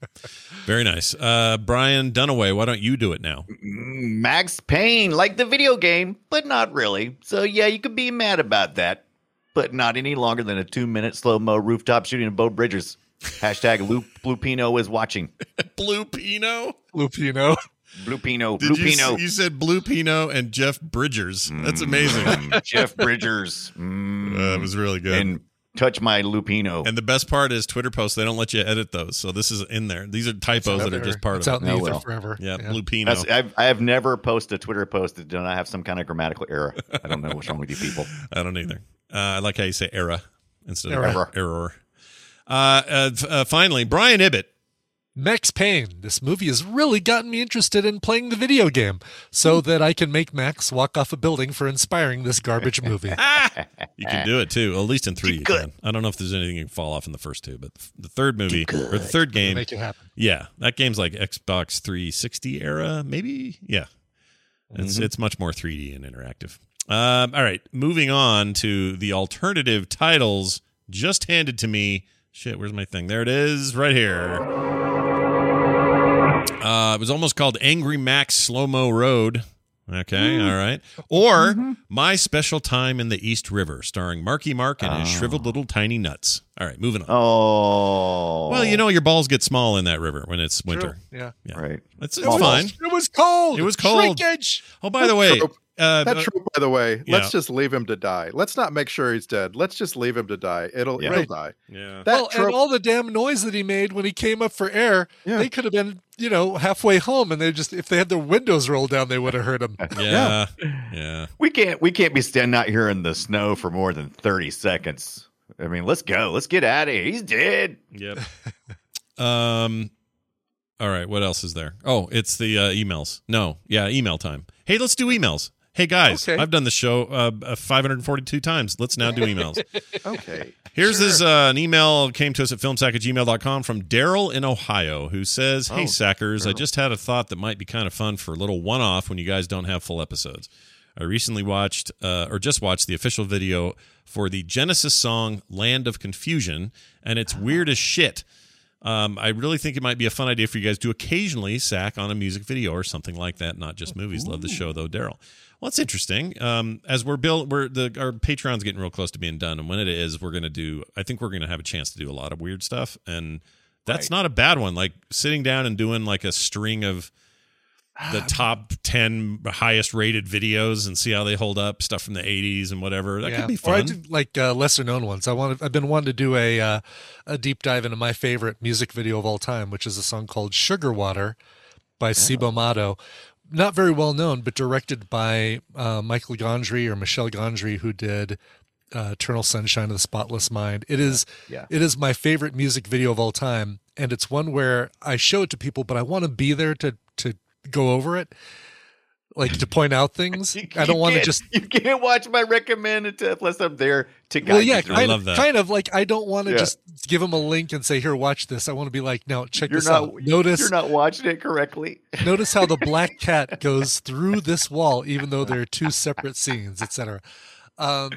Very nice. Uh, Brian Dunaway, why don't you do it now?
Max Payne, like the video game, but not really. So yeah, you could be mad about that, but not any longer than a two-minute slow-mo rooftop shooting of Bo Bridges. Hashtag Lu- Lupino is watching.
Blue Pino.
Lupino.
Lupino,
Did you,
Lupino.
s- you said Blue Pino and Jeff Bridgers. That's amazing.
Mm, Jeff Bridgers.
Uh, it
Mm.
was really good. And,
and touch my Lupino.
the best part is Twitter posts. They don't let you edit those, so this is in there. These are typos that are just part
it's
of
out in the
Oh,
ether
well.
forever.
it. Yeah,
yeah.
Blue Pino.
That's, I've, I've never posted a Twitter post that does not have some kind of grammatical error. I don't know what's wrong with you people.
I don't either. Uh, I like how you say era instead of error.
Error.
error. Uh, uh, f- uh, finally, Brian Ibbett.
Max Payne. This movie has really gotten me interested in playing the video game so that I can make Max walk off a building for inspiring this garbage movie.
You can do it too. At least in three, you
Eh. good.
can. I don't know if there's anything you can fall off in the first two, but the third movie or the third game,
Make it happen.
Yeah, that game's like Xbox 360 era, maybe. Yeah, it's it's much more 3D and interactive. Um, all right, moving on to the alternative titles just handed to me. Shit, where's my thing? There it is, right here. Uh, it was almost called Angry Max Slow Mo Road. Okay, all right. Or My Special Time in the East River, starring Marky Mark and his shriveled little tiny nuts. All right, moving on.
Oh.
Well, you know your balls get small in that river when it's winter.
Oh, Yeah.
Right.
It's, it's
Small
fine.
It was cold.
It was cold.
Shrinkage.
Oh, by the way,
trope.
uh,
That trope, by the way,
yeah.
let's just leave him to die. Let's not make sure he's dead. Let's just leave him to die. It'll
Yeah.
it'll die.
yeah.
That
well, and
trope-
all the damn noise that he made when he came up for air,
Yeah.
they could have been, you know, halfway home, and they just if they had their windows rolled down, they would have heard him.
yeah, yeah,
We can't we can't be standing out here in the snow for more than 30 seconds. I mean, let's go. Let's get out of here. He's dead.
yep. um, All right, what else is there? Oh, it's the uh, emails. No, yeah, email time. Hey, let's do emails. Hey guys,
Okay.
I've done the show uh, uh, 542 times. Let's now do emails.
okay.
Here's this uh, an email came to us at filmsack at gmail.com from Daryl in Ohio who says, Hey
Oh,
Sackers, I
Daryl.
just had a thought that might be kind of fun for a little one off when you guys don't have full episodes. I recently watched uh, or just watched the official video for the Genesis song Land of Confusion, and it's
Ah.
weird as shit. Um, I really think it might be a fun idea for you guys to occasionally sack on a music video or something like that, not just movies. Love the show though, Daryl. Well, it's interesting. Um, as we're build, we're the our Patreon's getting real close to being done, and when it is, we're gonna do. I think we're gonna have a chance to do a lot of weird stuff, and that's
Right.
not a bad one. Like sitting down and doing like a string of
Ah.
the top 10 highest rated videos and see how they hold up stuff from the 80s and whatever that
Yeah.
could be
Or I
fun
did like uh, lesser known ones. I want. I've been wanting to do a uh, a deep dive into my favorite music video of all time, which is a song called "Sugar Water"
Oh.
by Sibo Mato. Not very well known, but directed by uh, Michael Gondry or Michelle Gondry, who did uh, "Eternal Sunshine of the Spotless Mind." It is.
Yeah.
It is my favorite music video of all time, and it's one where I show it to people, but I want to be there to to go over it, like to point out things. I
You
don't want to
can't-
just
You can't watch my recommended tip unless I'm there to guide
well, yeah,
you through.
kind, of, kind of like I don't want to
Yeah.
just give them a link and say, "Here, watch this." I want to be like, "No, check
You're
this
not.
out. Notice,
you're not watching it correctly.
notice how the black cat goes through this wall, even though they're two separate scenes, etc." Um,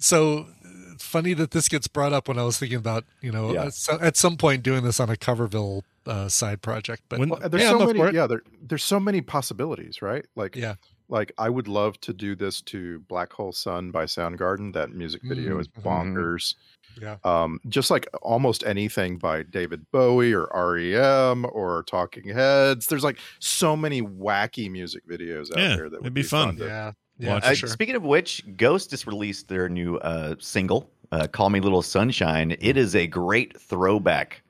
so uh, funny that this gets brought up when I was thinking about you know
Yeah.
at, so, at some point doing this on a Coverville uh, side project, but
When-
Well, uh, there's
yeah, I'm
so
up for
many
it.
yeah there, there's so many possibilities right like
Yeah.
like i would love to do this to black hole sun by soundgarden that music video is
Mhm.
bonkers
Yeah.
um just like almost anything by david bowie or rem or talking heads there's like so many wacky music videos out
Yeah,
there that
it'd
would
be fun.
to-
yeah, yeah,
Watch
for
Uh,
sure.
Speaking of which, Ghost just released their new uh, single, uh, "Call Me Little Sunshine." It is a great throwback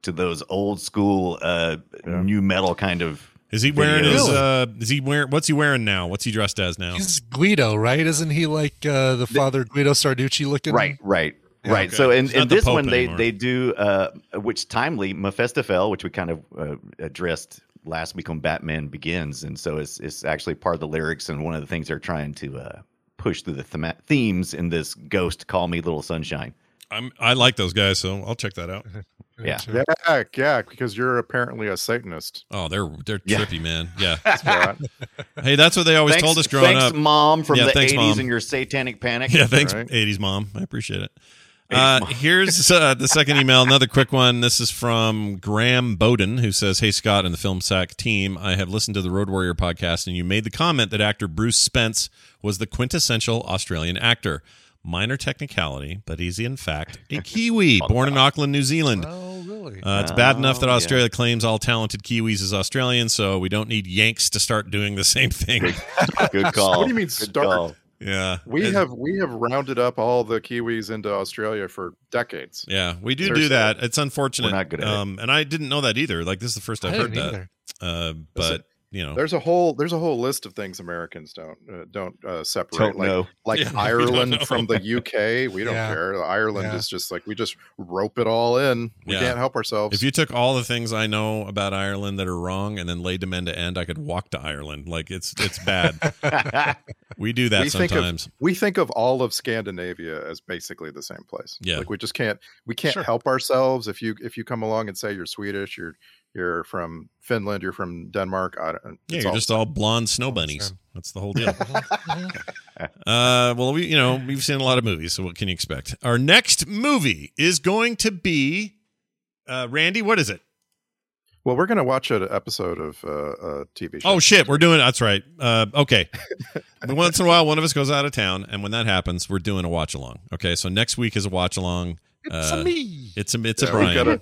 to those old school uh, new metal kind of.
is he wearing
videos.
his uh is he wearing what's he wearing now what's he dressed as now
He's Guido, right? Isn't he like uh, the father Guido Sarducci looking?
Right, right,
Yeah,
right.
okay.
So in,
It's not
in
the
this
Pope
one, they
anymore.
they do uh, which timely Mephistophel, which we kind of uh, addressed last week on Batman Begins, and so it's it's actually part of the lyrics and one of the things they're trying to uh, push through the thema- themes in this Ghost "Call Me Little Sunshine."
I'm, i like those guys so i'll check that out
Yeah.
Sure.
yeah yeah because you're apparently a satanist
oh they're they're
Yeah.
trippy man yeah
right?
hey that's what they always told us growing
thanks,
up
mom, from
Yeah,
the
thanks,
80s
Mom.
and your satanic panic.
yeah thanks
Right.
80s mom i appreciate it
80s
uh,
mom.
here's uh, the second email. Another quick one. This is from Graham Bowden, who says, "Hey Scott and the Film Sack team, I have listened to the Road Warrior podcast, and you made the comment that actor Bruce Spence was the quintessential Australian actor. Minor technicality, but he's in fact a Kiwi, born in Auckland, New Zealand.
Oh, really?
Uh, it's bad enough that
Oh, yeah.
Australia claims all talented Kiwis as Australian, so we don't need Yanks to start doing the same thing.
Good call.
What do you mean
Good
start?
call.
yeah,
we
And-
have we have rounded up all the kiwis into australia for decades
Yeah, we do
There's-
do that. It's unfortunate.
We're not good at it.
um, And I didn't know that either. Like this is the first
I
I've heard
didn't
that.
either.
Uh,
Listen,
but you know,
There's a whole there's a whole list of things Americans don't uh, don't uh, separate
Don't
like
know.
like
Yeah, we don't
Ireland
know.
from the UK. We don't
Yeah.
care. Ireland
Yeah.
is just like we just rope it all in. We
Yeah.
can't help ourselves.
if you took all the things I know about Ireland that are wrong and then laid them end to end, I could walk to Ireland. Like it's it's bad. we do that
we think
sometimes.
of we think of all of Scandinavia as basically the same place.
Yeah.
like we just can't we can't
Sure.
help ourselves. If you if you come along and say you're Swedish, you're you're from Finland, you're from Denmark. I don't.
yeah,
it's
you're
all-
just all blonde snow
the
bunnies.
same.
That's the whole deal. Uh, well, we you know we've seen a lot of movies, so what can you expect? Our next movie is going to be, uh, Randy. What is it?
well. We're gonna watch an episode of uh, a TV show.
Oh shit, we're doing that's right. Uh, okay. Once in a while, one of us goes out of town, and when that happens, we're doing a watch along. Okay, so next week is a watch along.
It's a
Uh,
me.
It's a it's
Yeah,
a
we've
Brian.
got a-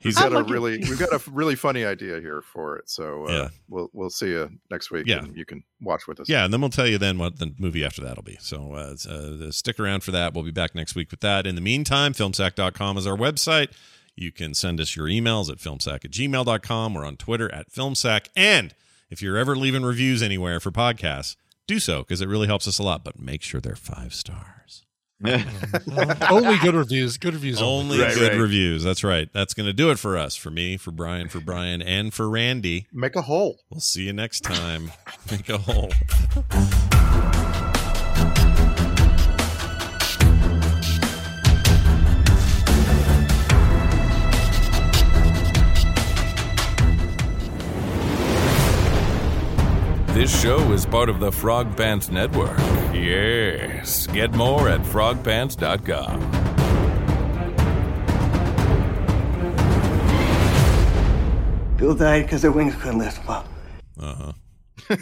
He's
we've got a really we've got a really funny idea here for it. So uh,
Yeah.
we'll we'll see you next week.
Yeah.
and you can watch with us.
yeah, and then we'll tell you then what the movie after that'll be. So uh, it's, uh, stick around for that. We'll be back next week with that. In the meantime, filmsack.com is our website. You can send us your emails at filmsack at gmail.com. We're on Twitter at filmsack. And if you're ever leaving reviews anywhere for podcasts, do so because it really helps us a lot. But make sure they're five stars.
Only good reviews. Good reviews.
Only good reviews. That's right. That's going to do it for us, for me, for Brian, for Brian, and for Randy.
Make a hole.
We'll see you next time. Make a hole.
This show is part of the Frog Pants Network. Yes. Get more at frogpants.com.
Bill died because their wings couldn't lift him up.
Uh huh.